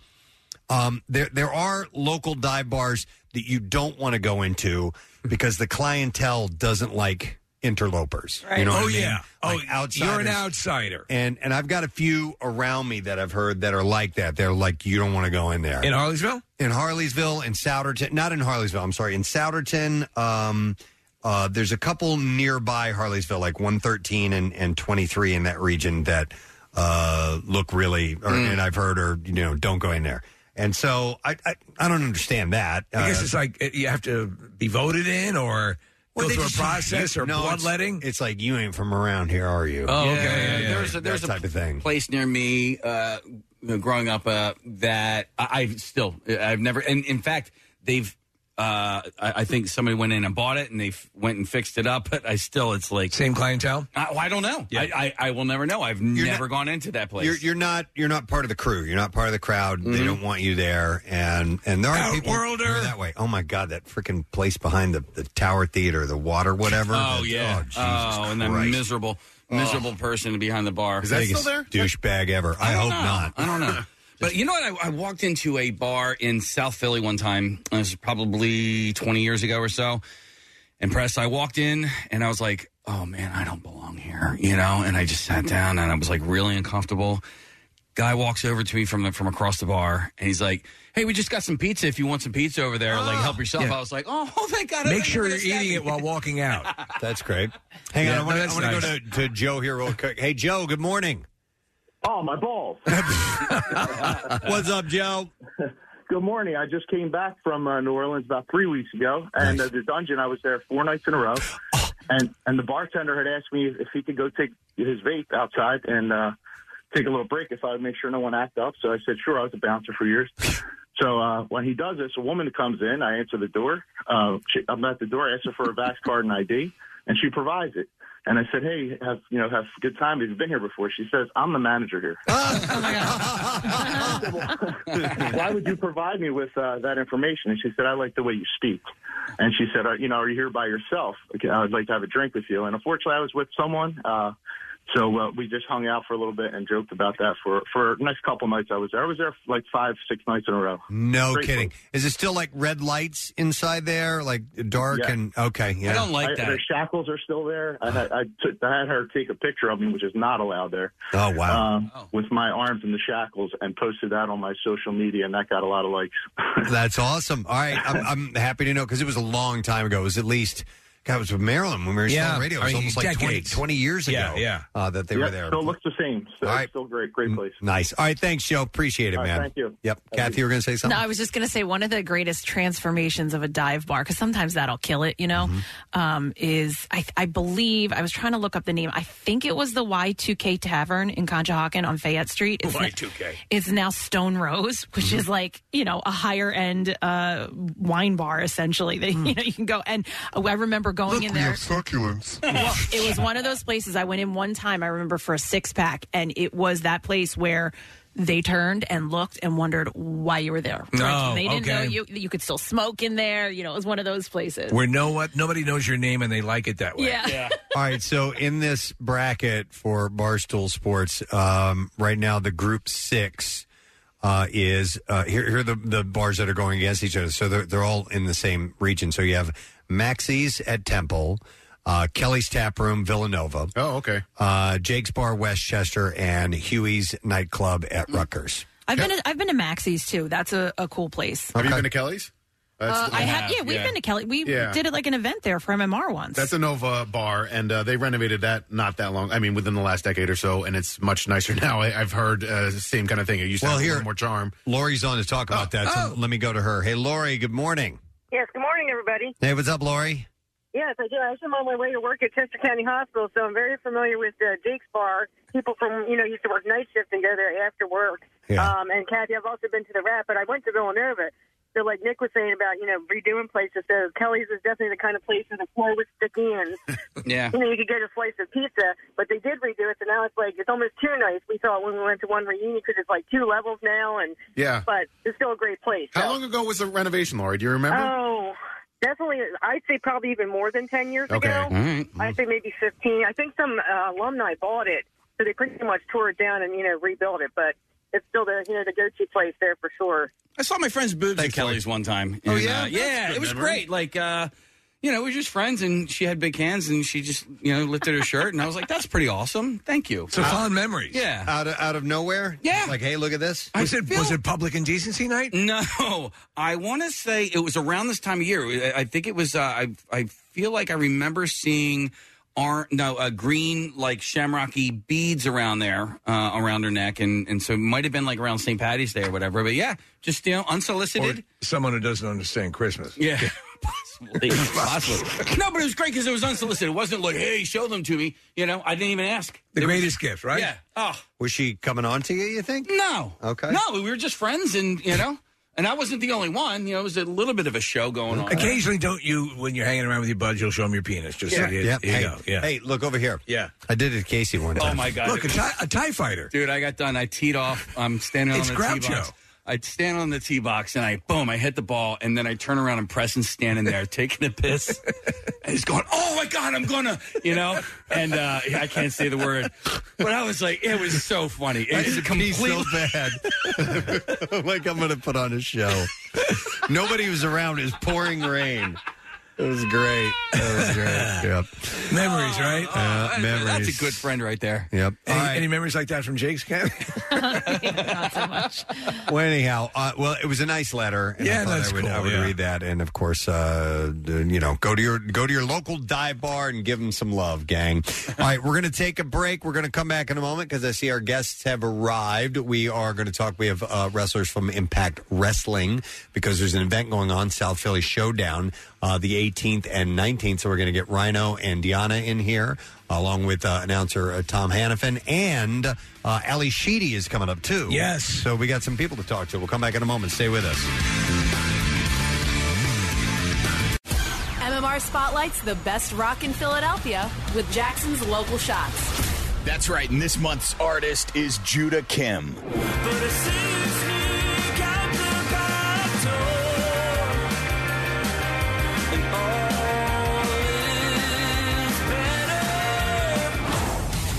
Um, there there are local dive bars that you don't want to go into because the clientele doesn't like interlopers.
Right.
You know
oh
what I mean?
yeah. Oh, you're an
outsiders.
outsider.
And and I've got a few around me that I've heard that are like that. They're like, you don't want to go in there.
In Harleysville?
In Harleysville, in Souderton, not in Harleysville. I'm sorry, in Souderton. Um, uh, there's a couple nearby Harleysville, like 113 and, and 23 in that region that uh, look really, or,
Hmm.
and I've heard, or you know, don't go in there. And so I I, I don't understand that.
I guess
Uh,
it's like uh, you have to be voted in or
Well,
go
they
through a
just-
process or
No, it's-
bloodletting.
It's, like you ain't from around here, are you?
Oh, okay, yeah, yeah.
There was a, there was
that
a
type of thing.
place near me uh, you know, growing up uh, that I, I still I've never and in fact they've uh, I, I think somebody went in and bought it and they f- went and fixed it up but I still it's like
same clientele.
I, well, I don't know. I, I I will never know. I've never gone into that place. Mm-hmm.
You're, you're not you're not part of the crew. You're not part of the crowd. They don't want you there. And and there are people who are that way. Oh my God, that freaking place behind the, the Tower Theater, the water, whatever.
oh
That's-
yeah.
oh, Jesus
Oh, and that
Christ.
miserable miserable person behind the bar.
Biggest Douchebag ever. I, hope
don't know.
not.
I don't know. But you know what? I, I walked into a bar in South Philly one time. This was probably 20 years ago or so. Impressed. I walked in and I was like, oh man, I don't belong here, you know? And I just sat down and I was like really uncomfortable. Guy walks over to me from the, from across the bar and he's like, hey, we just got some pizza. If you want some pizza over there, like
Ah,
help yourself.
Yeah.
I was like, oh, thank God. I
Make
didn't
sure you're
notice that.
eating it while walking out.
That's great. Hang on,
Yeah,
I want
no,
to
that's
go
nice.
to, to Joe here real quick. Hey Joe, good morning.
Oh, my balls.
What's up, Joe?
Good morning. I just came back from uh, New Orleans about three weeks ago, and uh, the dungeon. I was there four nights in a row,
Oh.
and and the bartender had asked me if he could go take his vape outside and uh, take a little break if I would make sure no one acted up. So I said, sure. I was a bouncer for years. So uh, when he does this, a woman comes in. I answer the door. Uh, she, I'm at the door. I ask her for a Vax card and ID, and she provides it. And I said, "Hey, have you know have a good time? Have you been here before?" She says, "I'm the manager here."
Oh
why would you provide me with uh, that information? And she said, I like the way you speak. And she said, are, you know, are you here by yourself? Okay, I would like to have a drink with you. And unfortunately, I was with someone. Uh, so uh, we just hung out for a little bit and joked about that for for the next couple nights I was there. I was there like five, six nights in a row.
No
Great
kidding. Is it still like red lights inside there, like dark
Yeah.
and okay? Yeah.
I- Their shackles are still there. I had, I, took, I had her take a picture of me, which is not allowed there.
Oh wow!
Um, With my arms in the shackles, and posted that on my social media, and that got a lot of likes.
That's awesome. All right, I'm, I'm happy to know because it was a long time ago. It was at least, God, it was with Maryland when we were still
Yeah,
on radio. It
I
was
mean,
almost like 20,
decades.
20 years ago.
Yeah, yeah.
Uh, that they
Yep,
were there.
Still looks the same. So it's still great. Great place.
Nice. All right, thanks, Joe. Appreciate it,
All right,
man.
thank you.
Yep, Kathy, you were going to say something.
No, I was just going to say one of the greatest transformations of a dive bar, because sometimes that'll kill it, you know,
Mm-hmm.
um, is I, I believe, I was trying to look up the name. I think it was the Y2K Tavern in Conshohocken on Fayette Street. It's
Y
n-
two K. Mm-hmm.
It's now Stone Rose, which is like you know a higher end uh, wine bar essentially. That
Mm.
you know you can go and oh, I remember going
Look,
in
we
there.
have succulents.
Well, it was one of those places I went in one time. I remember for a six pack, and it was that place where they turned and looked and wondered why you were there.
No,
Like, they didn't
okay.
know you you could still smoke in there. You know, it was one of those places.
Where no what nobody knows your name and they like it that way.
yeah.
All right, so in this bracket for Barstool Sports, um, right now the group six uh, is uh, here. Here are the, the bars that are going against each other. So they're, they're all in the same region. So you have Maxie's at Temple, uh, Kelly's Tap Room, Villanova.
Oh, okay.
Uh, Jake's Bar, Westchester, and Huey's Nightclub at Rutgers.
I've been to, I've been to Maxie's too. That's a, a cool place.
Have you Okay.
Been to Kelly's?
Uh, I have. Yeah, we've been to Kelly. We
Yeah.
did it like an event there for MMR once.
That's a Nova bar, and uh, they renovated that not that long. I mean, within the last decade or so, and it's much nicer now. I, I've heard uh, same kind of thing. It used to
Well,
have a
here-
little more charm. Oh,
Lori's on to talk about that, so let me go to her. Hey, Lori, good morning.
Yes, good morning, everybody.
Hey, what's up, Lori?
Yes, I do. I'm on my way to work at Chester County Hospital, so I'm very familiar with uh, Jake's Bar. People from, you know, used to work night shift and go there after work.
Yeah.
Um, and Kathy, I've also been to the Rat, but I went to Villanova. So, like Nick was saying about, you know, redoing places, so Kelly's is definitely the kind of place where the floor would stick in.
Yeah.
You know, you could get a slice of pizza, but they did redo it, so now it's like, it's almost too nice. We saw it when we went to one reunion because it's like two levels now, and
Yeah.
but it's still a great place.
How
so.
long ago was the renovation, Lori? Do you remember?
Oh, definitely. I'd say probably even more than 10 years
Okay.
ago.
All right.
I'd say maybe 15. I think some uh, alumni bought it, so they pretty much tore it down and, you know, rebuilt it. But it's still the, you know, the go-to place there for sure.
I saw my friend's boobs at Kelly's one time.
Oh,
And,
yeah?
uh,
That's a
yeah,
good
it was
memory.
great. Like, uh, you know, we were just friends, and she had big hands, and she just, you know, lifted her shirt, and I was like, "That's pretty awesome, thank you."
So fond memories.
Yeah.
Out of, out of nowhere?
Yeah.
Like, hey, look at this.
Was it was it public indecency night?
No, I want to say it was around this time of year. I- I think it was. Uh, I I feel like I remember seeing. Are no uh, green like shamrocky beads around there uh, around her neck and and so it might have been like around St. Patty's Day or whatever but yeah just you know unsolicited
Someone who doesn't understand Christmas.
Yeah. Possibly. Possibly. No, but it was great because it was unsolicited. It wasn't like, hey, show them to me. You know, I didn't even ask.
The greatest gift, right?
Yeah. Oh,
Was she coming on to you, you think?
no.
Okay.
No, we were just friends and, you know, and I wasn't the only one. You know, it was a little bit of a show going on.
Occasionally, don't you when you're hanging around with your buds, you'll show them your penis. Just
Yeah.
so you,
Yep.
here you
Hey.
go. Yeah.
Hey, look over here.
Yeah.
I did it to Casey one time.
Oh, my God.
Look, a tie, a
E
tie fighter.
Dude, I got done. I teed off. I'm standing
It's
on the
Groucho.
tee box. I stand on the tee box and I boom, I hit the ball and then I turn around and Preston's standing there taking a piss. And he's going, "Oh my god, I'm gonna," you know. And uh, yeah, I can't say the word, but I was like, it was so funny. It was completely.
so bad. like I'm going to put on a show. Nobody was around. It was pouring rain. It was great. It was great. Yep.
Memories, right?
Yeah, memories.
Oh, That's a good friend right there.
Yep.
Any, any memories like that from Jake's camp?
Well, anyhow, uh, well, it was a nice letter. And
Yeah,
I thought
that's
I would, I
cool,
would
yeah.
read that, and of course, uh, d- you know, go to your go to your local dive bar and give them some love, gang. All right, we're going to take a break. We're going to come back in a moment because I see our guests have arrived. We are going to talk. We have uh, wrestlers from Impact Wrestling because there's an event going on, South Philly Showdown, uh, the 18th and 19th. So we're going to get Rhino and Deanna in here along with uh, announcer uh, Tom Hannafin, and uh, Ali Sheedy is coming up too. Yes. So we got some people to talk to. We'll come back in a moment. Stay with us.
MMR spotlights the best rock in Philadelphia with Jackson's local shots.
That's right, and this month's artist is Judah Kim.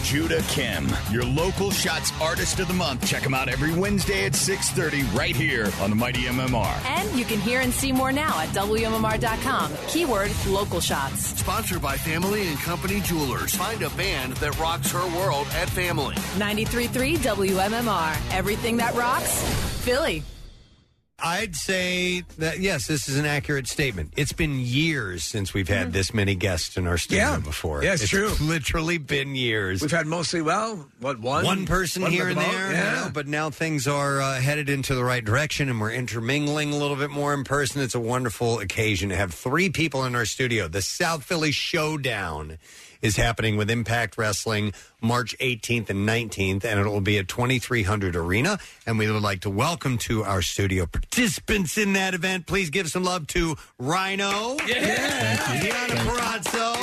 Judah Kim, your local Shots Artist of the Month. Check him out every Wednesday at 6.30 right here on the Mighty MMR.
And you can hear and see more now at WMMR.com. Keyword local shots.
Sponsored by Family and Company Jewelers. Find a band that rocks her world at Family.
93.3 WMMR. Everything that rocks, Philly.
I'd say that yes, this is an accurate statement. It's been years since we've had this many guests in our studio
Hmm. Yeah.
before.
Yeah, it's true.
Literally been years.
We've had mostly well, what one
one person
One
here
at
and
the most?
there,
Yeah.
you know, but now things are uh, headed into the right direction, and we're intermingling a little bit more in person. It's a wonderful occasion to have three people in our studio. The South Philly Showdown is happening with Impact Wrestling March 18th and 19th, and it will be at 2300 Arena. And we would like to welcome to our studio participants in that event. Please give some love to Rhino, Deanna Perazzo,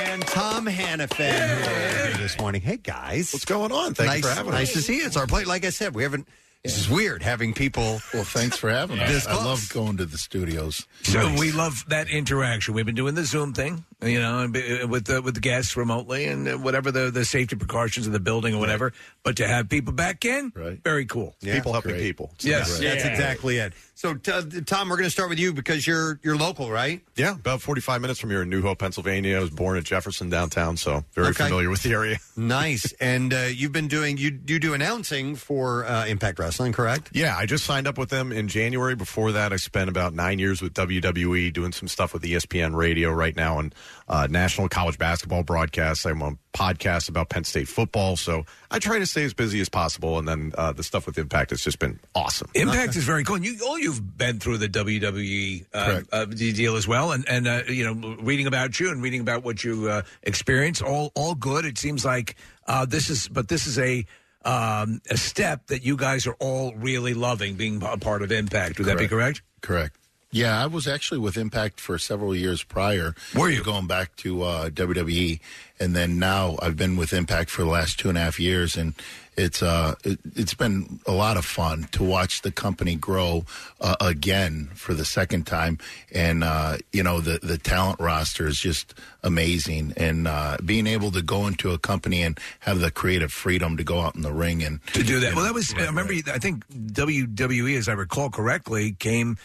and Tom Hannafin. who are here This morning, hey guys, what's going on?
Thank you
nice,
for having us.
Nice to see you. It's our plate. Like I said, we haven't. This is weird having people.
Well, thanks for having us.
This
I
close.
love going to the studios.
So we love that interaction. We've been doing the Zoom thing, you know, and be- uh, with the with the guests remotely and uh, whatever the, the safety precautions of the building or whatever. But to have people back in, right. very cool.
People helping Great.
people.
Yes,
that's exactly it. So, t- uh, Tom, we're going to start with you because you're you're local, right?
Yeah, about 45 minutes from here in New Hope, Pennsylvania. I was born in Jefferson downtown, so very
Okay.
familiar with the area.
Nice. And uh, you've been doing you you do announcing for uh, Impact Wrestling, correct?
Yeah, I just signed up with them in January. Before that, I spent about nine years with WWE doing some stuff with E ESPN Radio right now and uh, national college basketball broadcasts. I'm on podcasts about Penn State football. So I try to stay as busy as possible. And then uh, the stuff with Impact has just been awesome.
Impact is very cool. And you, all you've been through the WWE uh, uh, d- deal as well, and and uh, you know, reading about you and reading about what you uh, experience, all all good. It seems like uh, this is, but this is a. Um, a step that you guys are all really loving being a part of Impact. Would that be correct?
Correct.
Yeah, I was actually with Impact for several years prior.
Were you
going back to uh, WWE, and then now I've been with Impact for the last two and a half years, and it's uh, it, it's been a lot of fun to watch the company grow uh, again for the second time, and uh, you know the the talent roster is just amazing, and uh, being able to go into a company and have the creative freedom to go out in the ring and
E, to do that. Well, that was. I remember. I think WWE, as I recall correctly, came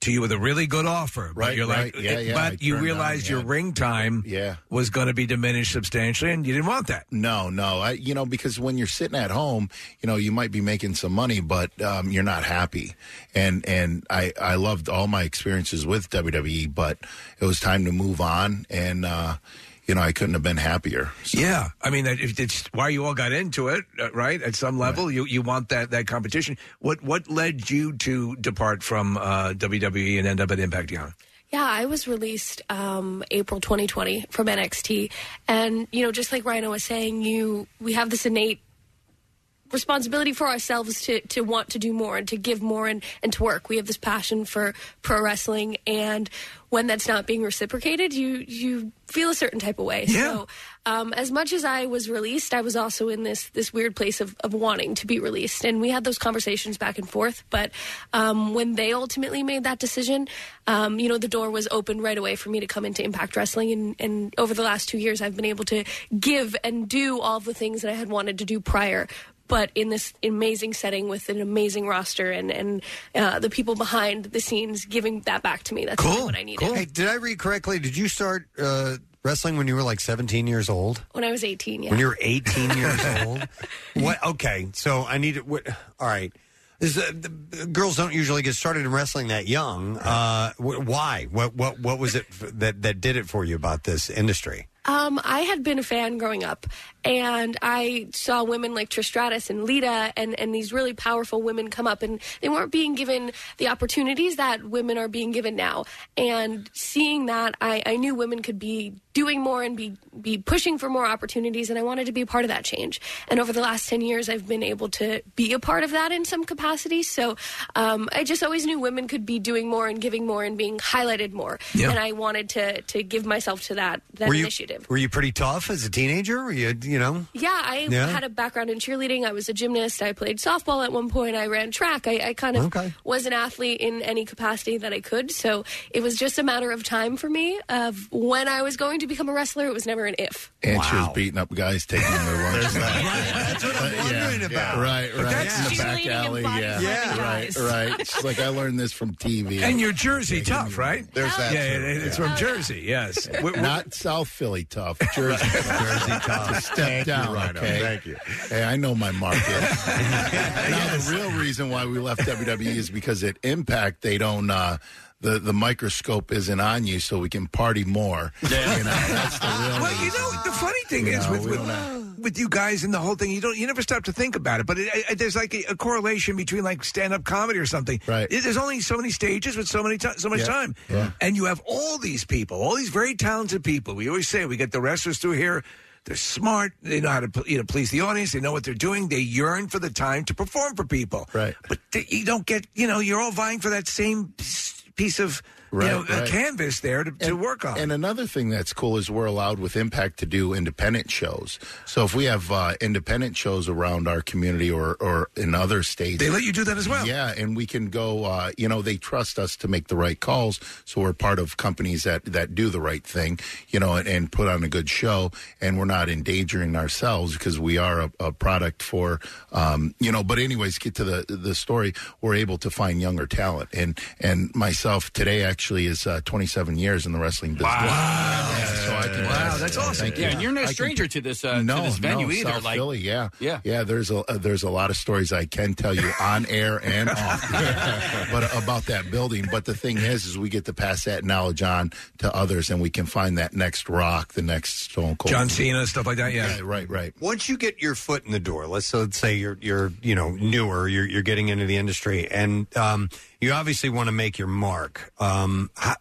to you with a really good offer, but
Right,
you're like,
right. Yeah, yeah, I
but you
turned down,
realized your
yeah.
ring time
yeah.
was going to be diminished substantially, and you didn't want that.
No, no. I, you know, because when you're sitting at home, you know, you might be making some money, but um, you're not happy. And and I I loved all my experiences with WWE, but it was time to move on, and uh, you know, I couldn't have been happier.
Yeah, I mean, that- if it's why you all got into it, uh, right? At some level, you you want that that competition. What what led you to depart from uh, WWE and end up at Impact Young?
Yeah, I was released um, April 2020 from NXT, and you know, just like Rhino was saying, you we have this innate responsibility for ourselves to to want to do more and to give more and and to work. We have this passion for pro wrestling, and when that's not being reciprocated, you you feel a certain type of way. So, um, as much as I was released, I was also in this this weird place of, of wanting to be released, and we had those conversations back and forth. But um, when they ultimately made that decision, um, you know, the door was open right away for me to come into Impact Wrestling, and, and over the last two years, I've been able to give and do all of the things that I had wanted to do prior but in this amazing setting with an amazing roster and and uh, the people behind the scenes giving that back to me. That's really what I needed
Hey, did I read correctly? Did you start uh, wrestling when you were like 17 years old?
when I was 18. Yeah.
When you were 18 years old? What? Okay, so I need to. What, all right. This, uh, the, the girls don't usually get started in wrestling that young. Uh, wh- why? What? What? What was it f- that that did it for you about this industry?
Um, I had been a fan growing up, and I saw women like Trish Stratus and Lita and, and these really powerful women come up, and they weren't being given the opportunities that women are being given now. And seeing that, I, I knew women could be doing more and be, be pushing for more opportunities, and I wanted to be a part of that change. And over the last 10 years, I've been able to be a part of that in some capacity. So um, I just always knew women could be doing more and giving more and being highlighted more.
Yeah.
And I wanted to, to give myself to that, that
were you,
initiative.
Were you pretty tough as a teenager? Were you, you know?
Yeah, I
Yeah.
had a background in cheerleading. I was a gymnast. I played softball at one point. I ran track. I, I kind of
Okay.
was an athlete in any capacity that I could. So it was just a matter of time for me of when I was going to become a wrestler. It was never an if.
And she was beating up guys, taking them their lunch.
That's what I'm wondering about.
Right, right.
that's
in the back
cheerleading and
alley.
body
Yeah,
slamming
right,
guys.
right. She's like, I learned this from TV.
And you're Jersey tough, right?
There's that.
Yeah,
too.
it- it's
Yeah.
from Jersey. Yes, We're- we're-
Not South Philly tough, Jersey tough. Jersey tough. Step
Thank you,
down,
Rhino.
okay?
Thank you.
Hey, I know my market. now, the real reason why we left WWE is because at Impact, they don't. Uh, the, the microscope isn't on you, so we can party more. You know, that's the real
well, you know, the funny thing
You
is
know,
with
we
with,
don't
with you guys and the whole thing, you don't you never stop to think about it. But it, I- I- there's like a, a correlation between like stand up comedy or something. Right. there's only so many stages with so many ti so much
Yeah.
time,
Yeah.
and you have all these people, all these very talented people. We always say we get the wrestlers through here. They're smart. They know how to pl- you know please the audience. They know what they're doing. They yearn for the time to perform for people. Right. But th- you don't get you know you're all vying for that same s- piece of you
Right,
know uh
right.
canvas there to, to work on.
And another thing that's cool is we're allowed with Impact to do independent shows. So if we have uh, independent shows around our community or, or in other states,
They let you do that as well.
Yeah, and we can go. Uh, you know, they trust us to make the right calls, so we're part of companies that that do the right thing. You know, and, and put on a good show, and we're not endangering ourselves because we are a, a product for. Um, you know, but anyways, get to the the story. We're able to find younger talent, and and myself today actually is uh, 27 years in the wrestling business.
wow, that's awesome.
Thank you.
yeah, and you're
I
no
can-
stranger to this uh,
no,
to this venue
no,
either.
South
like
Philly, yeah,
Yeah.
yeah. There's a uh, there's a lot of stories I can tell you on air and off, but uh, about that building. But the thing is, is we get to pass that knowledge on to others, and we can find that next rock, the next Stone Cold,
John Cena stuff like that. Yeah.
right, right.
Once you get your foot in the door, let's, so let's say you're you're you know newer, you're you're getting into the industry, and um, you obviously want to make your mark. Um, how,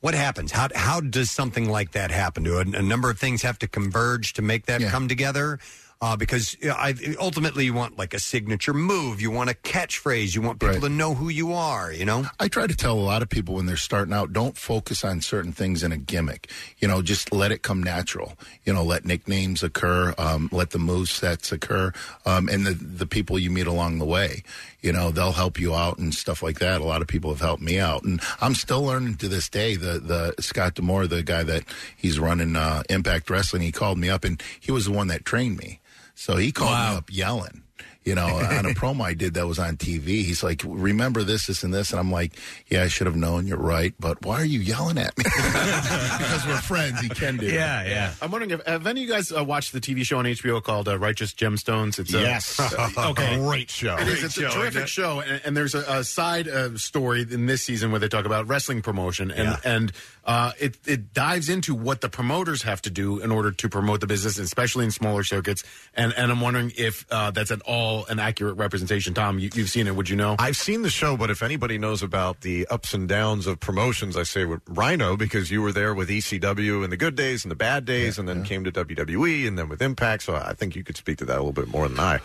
what happens? How how does something like that happen? Do a, a number of things have to converge to make that come together? Uh, because you know, I, ultimately, you want like a signature move, you want a catchphrase, you want people to know who you are. You know,
I try to tell a lot of people when they're starting out, don't focus on certain things in a gimmick. You know, just let it come natural. You know, let nicknames occur, um, let the move sets occur, um, and the the people you meet along the way. You know, they'll help you out and stuff like that. A lot of people have helped me out, and I'm still learning to this day. The the Scott Demore, the guy that he's running uh, Impact Wrestling, he called me up, and he was the one that trained me. So he called me up yelling. you know, on a promo I did that was on TV. He's like, remember this, this, and this. And I'm like, yeah, I should have known. You're right. But why are you yelling at me? because we're friends. He can do it.
I'm wondering if have any of you guys uh, watched the TV show on HBO called uh, Righteous Gemstones? It's uh,
Yes.
okay,
Great show.
It is.
Great
It's
show, isn't
a
it?
terrific show, and, and there's a, a side uh, story in this season where they talk about wrestling promotion, and and uh, it it dives into what the promoters have to do in order to promote the business, especially in smaller circuits. And and I'm wondering if uh, that's at all an accurate representation. Tom, you, you've seen it, would you know?
I've seen the show, but if anybody knows about the ups and downs of promotions, I say with Rhino because you were there with ECW in the good days and the bad days, and then came to WWE and then with Impact. So I think you could speak to that a little bit more than I.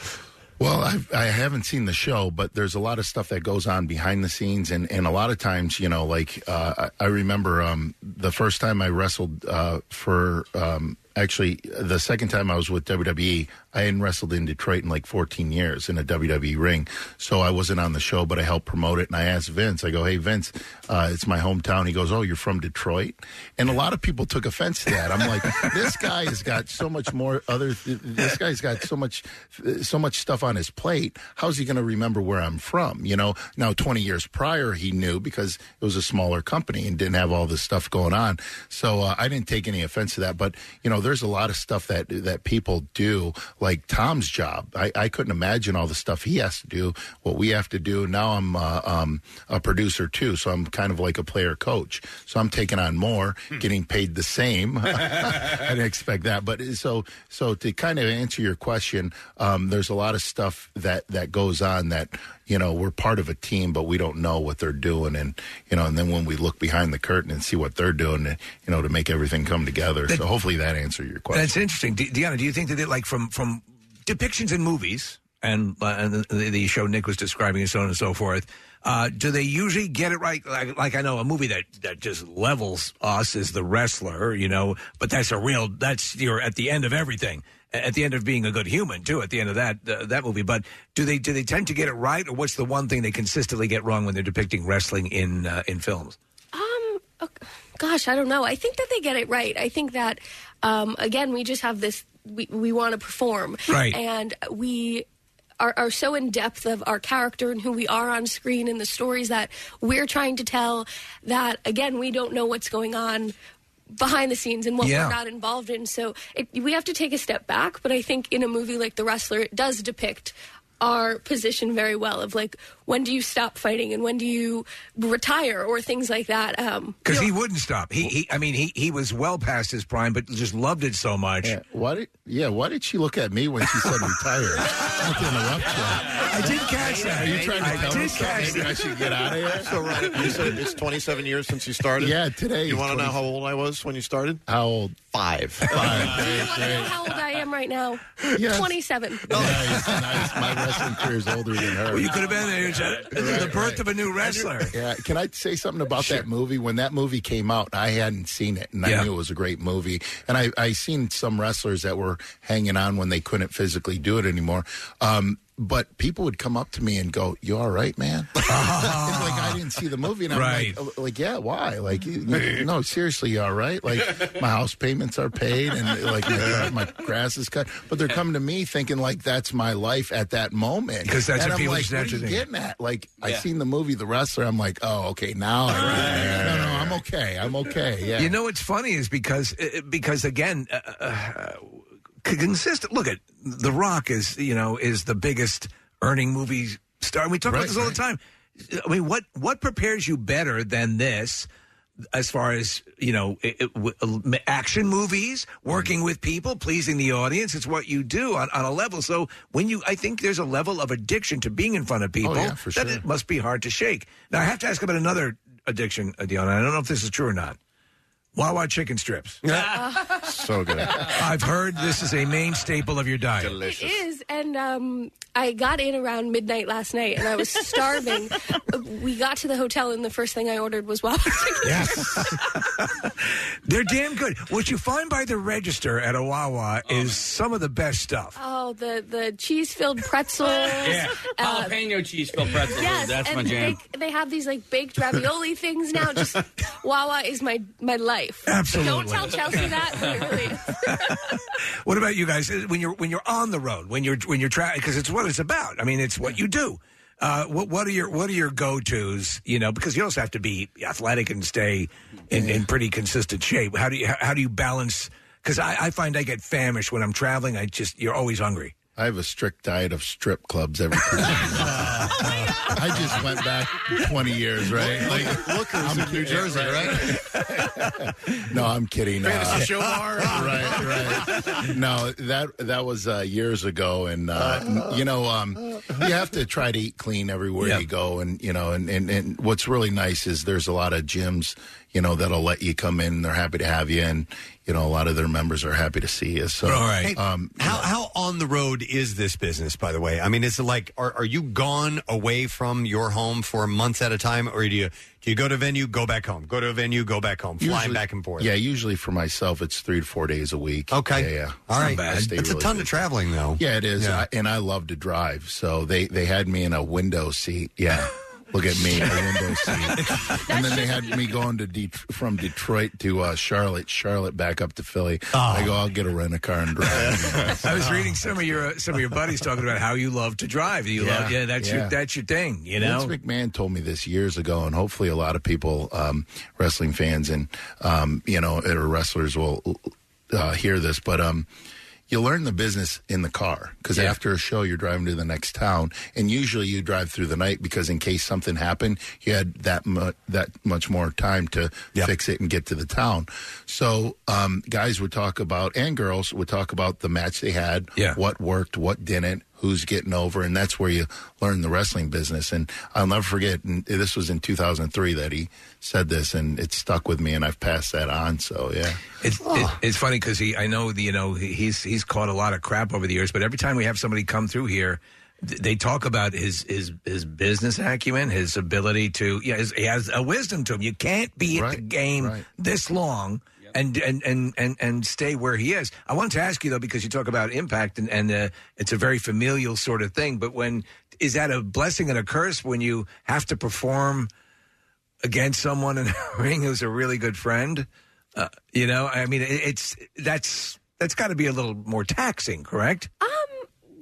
Well, I've, I haven't seen the show, but there's a lot of stuff that goes on behind the scenes, and, and a lot of times, you know, like uh, I I remember um, the first time I wrestled uh, for. Um, Actually, the second time I was with E, WWE, I hadn't wrestled in Detroit in like 14 years in a WWE ring. So I wasn't on the show, but I helped promote it. And I asked Vince, I go, hey, Vince, uh, it's my hometown. He goes, oh, you're from Detroit? And a lot of people took offense to that. I'm like, this guy has got so much more other, this guy's got so much, so much stuff on his plate. How's he going to remember where I'm from? You know, now 20 years prior, he knew because it was a smaller company and didn't have all this stuff going on. So uh, I didn't take any offense to that. But, you know, there's a lot of stuff that, that people do, like Tom's job. I, I couldn't imagine all the stuff he has to do, what we have to do. Now I'm uh, um, a producer too, so I'm kind of like a player coach. So I'm taking on more, getting paid the same. I didn't expect that, but so so to kind of answer your question, um, there's a lot of stuff that that goes on that you know we're part of a team, but we don't know what they're doing, and you know, and then when we look behind the curtain and see what they're doing, you know, to make everything come together. so hopefully that answered your question.
That's interesting, De- Deanna. Do you think that it, like from from depictions in movies and, uh, and the, the show Nick was describing and so on and so forth? Uh, do they usually get it right? Like, like I know a movie that, that just levels us as the wrestler, you know, but that's a real that's you're at the end of everything, A- at the end of being a good human too. At the end of that uh, that movie, but do they do they tend to get it right, or what's the one thing they consistently get wrong when they're depicting wrestling in uh, in films?
Um, oh, gosh, I don't know. I think that they get it right. I think that, um, again, we just have this. We we want to perform,
Right.
And we. Are, are so in depth of our character and who we are on screen and the stories that we're trying to tell that again we don't know what's going on behind the scenes and what
Yeah.
we're not involved in so it, we have to take a step back but i think in a movie like the wrestler it does depict our position very well of like when do you stop fighting and when do you retire or things like that um,
Because he wouldn't stop. He, he, I mean, he, he was well past his prime, but just loved it so much.
Yeah, why did yeah? Why did she look at me when she said retire? Not to interrupt you.
I did catch that.
Are you trying to
I
tell
did
me something?
catch
Maybe I
that.
should get out of here.
So, right,
You said it's 27 years since you started?
Yeah, today
You
is
want to know
20
how old I was when you started?
How old?
Five.
how old i am right now 27
My wrestling career is older than her.
Well, you could have been there. the birth of a new wrestler.
Yeah, can I say something about that movie? When that movie came out, I hadn't seen it, and I knew it was a great movie. And I I seen some wrestlers that were hanging on when they couldn't physically do it anymore. Um, but people would come up to me and go, "You all right, man?" it's like I didn't see the movie, and I'm
Right.
uh,
like, "Like, yeah, why? Like, you- you- no, seriously, you all right? Like, my house payments are paid, and like my, my grass is cut." But they're coming to me thinking like that's my life at that moment
'Cause that's
and
what
I'm
people
like,
snatch
what are
it
you
in."
getting at? Like, I
Yeah.
seen the movie The Wrestler. I'm like, oh, okay, now. I no, no, I'm okay. I'm okay. Yeah.
You know what's funny is because uh, because again, uh, uh, c- consistent. Look at The Rock is you know is the biggest earning movie star. We talk
Right,
about this all the time. I mean, what what prepares you better than this? As far as you know, it, it, w- m- action movies, working with people, pleasing the audience—it's what you do on, on a level. So when you, I think there's a level of addiction to being in front of people
Oh, yeah, for
that
sure.
it must be hard to shake. Now I have to ask about another addiction, uh, Dion. and I don't know if this is true or not. Wawa chicken strips.
so good.
I've heard this is a main staple of your diet. Delicious.
It is, and um, I got in around midnight last night, and I was starving. we got to the hotel, and the first thing I ordered was Wawa chicken.
They're damn good. What you find by the register at a Wawa is some of the best stuff.
Oh, the the cheese filled pretzels.
Yeah.
Uh,
Jalapeno cheese filled pretzels.
Yes,
That's
and
my jam.
They, they have these like baked ravioli things now. Just Wawa is my my life.
Absolutely.
Don't tell Chelsea that. but it really is.
What about you guys? Uh, When you're when you're on the road, when you're when you're traveling, because it's what it's about. I mean, it's what you do. Uh, what what are your what are your go tos? You know, because you also have to be athletic and stay in, in pretty consistent shape. How do you how, how do you balance? Because I, I find I get famished when I'm traveling. I just you're always hungry.
I have a strict diet of strip clubs every Christmas. I just went back 20 years, right? Like,
Lookers in New Jersey, right?
no, I'm kidding. Uh,
show bar.
right, right. No, that that was uh, years ago, and uh, n- you know, um, you have to try to eat clean everywhere you go, and you know, and, and and what's really nice is there's a lot of gyms, you know, that'll let you come in. They're happy to have you, and you know, a lot of their members are happy to see you. So,
Hey,
um,
how how on the road is this business? By the way, I mean, is it like are are you gone away from your home for months at a time, or do you do you go to a venue, go back home, go to a venue, go back home, flying
Usually-
back and forth?
Yeah, usually for myself, it's three to four days a week.
Okay.
Yeah, yeah.
All right.
I stay
That's a
really
ton
busy.
of traveling, though.
Yeah, it is.
Yeah.
I- and I love to drive. So they, they had me in a window seat. Yeah. Look at me, a window seat. and then they had me going to Det- from Detroit to uh, Charlotte, Charlotte back up to Philly.
Oh.
I go, I'll get a rent a car and drive.
I was reading some of your uh, some of your buddies talking about how you love to drive. You love yeah, that's your that's your thing. You know,
Vince McMahon told me this years ago, and hopefully a lot of people, um, wrestling fans and um, you know, or wrestlers will uh, hear this, but um, you learn the business in the car because after a show you're driving to the next town, and usually you drive through the night because in case something happened, you had that mu- that much more time to fix it and get to the town. So um, guys would talk about and girls would talk about the match they had,
Yeah.
what worked, what didn't, who's getting over, and that's where you learn the wrestling business. And I'll never forget. And this was in 2003 that he said this, and it stuck with me, and I've passed that on. So yeah.
It's it, it's funny because he I know the, you know he- he's he's caught a lot of crap over the years, but every time we have somebody come through here, th- they talk about his his his business acumen, his ability to yeah, his, he has a wisdom to him. You can't be at the game this long. And, and, and, and, and stay where he is. I want to ask you though, because you talk about impact and, and uh, it's a very familial sort of thing. But when is that a blessing and a curse when you have to perform against someone in a ring who's a really good friend. Uh, you know, I mean, it, it's that's that's got to be a little more taxing, correct?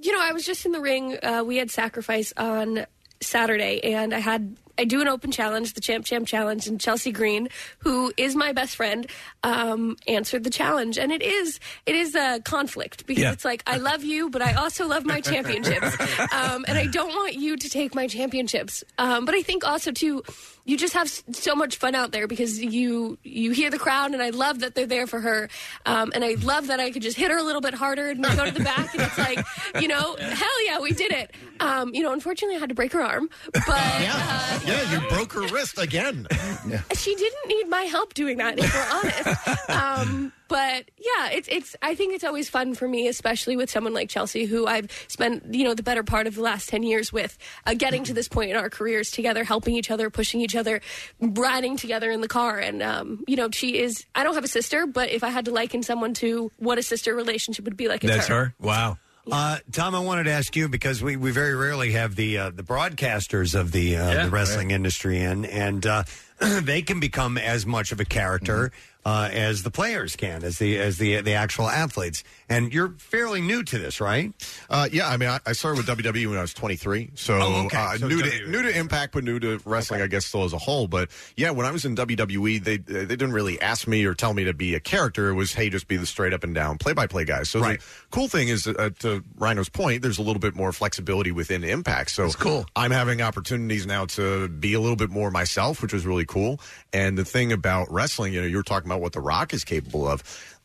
you know, I was just in the ring. Uh, we had sacrifice on Saturday, and I had I do an open challenge, the Champ Champ Challenge, and Chelsea Green, who is my best friend, um, answered the challenge, and it is it is a conflict because
Yeah.
it's like I love you, but I also love my championships, um, and I don't want you to take my championships. Um, but I think also too, you just have s- so much fun out there because you you hear the crowd, and I love that they're there for her, um, and I love that I could just hit her a little bit harder and go to the back, and it's like you know, hell yeah, we did it. Um, you know, unfortunately, I had to break her arm, but
yeah, you broke her wrist again.
she didn't need my help doing that. If we're honest, um, but yeah, it's it's. I think it's always fun for me, especially with someone like Chelsea, who I've spent you know the better part of the last ten years with, uh, getting to this point in our careers together, helping each other, pushing each other, riding together in the car, and um, you know she is. I don't have a sister, but if I had to liken someone to what a sister relationship would be like, it's
Wow.
Uh, Tom, I wanted to ask you because we, we very rarely have the uh, the broadcasters of the uh,
Yeah.
the wrestling industry in, and uh, they can become as much of a character
Mm-hmm.
uh, as the players can, as the as the the actual athletes. And you're fairly new to this, right?
Uh, yeah, I mean, I, I started with WWE when I was 23, so,
Oh, okay.
uh,
So
new
WWE.
to new to Impact, but new to wrestling, I guess, still as a whole. But yeah, when I was in WWE, they they didn't really ask me or tell me to be a character. It was hey, just be the straight up and down play by play guy. So the cool thing is, uh, to Rhino's point, there's a little bit more flexibility within Impact. So cool. I'm having opportunities now to be a little bit more myself, which was really cool. And the thing about wrestling, you know, you were talking about what The Rock is capable of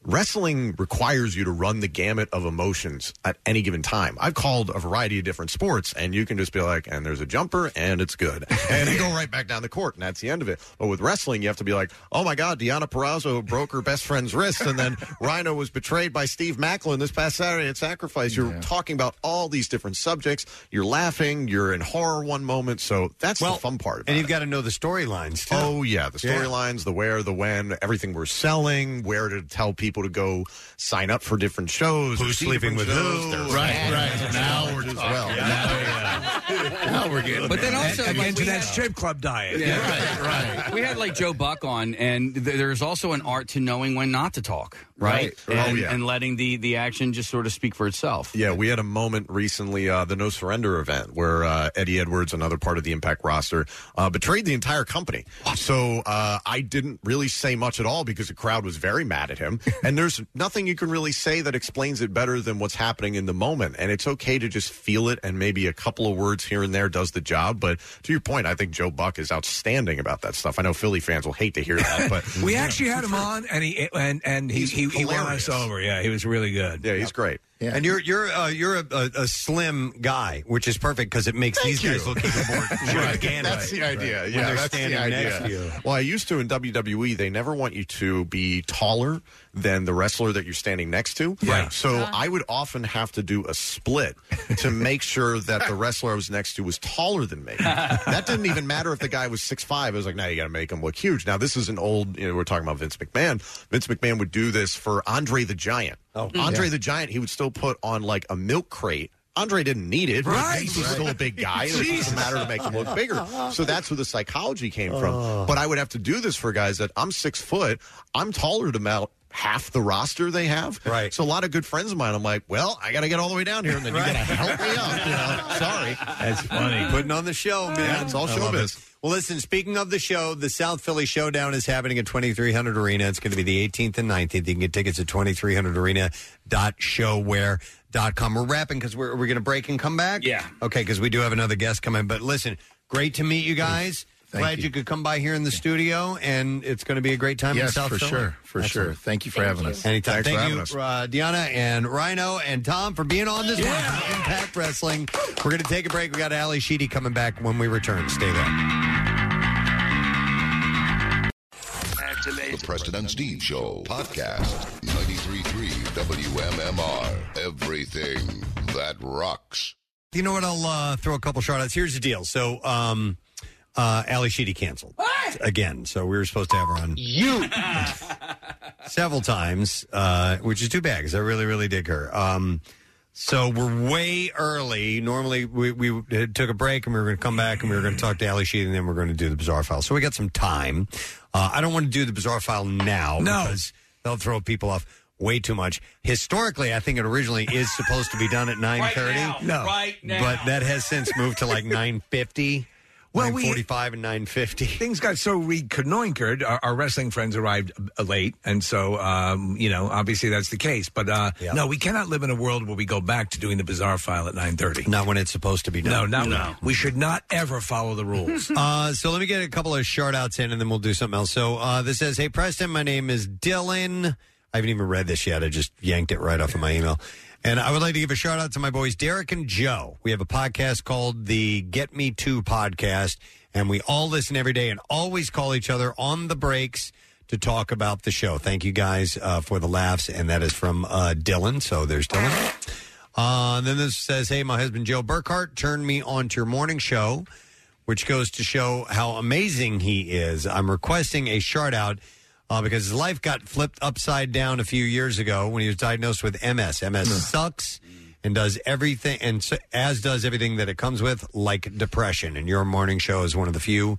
wrestling requires you to run the gamut of emotions at any given time. I've called a variety of different sports, and you can just be like, and there's a jumper, and it's good. And they go right back down the court, and that's the end of it. But with wrestling, you have to be like, oh my God, Deanna Perrazzo broke her best friend's wrist, and then Rhino was betrayed by Steve Macklin this past Saturday at Sacrifice. You're talking about all these different subjects. You're laughing, you're in horror one moment. So that's the fun part.
And you've got to know the storylines too.
Oh yeah, the storylines, the where, the when, everything we're selling, where to tell people to go sign up for different shows,
Who's
see
sleeping
different
with
shows,
who.
their
Right,
fans
right.
and
Now
challenges
we're
as
talking.
well.
Yeah.
Now-
Now we're getting But then there. also,
again
like,
to
we
that
had-
strip club diet.
We had like Joe Buck on, and th- there's also an art to knowing when not to talk, right?
Right. Oh,
And,
yeah.
and letting the the action just sort of speak for itself.
Yeah, we had a moment recently, uh, the No Surrender event, where uh, Eddie Edwards, another part of the Impact roster, uh, betrayed the entire company. So uh, I didn't really say much at all because the crowd was very mad at him. and there's nothing you can really say that explains it better than what's happening in the moment. And it's okay to just feel it, and maybe a couple of words here and there does the job. But to your point, I think Joe Buck is outstanding about that stuff. I know Philly fans will hate to hear that, but
We actually had him on, and he and and he he, he won us over. Yeah, he was really good.
Yeah, he's great.
And you're you're uh, you're a, a, a slim guy, which is perfect because it makes these guys look even more gigantic.
That's the idea.
When
Yeah,
they're
that's the
standing
idea.
next to you.
Well, I used to in WWE, they never want you to be taller than the wrestler that you're standing next to. Right. So I would often have to do a split to make sure that the wrestler I was next to was taller than me. That didn't even matter if the guy was six five. I was like, now you got to make him look huge. Now this is an old. You know, we're talking about Vince McMahon. Vince McMahon would do this for Andre the Giant. Oh, Andre
yeah.
the Giant. He would still put on like a milk crate. Andre didn't need it. because
Right.
Vince was still a big guy. It was just
Jesus.
a matter to make him look bigger. So that's where the psychology came
Oh.
from. But I would have to do this for guys that I'm six foot. I'm taller than about half the roster they have. Right. So a lot of good friends of mine, I'm like, well, I got to get all the way down here, and then you got to help me up. You know? Sorry.
That's funny. Putting on the show, man.
Yeah, it's all
I love
showbiz.
it. Well, listen, speaking of the show, the South Philly Showdown is happening at 2300 Arena. It's going to be the 18th and 19th. You can get tickets at 2300arena.showware.com. We're wrapping because we're, we're going to break and come back. Yeah. Okay, because we do have another guest coming. But listen, great to meet you guys. Glad you. could come by here in the studio, and it's going to be a great time in
Yes,
South
for
Philly.
sure, for sure. Thank you for having us.
Anytime.
Thanks for
Thank
having
you,
us.
uh, Deanna and Rhino and Tom for being on this one for Impact Wrestling. We're going to take a break. We got Ali Sheedy coming back when we return. Stay there.
The Preston and Steve Show podcast. 93.3 WMMR. Everything that rocks.
You know what? I'll uh, throw a couple shout outs. Here's the deal. So, um, uh, Ali Sheedy canceled again. So, we were supposed to have her on
You.
several times, uh, which is too bad because I really, really dig her. Um, so we're way early. Normally, we, we uh, took a break and we were going to come back and we were going to talk to Ali Sheedy and then we're going to do the bizarre file. So we got some time. Uh, I don't want to do the bizarre file now because they'll throw people off way too much. Historically, I think it originally is supposed to be done at nine thirty.
now. No. Right now.
but that has since moved to like nine fifty.
Well, we-
45 and 950.
Things got so reconnoitered. Our, our wrestling friends arrived uh, late, and so um, you know, obviously that's the case. But uh, no, we cannot live in a world where we go back to doing the bizarre file at nine thirty.
Not when it's supposed to be done.
No, not
No.
We should not ever follow the rules.
uh, so let me get a couple of shout outs in and then we'll do something else. So uh, this says, Hey, Preston, my name is Dylan. I haven't even read this yet. I just yanked it right off of my email. And I would like to give a shout out to my boys, Derek and Joe. We have a podcast called the Get Me Too podcast, and we all listen every day and always call each other on the breaks to talk about the show. Thank you guys uh, for the laughs. And that is from uh, Dylan. So there's Dylan. Uh, and then this says, Hey, my husband Joe Burkhart turned me on to your morning show, which goes to show how amazing he is. I'm requesting a shout out uh, because his life got flipped upside down a few years ago when he was diagnosed with MS. MS sucks and does everything, and so, as does everything that it comes with, like depression. And your morning show is one of the few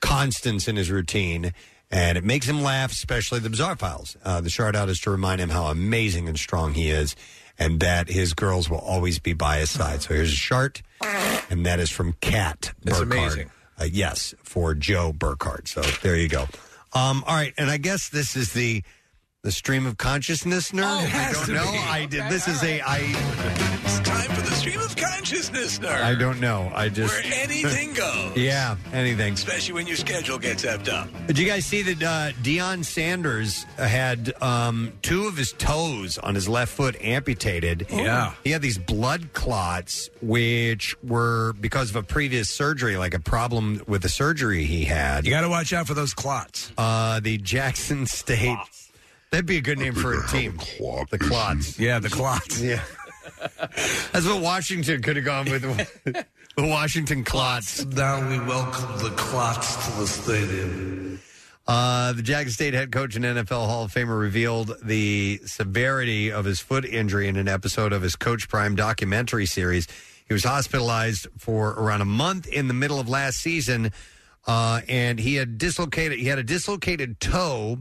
constants in his routine. And it makes him laugh, especially the Bizarre Files. Uh, the shout out is to remind him how amazing and strong he is, and that his girls will always be by his side. So here's a shart, and that is from Kat.
That's
Burkhardt.
amazing.
Uh, yes, for Joe Burkhardt. So there you go. Um, all right, and I guess this is the the stream of consciousness nerd. I don't know. I did. This is a I.
It's time for the stream of consciousness nerd.
I don't know. I just
Oh, Where anything goes.
yeah, anything.
Especially when your schedule gets effed up.
Did you guys see that uh, Deion Sanders had um, two of his toes on his left foot amputated?
Oh. Yeah.
He had these blood clots, which were because of a previous surgery, like a problem with the surgery he had.
You got to watch out for those clots.
Uh, the Jackson State. That'd be a good name for a team. The Clots.
Yeah, the Clots.
Yeah. That's what Washington could have gone with. The Washington Clots.
Now we welcome the Clots to the stadium.
Uh, the Jackson State head coach and NFL Hall of Famer revealed the severity of his foot injury in an episode of his Coach Prime documentary series. He was hospitalized for around a month in the middle of last season, uh, and he had dislocated. He had a dislocated toe.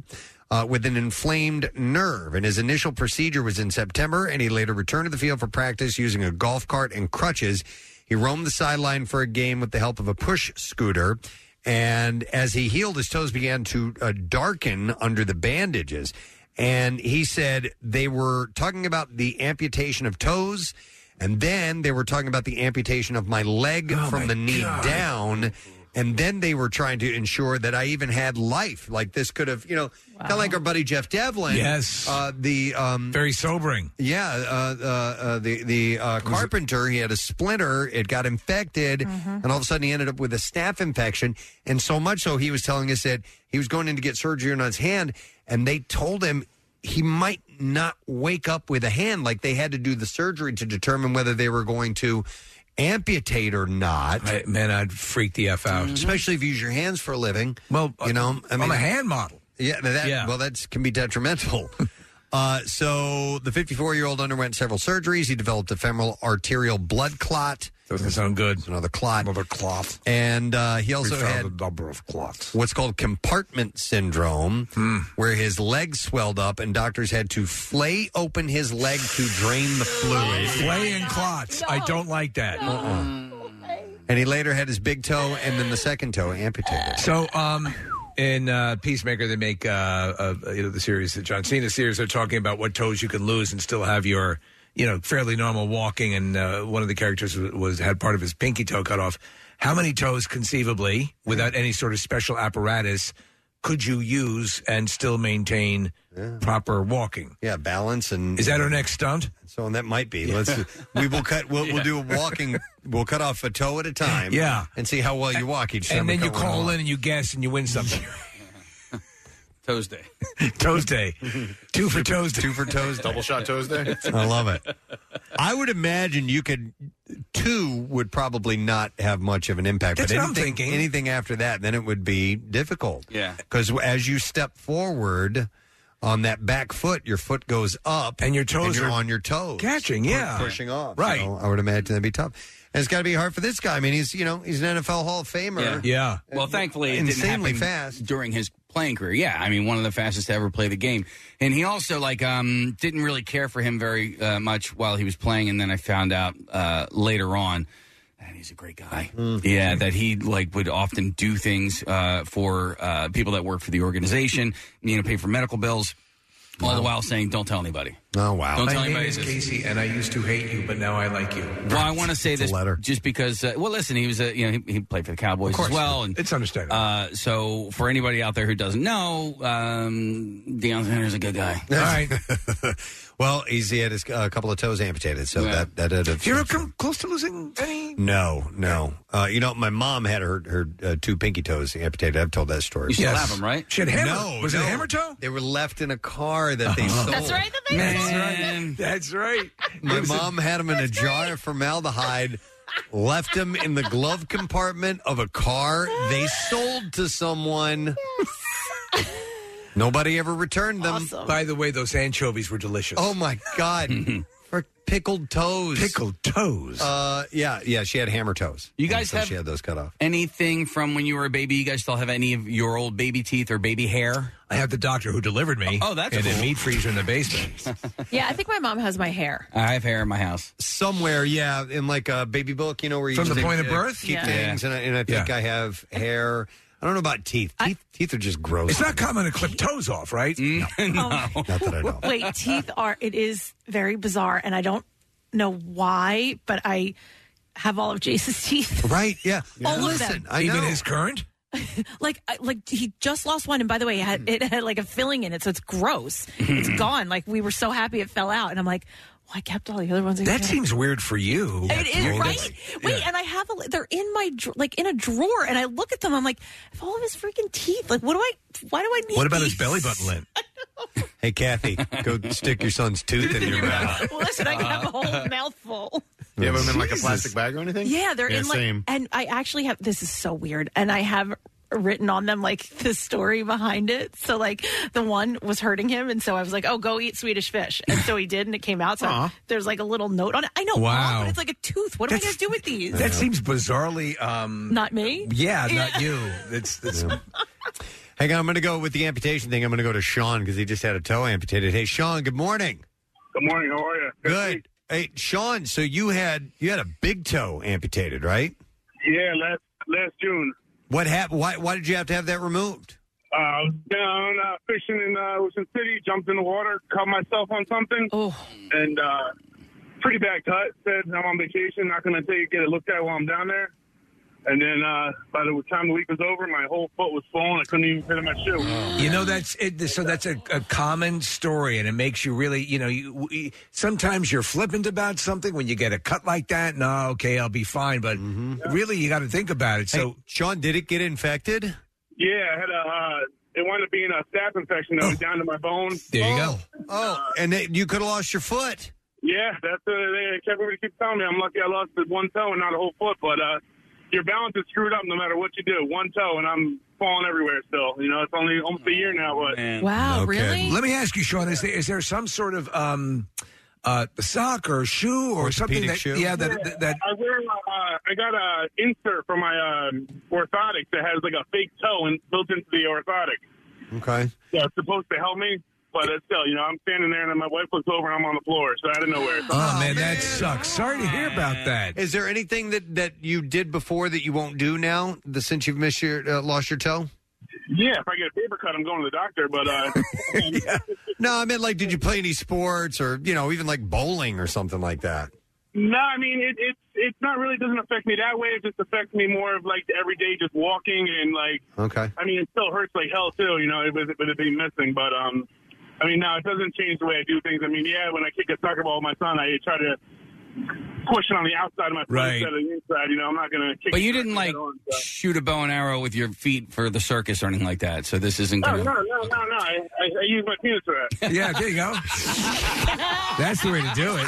Uh, with an inflamed nerve, and his initial procedure was in September. And he later returned to the field for practice using a golf cart and crutches. He roamed the sideline for a game with the help of a push scooter. And as he healed, his toes began to uh, darken under the bandages. And he said they were talking about the amputation of toes. And then they were talking about the amputation of my leg from the knee down. And then they were trying to ensure that I even had life. Like this could have, you know, kind of like our buddy Jeff Devlin.
Yes.
Uh, the um,
Very sobering.
yeah, uh, uh, uh, the the uh, carpenter he had a splinter. It got infected,
Mm-hmm.
and all of a sudden he ended up with a staph infection. And so much so, he was telling us that he was going in to get surgery on his hand, and they told him he might not wake up with a hand. Like they had to do the surgery to determine whether they were going to amputate or not.
I- man, I'd freak the f out.
Especially if you use your hands for a living. Well, you know, I
Mm-hmm. I'm
mean,
a hand model.
Yeah, that, well, that can be detrimental. uh, so the 54 year old underwent several surgeries. He developed a femoral arterial blood clot.
Doesn't sound good.
Another clot. Another
clot.
And uh, he also
We found
had
a number of clots.
what's called compartment syndrome,
Hmm.
where his legs swelled up, and doctors had to flay open his leg to drain the fluid.
Flay and clots. I don't like that.
And he later had his big toe and then the second toe amputated.
So, um, in uh, Peacemaker, they make uh, uh, you know the series, the John Cena series. They're talking about what toes you can lose and still have your you know fairly normal walking. And uh, one of the characters was, was had part of his pinky toe cut off. How many toes, conceivably, without any sort of special apparatus, could you use and still maintain proper walking?
Yeah, balance and
is that our next stunt?
So, and that might be. Let's. we will cut. We'll, we'll do a walking. We'll cut off a toe at a time.
Yeah.
and see how well you walk each time.
and
we
then you
cut one
call
off.
in and you guess and you win something.
Toes Day.
Toes Day. Two for Toes Day.
Two for Toes Double
shot Toes Day.
I love it. I would imagine you could two would probably not have much of an impact.
That's
but
what I'm
anything,
thinking.
Anything after that, then it would be difficult.
Yeah.
because as you step forward on that back foot, your foot goes up,
and your toes
you're
are
on your toes,
catching,
pu-
yeah.
pushing off.
Right.
So I would imagine that'd be tough. And it's got to be hard for this guy. I mean, he's you know he's an NFL Hall of Famer.
Well, thankfully, it
Uh, insanely
didn't happen
fast.
during his playing career. Yeah, I mean, one of the fastest to ever play the game. And he also like um, didn't really care for him very uh, much while he was playing. And then I found out uh, later on, and he's a great guy.
Hmm.
Yeah, that he like would often do things uh, for uh, people that work for the organization. You know, pay for medical bills, all the while saying, "Don't tell anybody."
Oh wow!
Don't tell
My name
anybody
is
this.
Casey, and I used to hate you, but now I like you.
Well, I want to say this just because. Uh, well, listen, he was a you know he, he played for the Cowboys as well, and
it's understandable.
Uh, so for anybody out there who doesn't know, um, Deion Sanders is a good guy.
All right. well, he's, he had his, uh, a couple of toes amputated, so
Yeah.
that that did. a-
Do you ever come close to losing any?
No, no. Uh, you know, my mom had her her uh, two pinky toes amputated. I've told that story.
You still Yes. have 'em, right? She had hammer-
No,
was it
no.
a hammer
toe?
They were left in a car that
Uh-huh.
they
Uh-huh.
sold.
That's right, that they That's sold. right. That's right.
My
It was a-
mom had them in a jar of formaldehyde. Left them in the glove compartment of a car. They sold to someone. Nobody ever returned them.
By the way, those anchovies were delicious.
Oh my god! For pickled toes.
Pickled toes.
Uh, yeah, yeah. She had hammer toes.
You
And
guys
so
have-
she had those cut off.
Anything from when you were a baby? You guys still have any of your old baby teeth or baby hair?
I have the doctor who delivered me.
Oh, that's
in
cool.
a meat freezer in the basement.
Yeah, I think my mom has my hair.
I have hair in my house.
Somewhere, yeah, in like a baby book, you know, where you
From the
just,
point of
uh,
birth?
keep
Yeah.
things, and I, and I think I have hair. I don't know about teeth. Teeth, teeth are just gross.
it's not common to clip toes off, right?
Mm.
Oh,
no.
Not that I know.
Wait, teeth are, it is very bizarre, and I don't know why, but I have all of Jace's teeth.
Right? Yeah.
All of
Listen,
them.
I
Even
know.
his current?
Like, I- like he just lost one, and by the way, it had, it had like a filling in it, so it's gross. it's
Mm-hmm.
gone. Like, we were so happy it fell out, and I'm like, well, I kept all the other ones. I
That
kept-
seems weird for you.
It is right. Wait, and I have a, they're in my dr- like in a drawer, and I look at them. I'm like, I have all of his freaking teeth. Like, what do I? Why do I need?
What about his
these?
belly button lint?
Hey, Kathy, go stick your son's tooth in your mouth.
Well, listen, I can have a whole mouthful.
Do you have them in like a
Jesus.
plastic bag or anything?
Yeah, they're in like,
same.
and I actually have. This is so weird, and I have written on them like the story behind it. So like the one was hurting him, and so I was like, "Oh, go eat Swedish fish," and so he did, and it came out. So
Aw.
there's like a little note on it. I know,
Wow.
wow, but it's like a tooth. What am I going
That's-
to do with these?
That seems bizarrely. Um,
not me.
yeah, not you. It's, it's
Hang on, I'm going to go with the amputation thing. I'm going to go to Sean because he just had a toe amputated. Hey, Sean, good morning.
Oh, Good morning. How are you?
Good. Hey, Sean. So you had you had a big toe amputated, right?
Yeah, last last June,
What happened? Why why did you have to have that removed?
uh, I was down uh, fishing in uh, Ocean City, jumped in the water, cut myself on something, and uh, pretty bad cut. Said I'm on vacation, not going to take get it looked at while I'm down there. And then uh, by the time the week was over, my whole foot was swollen. I couldn't even fit in my shoe.
Oh.
You know that's it, so that's a, a common story, and it makes you really you know you, we- sometimes you're flippant about something when you get a cut like that. No, okay, I'll be fine, but really you got to think about it. So,
Sean, did it get infected?
Yeah, I had a. Uh, it wound up being a staph infection
Oh.
that was down to my bone.
There you go. Oh, and then you could have lost your foot.
Yeah, that's uh, they kept everybody keeps telling me I'm lucky I lost the one toe and not a whole foot, but uh your balance is screwed up no matter what you do. One toe and I'm falling everywhere still. You know, it's only almost a year now.
Oh,
What?
Okay. Let me ask you, Sean: Is there, is there some sort of um, uh, sock or shoe or something
Orthopedic
that
shoe?
yeah that, that, that
I wear. Uh, I got a insert from my um orthotic that has like a fake toe and built into the orthotic.
Okay.
So it's supposed to help me, but it's still, you know, I'm standing there and then my wife looks over and I'm on the floor, so out of nowhere.
Oh, man, that sucks. Sorry to hear about that.
Is there anything that that you did before that you won't do now? The since you've missed your uh, lost your toe.
Yeah, if I get a paper cut, I'm going to the doctor. But uh,
No, I meant like, did you play any sports or you know even like bowling or something like that?
No, I mean it, it's it's not really doesn't affect me that way. It just affects me more of like the everyday just walking and like
Okay.
I mean it still hurts like hell too, you know, with it, with it being missing. But um, I mean no, it doesn't change the way I do things. I mean yeah, when I kick a soccer ball with my son, I try to push it on the outside of my foot
Right.
instead of the inside. You know, I'm not gonna kick.
But
it
you didn't
straight
like
on, so.
shoot a bow and arrow with your feet for the circus or anything like that. So this isn't
No,
going
no, no,
to.
no, no. I, I, I use my penis for that.
Yeah, there you go. That's the way to do it.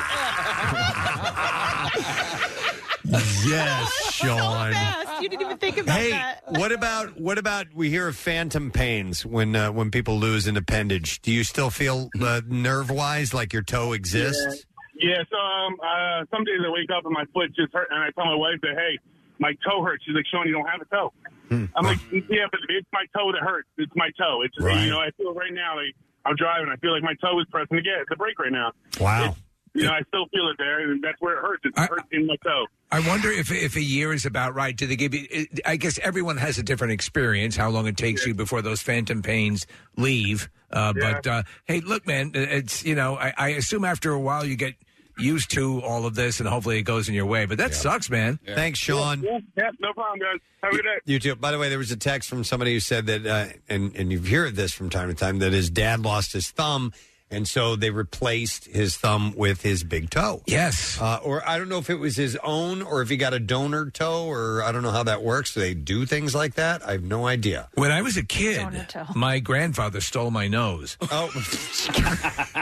Yes, Sean.
Fast. You didn't even think about
Hey,
that.
what about what about we hear of phantom pains when uh, when people lose an appendage? Do you still feel uh, nerve wise like your toe exists?
Yeah, so um, uh, some days I wake up and my foot just hurt, and I tell my wife that, hey, my toe hurts. She's like, Sean, you don't have a toe.
Hmm.
I'm like, yeah, but it's my toe that hurts. It's my toe. It's you know, I feel right now like I'm driving. I feel like my toe is pressing the gas, the brake right now.
Wow.
You know, I still feel it there, and that's where it hurts. It hurts in my toe.
I wonder if if a year is about right. Do they give you? it- I guess everyone has a different experience. How long it takes you before those phantom pains leave? Uh, But uh, hey, look, man, it's you know I, I assume after a while you get used to all of this, and hopefully it goes in your way. But that sucks, man.
Thanks, Sean.
Yeah, yeah, no problem, guys. Have a good day.
You too. By the way, there was a text from somebody who said that, uh, and and you hear this from time to time that his dad lost his thumb, and so they replaced his thumb with his big toe.
Yes,
uh, or I don't know if it was his own or if he got a donor toe, or I don't know how that works. Do they do things like that? I have no idea.
When I was a kid, my grandfather stole my nose.
Oh,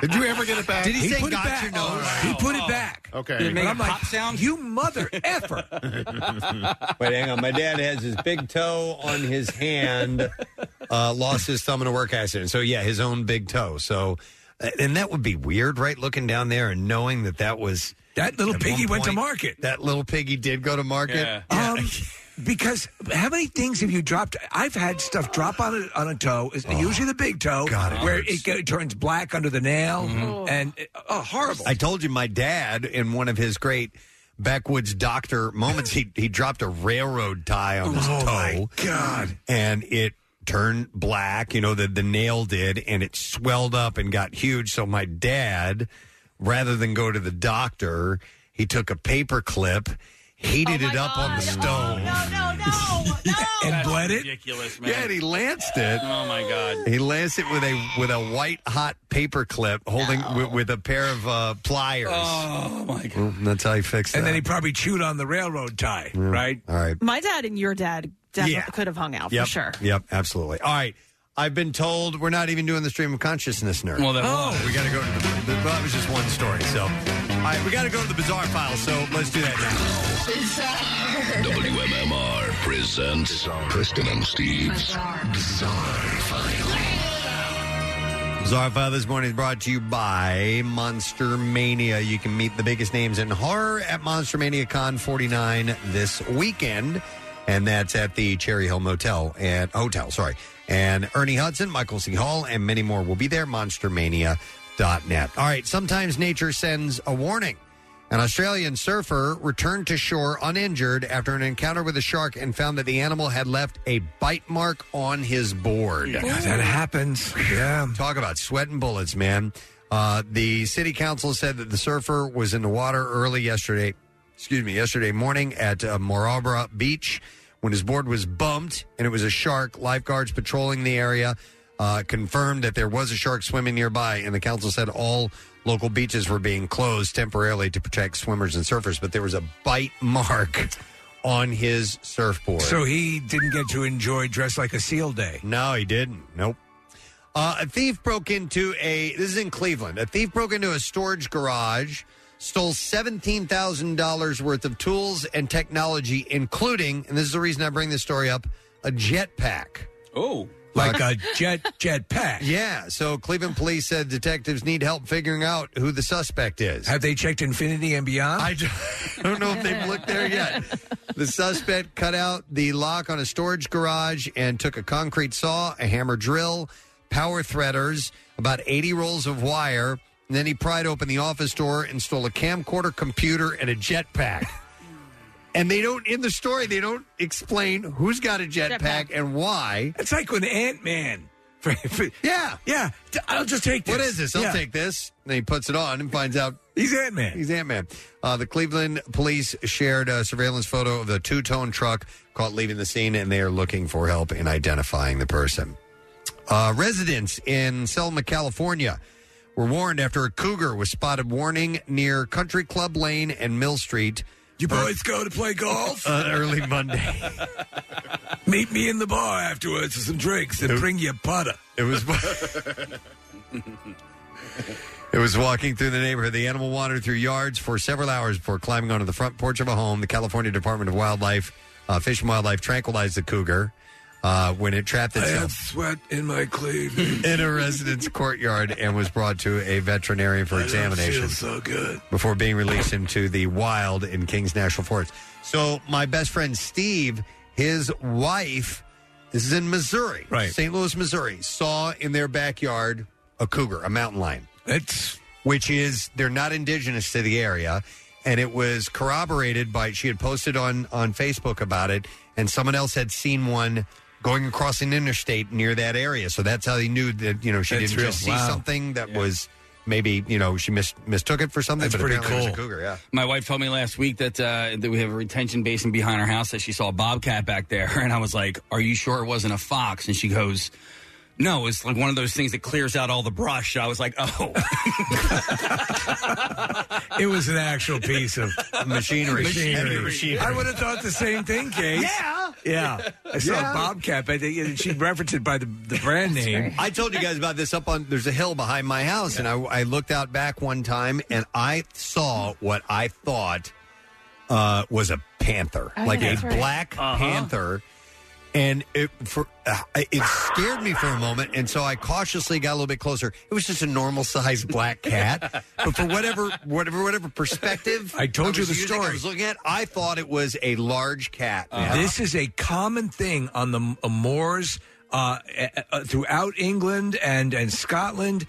did you ever get it back? Did he,
say
put
got
it back? Oh,
your nose?
He put it back.
Okay.
But
Oh. Did it make
I'm
a
like,
pop
sound? You mother effer.
Wait, hang on. My dad has his big toe on his hand, uh, lost his thumb in a work accident. So, yeah, his own big toe. So, uh, and that would be weird, right? Looking down there and knowing that that was.
That little
at
piggy
one
went to
point,
market.
That little piggy did go to market.
Um, because how many things have you dropped? I've had stuff drop on a, on a toe, is usually the big toe,
Oh, it
where
hurts.
it go- turns black under the nail, and uh, oh, horrible.
I told you my dad, in one of his great backwoods doctor moments, he, he dropped a railroad tie on his toe.
Oh, God.
And it turned black, you know, the, the nail did, and it swelled up and got huge. So my dad, rather than go to the doctor, he took a paper clip, heated it up on the stove.
and bled it.
Ridiculous,
Yeah, and he lanced it.
Oh my god.
He lanced it with a with a white hot paper clip, holding with, with a pair of uh, pliers.
Oh my
god! that's how he fixed it.
And then he probably chewed on the railroad tie, right?
All right.
My dad and your dad definitely
Yeah.
could have hung out
Yep.
for sure.
Yep, absolutely. All right. I've been told we're not even doing the stream of consciousness nerd.
Well, that
oh.
was.
we got to go to the, the- That was just one story. So, all right, we got to go to the bizarre file. So let's do that now.
WMMR presents presents Kristen and Steve's Bizarre File.
Bizarre File this morning is brought to you by Monster Mania. You can meet the biggest names in horror at Monster Mania Con 49 this weekend, and that's at the Cherry Hill Motel and Hotel. Sorry, and Ernie Hudson, Michael C. Hall, and many more will be there. MonsterMania.net. All right, sometimes nature sends a warning. An Australian surfer returned to shore uninjured after an encounter with a shark and found that the animal had left a bite mark on his board.
God, that happens. Yeah.
Talk about sweating bullets, man. Uh, the city council said that the surfer was in the water early yesterday, excuse me, yesterday morning at uh, Morabra Beach when his board was bumped and it was a shark. Lifeguards patrolling the area uh, confirmed that there was a shark swimming nearby, and the council said all local beaches were being closed temporarily to protect swimmers and surfers, but there was a bite mark on his surfboard.
So he didn't get to enjoy Dress Like a Seal Day.
No, he didn't. Nope. Uh, a thief broke into a. This is in Cleveland. A thief broke into a storage garage, stole seventeen thousand dollars worth of tools and technology, including. And this is the reason I bring this story up: a jetpack.
Oh.
Like a jet jet pack.
Yeah. So Cleveland police said detectives need help figuring out who the suspect is.
Have they checked Infinity and beyond?
I d- I don't know if they've looked there yet. The suspect cut out the lock on a storage garage and took a concrete saw, a hammer drill, power threaders, about 80 rolls of wire. And then he pried open the office door and stole a camcorder, computer, and a jetpack. And they don't in the story. They don't explain who's got a jetpack and why.
It's like when Ant Man.
yeah,
yeah. I'll just take
What
this.
is this? I'll
Yeah.
take this. And he puts it on and finds out
he's Ant Man.
He's Ant Man. Uh, the Cleveland police shared a surveillance photo of the two tone truck caught leaving the scene, and they are looking for help in identifying the person. Uh, residents in Selma, California, were warned after a cougar was spotted warning near Country Club Lane and Mill Street.
You boys go to play golf?
Uh, early Monday.
Meet me in the bar afterwards for some drinks and bring your putter.
It was. It was walking through the neighborhood. The animal wandered through yards for several hours before climbing onto the front porch of a home. The California Department of Wildlife, uh, Fish and Wildlife, tranquilized the cougar uh, when it trapped
I have
itself
sweat in my cleavage.
in a resident's courtyard and was brought to a veterinarian for
I don't
examination
feel so good.
before being released into the wild in Kings National Forest. So, my best friend Steve, his wife, this is in Missouri, right? St. Louis, Missouri, saw in their backyard a cougar, a mountain lion.
It's
which is they're not indigenous to the area, and it was corroborated by she had posted on on Facebook about it, and someone else had seen one. Going across an interstate near that area, so that's how they knew that you know she
That's
didn't
real.
just see
Wow.
something that was maybe you know she mis- mistook it for something.
That's
but
pretty
apparently it was a
cool.
cougar, yeah.
My wife told me last week that uh, that we have a retention basin behind our house that she saw a bobcat back there, and I was like, "Are you sure it wasn't a fox?" And she goes. No, it's like one of those things that clears out all the brush. I was like, oh,
It was an actual piece of
machinery.
machinery.
Heavy machinery.
I would have thought the same thing, Kate.
Yeah.
Yeah. I saw
Yeah.
a Bobcat. But they- she referenced it by the, the brand name.
I told you guys about this up on. There's a hill behind my house, and I, I looked out back one time, and I saw what I thought uh, was a panther,
Oh,
like
yeah,
a
that's right.
black
Uh-huh.
panther, and it for uh, it scared me for a moment, and so I cautiously got a little bit closer. It was just a normal sized black cat, but for whatever whatever whatever perspective
I told you
was
the
using, I
story.
was looking at. I thought it was a large cat. man.
This is a common thing on the uh, moors uh, uh, uh, throughout England and, and Scotland.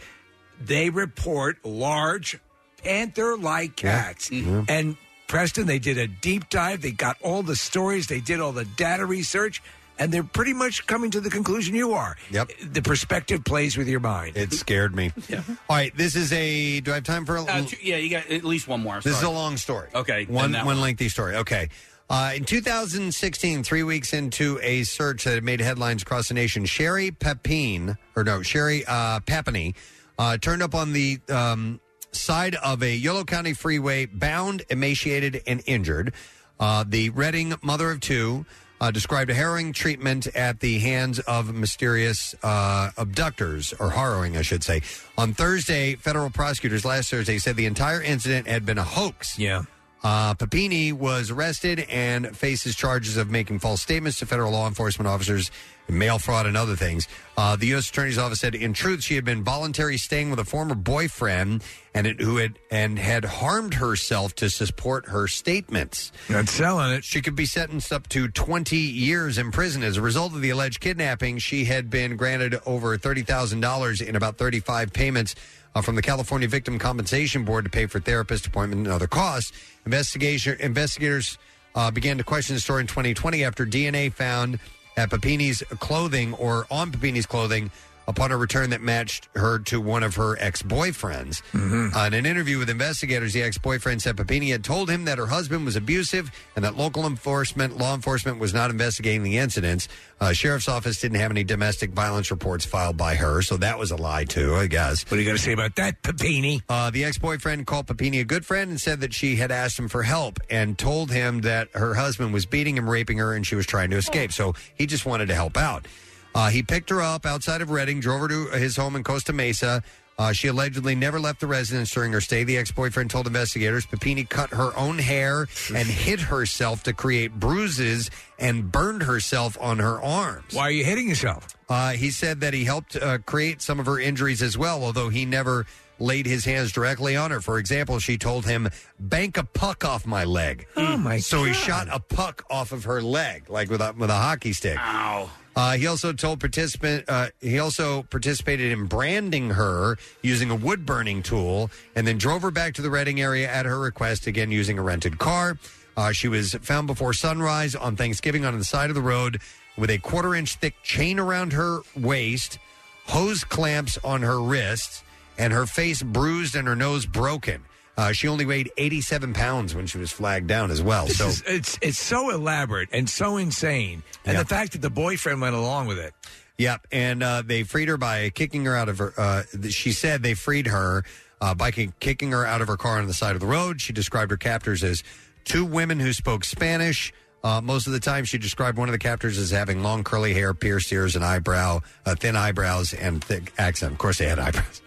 They report large panther like cats.
Mm-hmm.
And Preston, they did a deep dive. They got all the stories, they did all the data research, and they're pretty much coming to the conclusion you are. Yep. The perspective plays with your mind.
It scared me. Yeah. Mm-hmm. All right, this is a. Do I have time for a?
Uh, two- yeah, you got at least one more.
This is
Sorry.
a long story.
Okay, then
one
that
one lengthy story. Okay. Uh, in 2016, three weeks into a search that had made headlines across the nation, Sherry Papine, or no, Sherry uh, Papini, uh, turned up on the um, side of a Yolo County freeway, bound, emaciated, and injured. Uh, the Reading mother of two uh, described a harrowing treatment at the hands of mysterious uh, abductors, or harrowing, I should say. On Thursday, federal prosecutors last Thursday said the entire incident had been a hoax.
Yeah.
Uh, Papini was arrested and faces charges of making false statements to federal law enforcement officers, mail fraud, and other things. Uh, the U.S. Attorney's Office said, in truth, she had been voluntarily staying with a former boyfriend and it, who had and had harmed herself to support her statements.
That's selling it.
She could be sentenced up to 20 years in prison as a result of the alleged kidnapping. She had been granted over thirty thousand dollars in about 35 payments uh, from the California Victim Compensation Board to pay for therapist appointment and other costs. Investigation investigators uh, began to question the story in 2020 after DNA found at Papini's clothing or on Papini's clothing upon a return that matched her to one of her ex-boyfriends.
Hmm.
Mm-hmm.
Uh, in an interview with investigators, the ex-boyfriend said Papini had told him that her husband was abusive and that local enforcement, law enforcement, was not investigating the incidents. Uh, sheriff's office didn't have any domestic violence reports filed by her, so that was a lie too, I guess.
What are you going to say about that, Papini?
Uh, the ex-boyfriend called Papini a good friend and said that she had asked him for help and told him that her husband was beating him, raping her, and she was trying to escape. So he just wanted to help out. Uh, he picked her up outside of Reading, drove her to his home in Costa Mesa. Uh, she allegedly never left the residence during her stay. The ex-boyfriend told investigators Papini cut her own hair and hit herself to create bruises and burned herself on her arms.
Why are you hitting yourself?
Uh, he said that he helped uh, create some of her injuries as well, although he never laid his hands directly on her. For example, she told him, "Bank a puck off my leg."
Oh my!
So he shot a puck off of her leg, like with a, with a hockey stick. Ow. Uh, he also told participant. Uh, he also participated in branding her using a wood burning tool, and then drove her back to the Reading area at her request, again using a rented car. Uh, she was found before sunrise on Thanksgiving on the side of the road with a quarter inch thick chain around her waist, hose clamps on her wrists, and her face bruised and her nose broken. Uh, she only weighed 87 pounds when she was flagged down as well.
This
So
is- it's it's so elaborate and so insane, and the fact that the boyfriend went along with it.
Yep, and uh, they freed her by kicking her out of her. Uh, th- she said they freed her uh, by ki- kicking her out of her car on the side of the road. She described her captors as two women who spoke Spanish. Uh, most of the time, she described one of the captors as having long curly hair, pierced ears, and eyebrow, uh, thin eyebrows, and thick accent. Of course, they had eyebrows.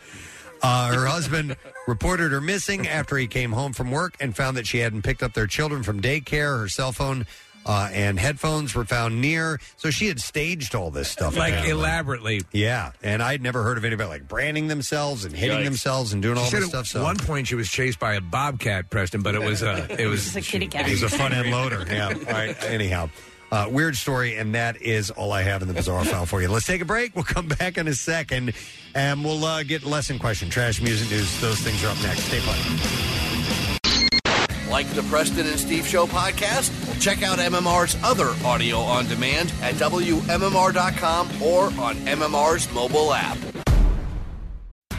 Uh, her husband reported her missing after he came home from work and found that she hadn't picked up their children from daycare. Her cell phone uh, and headphones were found near. So she had staged all this stuff.
Like
apparently.
elaborately.
Yeah. And I'd never heard of anybody like branding themselves and hitting
Yikes.
themselves and doing
She
all
said
this stuff.
at
So
one point she was chased by a bobcat, Preston, but it was a it was
uh, It was a front end loader. Yeah. All right. Anyhow, uh, weird story, and that is all I have in the bizarre file for you. Let's take a break. We'll come back in a second, and we'll uh, get lesson question, trash, music, news. Those things are up next. Stay put.
Like the Preston and Steve Show podcast? Well, check out MMR's other audio on demand at WMMR.com or on MMR's mobile app.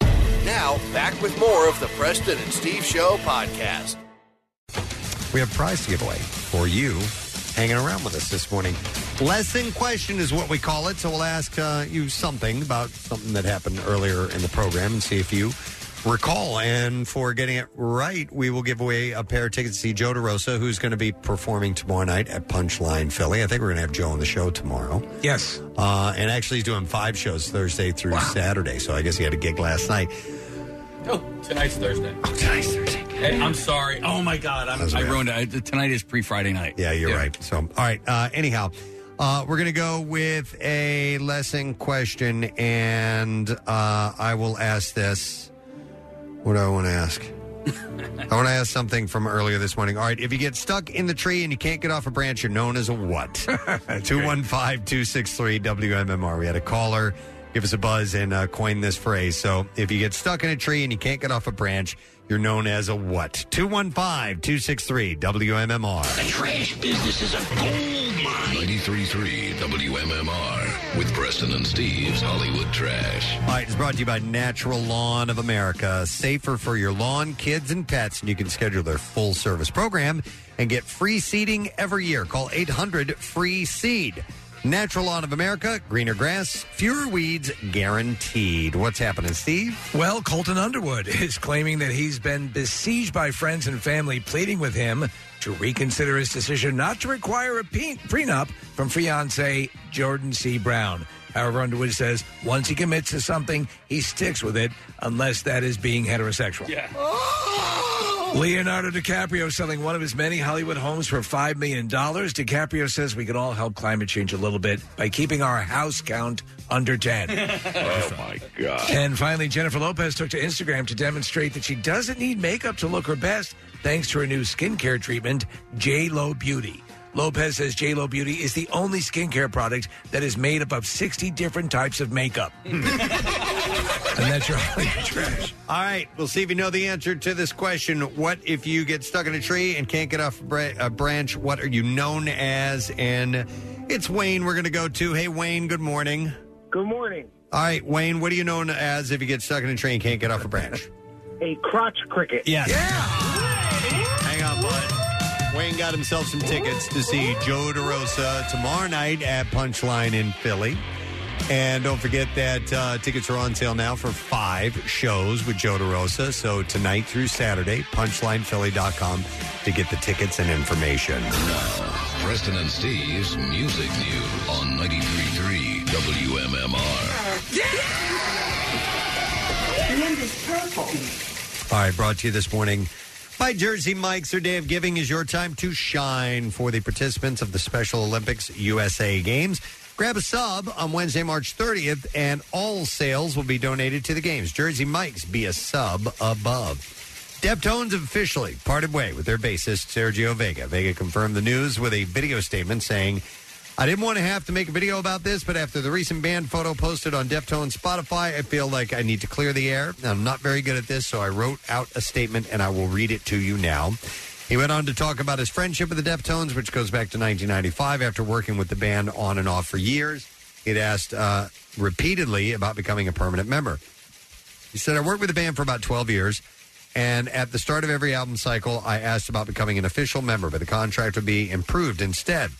Now, back with more of the Preston and Steve Show podcast.
We have a prize to give away for you hanging around with us this morning. Lesson question is what we call it. So we'll ask uh, you something about something that happened earlier in the program and see if you recall. And for getting it right, we will give away a pair of tickets to see Joe DeRosa, who's going to be performing tomorrow night at Punchline Philly. I think we're going to have Joe on the show tomorrow.
Yes.
Uh, and actually, he's doing five shows Thursday through Saturday. So I guess he had a gig last night.
Oh, tonight's Thursday. Oh,
tonight's Thursday.
I'm sorry. Oh my God, I'm, I ruined it. I, tonight is pre-Friday night.
Yeah, you're right. So, all right. Uh, anyhow, uh, we're going to go with a lesson question, and uh, I will ask this. What do I want to ask? I want to ask something from earlier this morning. All right, if you get stuck in the tree and you can't get off a branch, you're known as a what? 215 263 WMMR. We had a caller give us a buzz and uh, coin this phrase. So if you get stuck in a tree and you can't get off a branch, you're known as a what? 215 263 WMMR.
The trash business is a gold mine. 93.3 WMMR with Preston and Steve's Hollywood Trash.
All right, it's brought to you by Natural Lawn of America. Safer for your lawn, kids, and pets. And you can schedule their full service program and get free seeding every year. Call 800 Free Seed. Natural Lawn of America, greener grass, fewer weeds guaranteed. What's happening, Steve?
Well, Colton Underwood is claiming that he's been besieged by friends and family pleading with him to reconsider his decision not to require a pe- prenup from fiance Jordan C. Brown. However, Underwood says once he commits to something, he sticks with it unless that is being heterosexual. Yeah. Leonardo DiCaprio selling one of his many Hollywood homes for $5 million. DiCaprio says we can all help climate change a little bit by keeping our house count under 10.
oh, my God.
And finally, Jennifer Lopez took to Instagram to demonstrate that she doesn't need makeup to look her best thanks to her new skincare treatment, J Lo Beauty. Lopez says J Lo Beauty is the only skincare product that is made up of 60 different types of makeup. and that's your Hollywood trash.
All right, we'll see if you know the answer to this question. What if you get stuck in a tree and can't get off a bra- a branch? What are you known as? And it's Wayne we're going to go to. Hey, Wayne, good morning.
Good morning.
All right, Wayne, what are you known as if you get stuck in a tree and can't get off a branch?
A crotch cricket.
Yes. Hang on, bud. Wayne got himself some tickets to see Joe DeRosa tomorrow night at Punchline in Philly. And don't forget that uh, tickets are on sale now for five shows with Joe DeRosa. So tonight through Saturday, punchlinephilly.com to get the tickets and information.
Preston and Steve's Music News on 93.3 WMMR.
All right, brought to you this morning by Jersey Mike's. Their day of giving is your time to shine for the participants of the Special Olympics USA Games. Grab a sub on Wednesday, March 30th, and all sales will be donated to the games. Jersey Mike's, be a sub above. Deftones have officially parted way with their bassist Sergio Vega. Vega confirmed the news with a video statement saying, "I didn't want to have to make a video about this, but after the recent band photo posted on Deftones Spotify, I feel like I need to clear the air. I'm not very good at this, so I wrote out a statement and I will read it to you now." He went on to talk about his friendship with the Deftones, which goes back to 1995 after working with the band on and off for years. He'd asked uh, repeatedly about becoming a permanent member. He said, I worked with the band for about 12 years, and at the start of every album cycle, I asked about becoming an official member, but the contract would be improved instead.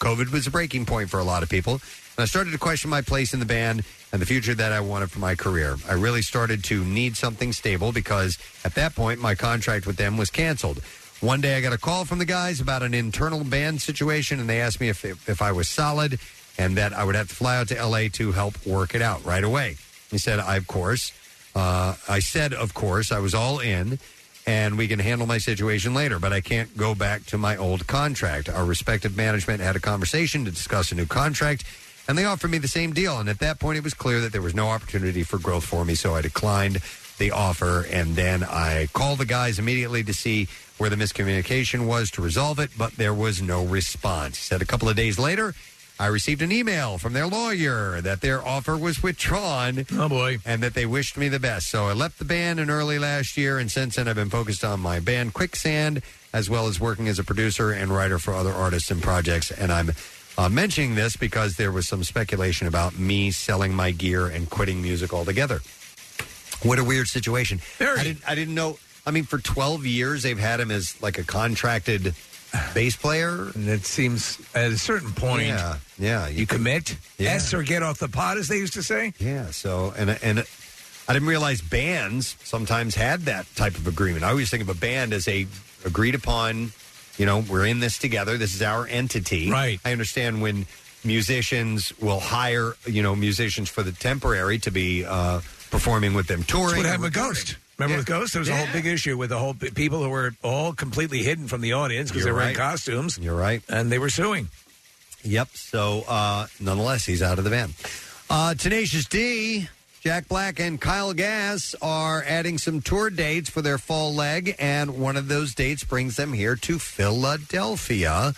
COVID was a breaking point for a lot of people, and I started to question my place in the band and the future that I wanted for my career. I really started to need something stable because at that point, my contract with them was canceled. One day I got a call from the guys about an internal band situation, and they asked me if, if I was solid and that I would have to fly out to LA to help work it out right away. He said, I, of course. Uh, I said, of course, I was all in, and we can handle my situation later, but I can't go back to my old contract. Our respective management had a conversation to discuss a new contract, and they offered me the same deal. And at that point, it was clear that there was no opportunity for growth for me, so I declined the offer. And then I called the guys immediately to see where the miscommunication was to resolve it, but there was no response. He said a couple of days later, I received an email from their lawyer that their offer was withdrawn. Oh boy! And that they wished me the best. So I left the band in early last year, and since then I've been focused on my band Quicksand, as well as working as a producer and writer for other artists and projects. And I'm uh, mentioning this because there was some speculation about me selling my gear and quitting music altogether. What a weird situation! I didn't, I didn't know. I mean, for 12 years they've had him as like a contracted bass player,
and it seems at a certain point,
Yeah, yeah,
you commit,
Yeah.
S or get off the pot, as they used to say.
Yeah. So and and I didn't realize bands sometimes had that type of agreement. I always think of a band as a agreed upon. You know, we're in this together. This is our entity. Right. I understand when musicians will hire you know musicians for the temporary to be uh, performing with them touring.
That's what happened
or
with
recording.
Ghost. Remember
Yeah.
with Ghost, there was a
Yeah.
whole big issue with the whole people who were all completely hidden from the audience because they
You're
were in
right.
costumes.
You're right.
And they were suing.
Yep. So, uh, nonetheless, he's out of the band. Uh, Tenacious D, Jack Black, and Kyle Gass are adding some tour dates for their fall leg, and one of those dates brings them here to Philadelphia.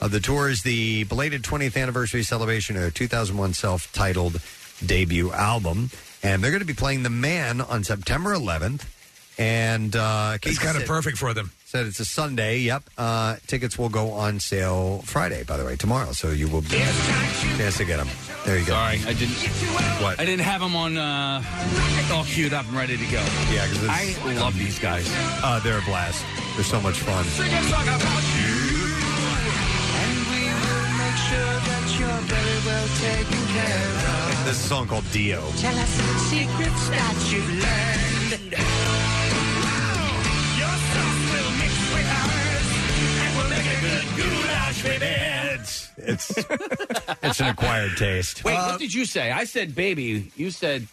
Uh, the tour is the belated 20th anniversary celebration of their 2001 self titled debut album. And they're going to be playing The Man on September 11th. And uh,
It's
Casey
kind of
said-
perfect for them.
Said it's a Sunday. Yep. Uh, tickets will go on sale Friday, by the way, tomorrow. So you will be chance to get them. There you go.
Sorry, I didn't. What? I didn't have them on uh, all queued up and ready to go.
Yeah, because
I love these guys.
Uh, they're a blast. They're so much fun. This is a song called Dio.
Tell us the secrets that you learned. Your sauce will mix with ours, and we'll make a good goulash with it.
It's it's an acquired taste. Uh,
Wait, what did you say? I said baby. You said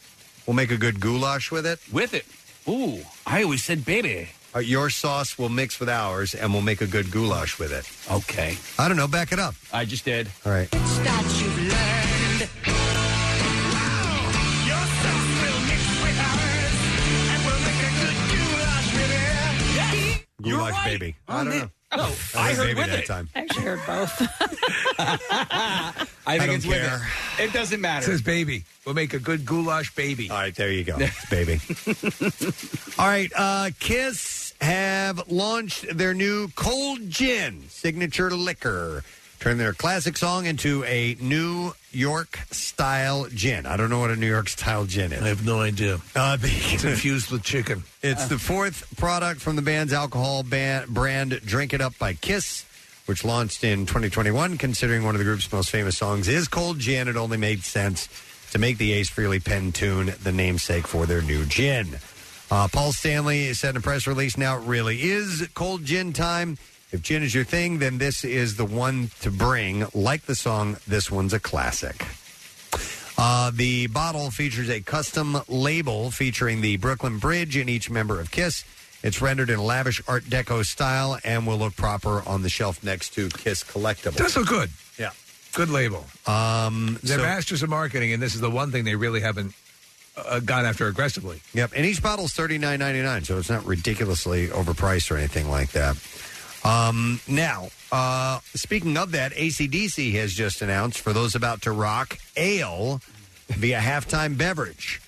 We'll make a good goulash with it.
With it. Ooh, I always said baby.
Uh, your sauce will mix with ours, and we'll make a good goulash with it.
Okay.
I don't know. Back it up.
I just did.
All right.
That you learned. Your sauce will mix with ours, and we'll make a good goulash with it.
Goulash baby. I don't know.
Oh,
I
I
heard
heard
baby
with
that
it.
time.
I actually heard both.
I think
don't
it's
care.
with it. It doesn't
It
matter.
says baby. We'll make a good goulash baby. All
right, there you go. baby. All right, uh, Kiss have launched their new cold gin signature liquor. Turn their classic song into a New York style gin. I don't know what a New York style gin is. I have no idea. Uh, it's infused with chicken. It's the fourth product from the band's alcohol ban- brand Drink It Up by Kiss, which launched in 2021. Considering one of the group's most famous songs is Cold Gin, it only made sense to make the Ace Frehley pen tune the namesake for their new gin. Uh, Paul Stanley said in a press release, now it really is cold gin time. If gin is your thing, then this is the one to bring. Like the song, this one's a classic. Uh, the bottle features a custom label featuring the Brooklyn Bridge and each member of Kiss. It's rendered in lavish Art Deco style and will look proper on the shelf next to Kiss Collectibles.
Does look good.
Yeah.
Good label.
Um,
They're
so-
masters of marketing, and this is the one thing they really haven't uh, gone after aggressively.
Yep, and each bottle's thirty nine ninety nine, so it's not ridiculously overpriced or anything like that. Um, now, uh, speaking of that, ACDC has just announced for those about to rock ale via halftime beverage.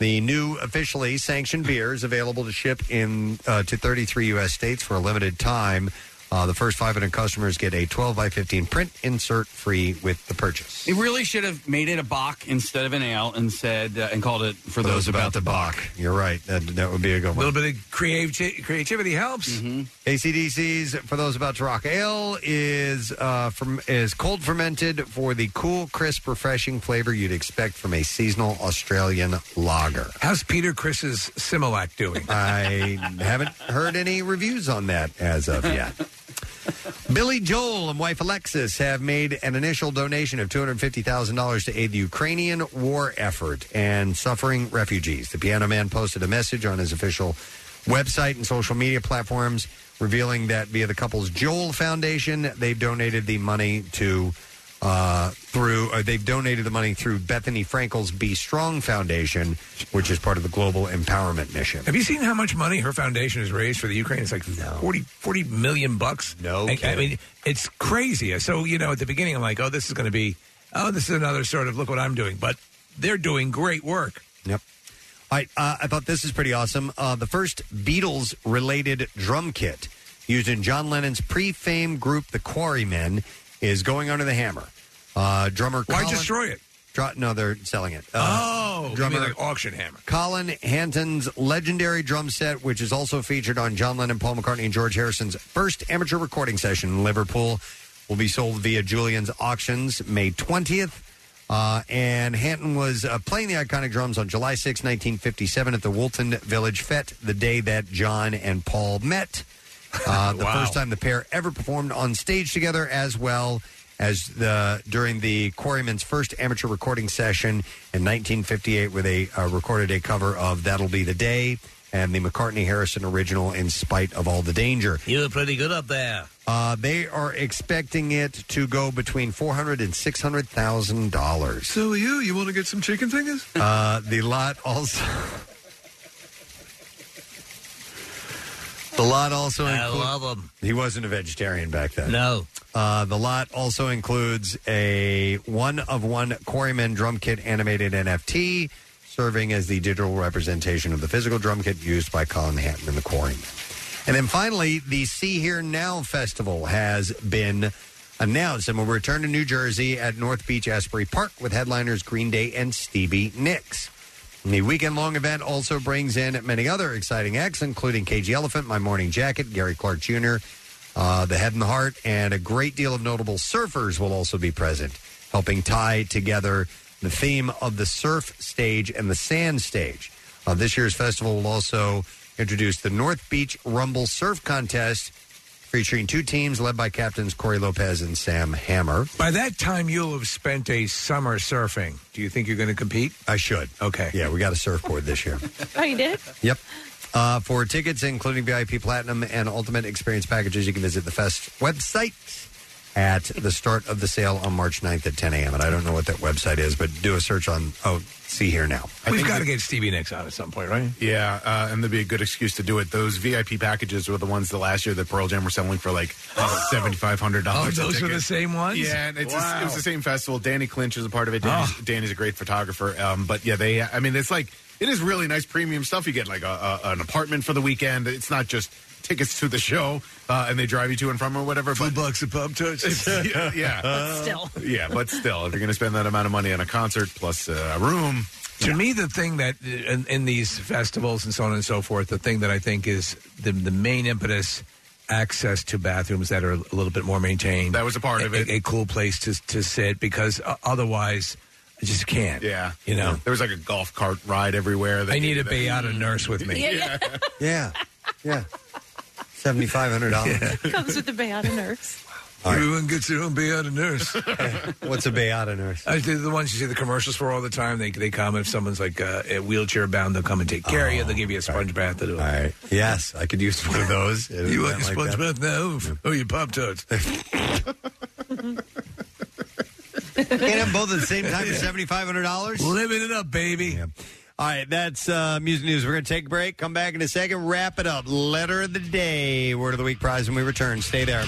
The new officially sanctioned beer is available to ship in uh, to 33 U.S. states for a limited time. Uh, the first 500 customers get a 12 by 15 print insert free with the purchase.
They really should have made it a Bach instead of an ale and said uh, and called it for, those, about the Bach.
You're right. That, that would be a good
A
one.
little bit of creativ- creativity helps.
Mm-hmm. ACDC's for those about to rock ale is uh, from is cold fermented for the cool, crisp, refreshing flavor you'd expect from a seasonal Australian lager.
How's Peter Chris's Similac doing?
I haven't heard any reviews on that as of yet. Billy Joel and wife Alexis have made an initial donation of $250,000 to aid the Ukrainian war effort and suffering refugees. The piano man posted a message on his official website and social media platforms revealing that via the couple's Joel Foundation, they've donated the money to uh, through uh, they've donated the money through Bethany Frankel's Be Strong Foundation, which is part of the global empowerment mission.
Have you seen how much money her foundation has raised for the Ukraine? It's like forty forty million 40, 40 million bucks. No. I, I mean, it's crazy. So, you know, at the beginning, I'm like, oh, this is going to be, oh, this is another sort of look what I'm doing. But they're doing great work.
Yep. All right, uh, I thought this is pretty awesome. Uh, the first Beatles related drum kit used in John Lennon's pre fame group, The Quarrymen, is going under the hammer. Uh, drummer
Why
Colin- Uh,
destroy it?
Dro- no, they're selling it.
oh, drummer. like auction hammer.
Colin Hanton's legendary drum set, which is also featured on John Lennon, Paul McCartney, and George Harrison's first amateur recording session in Liverpool, will be sold via Julian's Auctions May 20th. Uh, and Hanton was uh, playing the iconic drums on July 6, 1957, at the Woolton Village Fete, the day that John and Paul met. Uh, the
Wow.
first time the pair ever performed on stage together, as well as the during the Quarrymen's first amateur recording session in 1958, where they uh, recorded a cover of "That'll Be the Day" and the McCartney Harrison original "In Spite of All the Danger."
You were pretty good up there.
Uh, they are expecting it to go between four hundred and six hundred thousand dollars.
So, you, you want to get some chicken fingers?
Uh, the lot also. The lot also
I
includes.
love 'em.
He wasn't a vegetarian back then.
No.
Uh, the lot also includes a one of one Quarrymen drum kit animated NFT, serving as the digital representation of the physical drum kit used by Colin Hatton and the Quarrymen. And then finally, the See Here Now Festival has been announced and will return to New Jersey at North Beach Asbury Park with headliners Green Day and Stevie Nicks. And the weekend long event also brings in many other exciting acts, including Cage the Elephant, My Morning Jacket, Gary Clark Jr., uh, The Head and the Heart, and a great deal of notable surfers will also be present, helping tie together the theme of the surf stage and the sand stage. Uh, this year's festival will also introduce the North Beach Rumble Surf Contest, featuring two teams led by captains Corey Lopez and Sam Hammer.
By that time, you'll have spent a summer surfing. Do you think you're going to compete?
I should.
Okay.
Yeah, we got a surfboard this year.
Oh, you did?
Yep. Uh, for tickets, including VIP Platinum and Ultimate Experience packages, you can visit the Fest website at the start of the sale on March 9th at 10 a.m. And I don't know what that website is, but do a search on, oh, see here now.
We've got to get Stevie Nicks on at some point, right?
Yeah, uh, and that'd be a good excuse to do it. Those VIP packages were the ones the last year that Pearl Jam were selling for like seventy five hundred
Oh,
dollars.
those are the same ones?
Yeah, and it's
Wow. Ah.
a, it was the same festival. Danny Clinch is a part of it. Danny's, Danny's a great photographer. Um, but yeah, they. I mean, it's like it is really nice premium stuff. You get like a, a, an apartment for the weekend. It's not just tickets to the show, uh, and they drive you to and from or whatever. Two
bucks a pub touch.
yeah, yeah.
But still.
Yeah, but still, if you're going to spend that amount of money on a concert plus uh, a room.
To me, the thing that in, in these festivals and so on and so forth, the thing that I think is the the main impetus access to bathrooms that are a little bit more maintained.
That was a part of
A-
it.
A, a cool place to to sit because uh, otherwise, I just can't.
Yeah,
you know.
there was like a golf cart ride everywhere.
I need a Bayada nurse with me.
Yeah,
yeah, yeah. Seventy five hundred dollars.
Comes with the Bayada nurse.
Everyone gets their own Bayada nurse.
What's a Bayada nurse?
I do the ones you see the commercials for all the time. They they come if someone's like uh, wheelchair bound, they'll come and take care of
Oh,
you. They'll give you a sponge bath to do it.
Yes, I could use one of those.
You want your sponge bath now? Oh, your pop tarts.
Can't have both at the same time for seventy five hundred dollars.
Living it up, baby.
All right, that's uh, music news. We're going to take a break. Come back in a second. Wrap it up. Letter of the day, word of the week prize when we return. Stay there.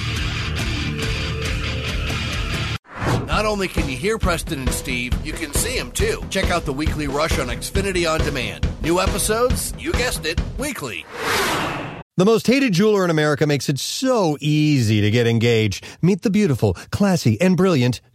Not only can you hear Preston and Steve, you can see them too. Check out the weekly rush on Xfinity On Demand. New episodes, you guessed it, weekly.
The most hated jeweler in America makes it so easy to get engaged. Meet the beautiful, classy, and brilliant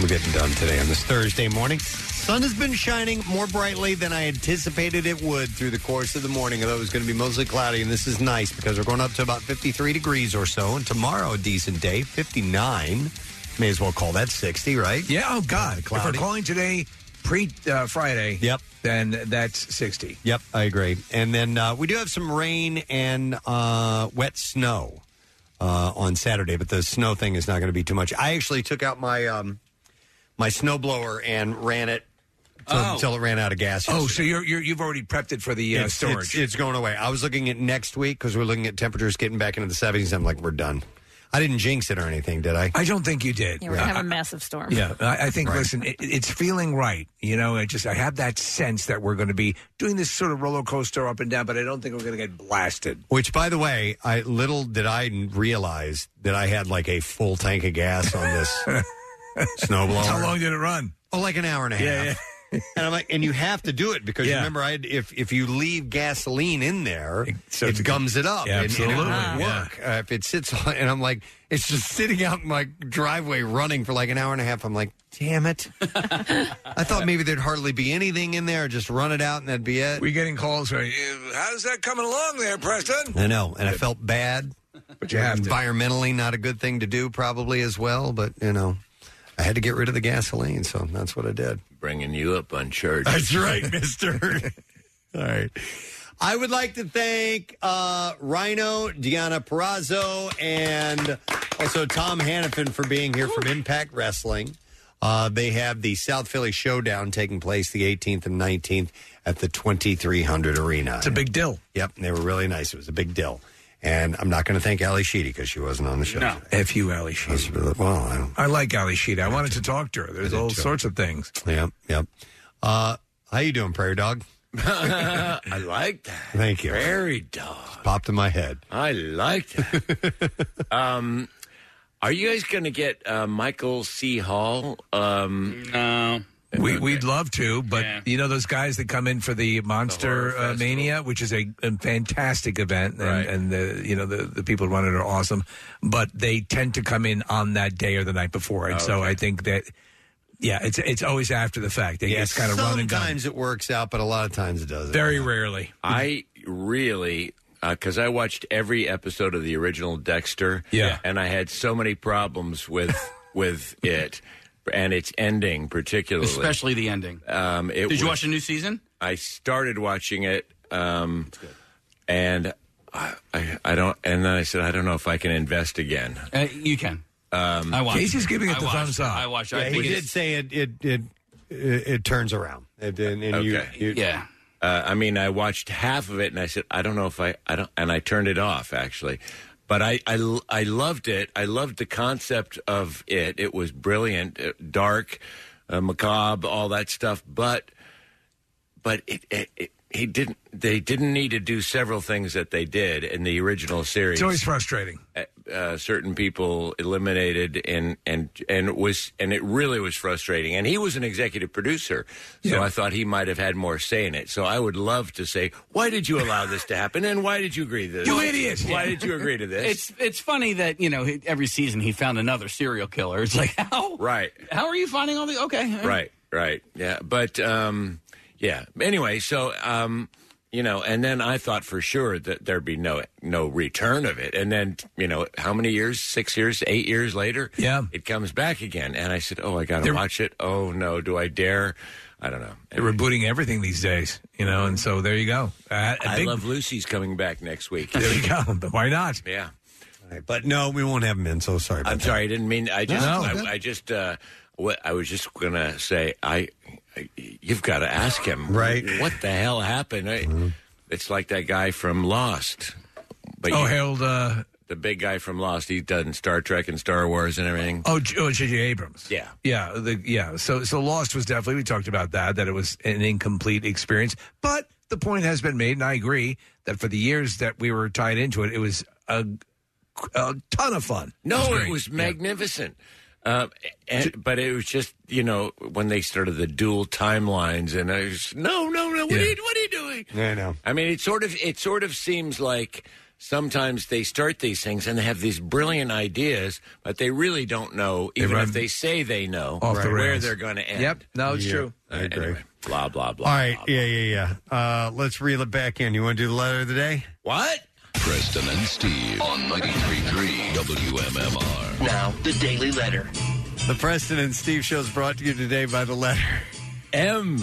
We're getting done today on this Thursday morning. Sun has been shining more brightly than I anticipated it would through the course of the morning, although it was going to be mostly cloudy. And this is nice because we're going up to about 53 degrees or so. And tomorrow, a decent day, 59. May as well call that 60, right?
Yeah. Oh God. If we're
cloudy.
calling today pre uh, Friday,
Yep.
then that's sixty.
Yep, I agree. And then uh, we do have some rain and uh, wet snow uh, on Saturday, but the snow thing is not going to be too much. I actually took out my um, my snow blower and ran it till,
Oh.
till it ran out of gas.
Oh, so you're, you're you've already prepped it for the uh,
it's,
storage.
It's, it's going away. I was looking at next week because we're looking at temperatures getting back into the 70s. I'm like, we're done. I didn't jinx it or anything, did I?
I don't think you did.
Yeah, we're gonna have a massive storm.
Yeah, I, I think.
Right.
Listen, it, it's feeling right. You know, I just I have that sense that we're going to be doing this sort of roller coaster up and down, but I don't think we're going to get blasted.
Which, by the way, I little did I realize that I had like a full tank of gas on this snowblower.
How long did it run?
Oh, like an hour and a half. and I'm like, and you have to do it because
Yeah.
remember, I had, if if you leave gasoline in there, it gums it up. and,
Yeah,
and it
absolutely,
won't
yeah.
work uh, if it sits on. And I'm like, it's just sitting out in my driveway running for like an hour and a half. I'm like, damn it! I thought maybe there'd hardly be anything in there. Just run it out and that'd be it.
We're getting calls right. How's that coming along there, Preston?
I know, and I felt bad. But
you have to.
environmentally not a good thing to do, probably as well. But you know, I had to get rid of the gasoline, so that's what I did.
Bringing you up on charge.
That's right, mister. All right. I would like to thank uh, Rhino, Deanna Perrazzo, and also Tom Hannafin for being here from Impact Wrestling. Uh, they have the South Philly Showdown taking place the 18th and 19th at the 2300 Arena. It's a
big deal.
Yep, and they were really nice. It was a big deal. And I'm not going to thank Ali Sheedy because she wasn't on the show.
No. F you, Ali Sheedy.
Well, I don't.
I like Ali Sheedy. I wanted to talk to her. There's all sorts of things.
Yep, yep. Uh, how you doing, Prairie Dog?
I like that.
Thank you.
Prairie dog.
Just popped in my head.
I like that. um, are you guys going to get uh, Michael C. Hall? Um, no.
We, We'd love to, but you know those guys that come in for the Monster uh, Mania, which is a, a fantastic event, and, and the you know the, the people who run it are awesome, but they tend to come in on that day or the night before, and
Oh,
so
okay.
I think that yeah, it's it's always after the fact. It, It's kind of run and gun.
sometimes it works out, but a lot of times it doesn't.
Very rarely.
I really, because I watched every episode of the original Dexter.
Yeah.
and I had so many problems with with it and its ending, particularly.
Especially the ending.
um, it
Did you watch
was-
the new season?
I started watching it, um, and I, I, I don't. And then I said, I don't know if I can invest again.
Uh, you can.
Um,
I watched.
Casey's giving it
I
the
watched
thumbs
it.
up.
I watched. it.
Yeah,
I
he
think
did
it's-
say it it it it, it turns around. And, and, and you-
Okay.
you,
yeah.
Uh, I mean, I watched half of it and I said, I don't know if I, I don't, and I turned it off actually. But I, I, l- I loved it. I loved the concept of it. It was brilliant, uh, dark, uh, macabre, all that stuff. But, but it, it, it, he didn't. They didn't need to do several things that they did in the original series
It's always frustrating.
uh, certain people eliminated and and and it was and it really was frustrating and he was an executive producer so i thought he might have had more say in it so i would love to say why did you allow this to happen and why did you agree to this
You idiot!
why did you agree to this
It's it's funny that you know he- every season he found another serial killer. It's like how
right
how are you finding all the okay
right right yeah but um yeah anyway so um you know and then i thought for sure that there'd be no no return of it and then you know how many years six years eight years later
Yeah.
it comes back again and i said oh i gotta
They're-
watch it oh no do i dare i don't know
They're rebooting everything these days, you know, and so there you go. Uh, a
i
big-
love lucy's coming back next week
there you go. But Why not?
yeah
But no, we won't have him in. So sorry. About
i'm
that.
sorry i didn't mean i just
No, it's okay.
I, I just uh what i was just gonna say i, I you've got to ask him
Right.
what the hell happened I-
Mm-hmm.
it's like that guy from lost but
oh,
you-
Harold. Uh,
the big guy from Lost. He's done Star Trek and Star Wars and everything.
oh, J- oh, J.J. Abrams.
Yeah.
Yeah, the, yeah. So, so Lost was definitely we talked about that that it was an incomplete experience. But the point has been made, and I agree that for the years that we were tied into it, it was a, a ton of fun.
No,
great.
it was magnificent. Uh, and, but it was just you know when they started the dual timelines, and I was no, no, no. What, are, you, what are you doing?
I know.
I mean, it sort of it sort of seems like sometimes they start these things and they have these brilliant ideas, but they really don't know,
They
even
run
if they say they know
off the
where
rails.
they're going to end. Uh,
Yep. No, it's
Yeah,
true.
I agree.
Blah blah blah.
All right. Yeah, yeah, yeah. Uh, let's reel it back in. You want to do the letter of the day?
What?
Preston and Steve on 93.3 WMMR.
Now,
the Daily Letter.
The Preston and Steve show is brought to you today by the letter
M,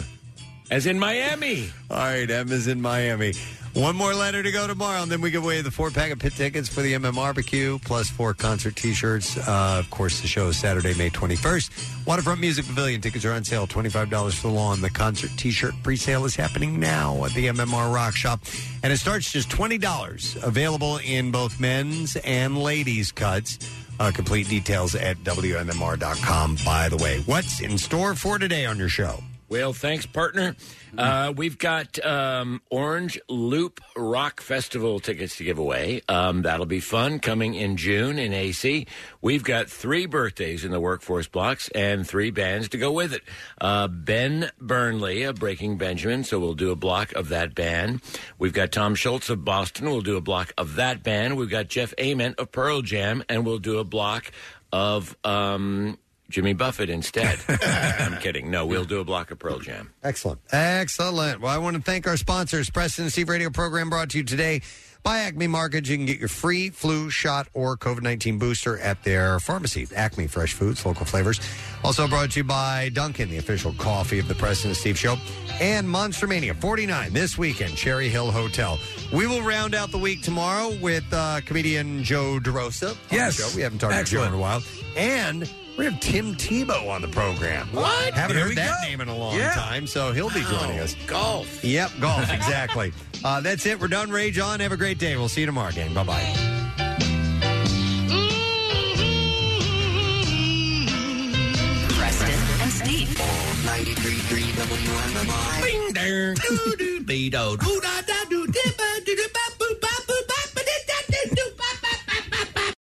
as in Miami.
All right, M is in Miami. One more letter to go tomorrow, and then we give away the four pack of pit tickets for the MM barbecue, plus four concert t shirts. Uh, of course, the show is Saturday, May 21st. Waterfront Music Pavilion tickets are on sale, $25 for the lawn. The concert t shirt pre sale is happening now at the MMR Rock Shop, and it starts just $20, available in both men's and ladies' cuts. Uh, complete details at WMMR.com. By the way, what's in store for today on your show?
Well, thanks, partner. Uh, we've got um, Orange Loop Rock Festival tickets to give away. Um, that'll be fun coming in June in AC. We've got three birthdays in the workforce blocks and three bands to go with it. Uh, ben Burnley of Breaking Benjamin, so we'll do a block of that band. We've got Tom Schultz of Boston, we'll do a block of that band. We've got Jeff Ament of Pearl Jam, and we'll do a block of. Um, Jimmy Buffett instead. I'm kidding. No, we'll do a block of Pearl Jam.
Excellent. Excellent. Well, I want to thank our sponsors, Preston and Steve Radio Program, brought to you today Buy Acme Markets, you can get your free flu shot or COVID 19 booster at their pharmacy. Acme Fresh Foods, local flavors. Also brought to you by Duncan, the official coffee of the President Steve Show, and Monster Mania 49 this weekend, Cherry Hill Hotel. We will round out the week tomorrow with uh, comedian Joe DeRosa. on the
Yes.
show. We haven't talked to Joe in
Excellent.
a while. And we have Tim Tebow on the program.
What?
Haven't
There we
heard that
go.
name in a long
Yeah.
time, so he'll be joining us.
Golf.
Yep, golf, exactly. uh, that's it. We're done. Rage on. Have a great day. We'll see you tomorrow, gang. Bye bye.
Preston and Steve.
93.3 WMMR.
Bing, ding.
Doo, doo, be, do, doo, da, da, doo, dippa, doo, doo, ba,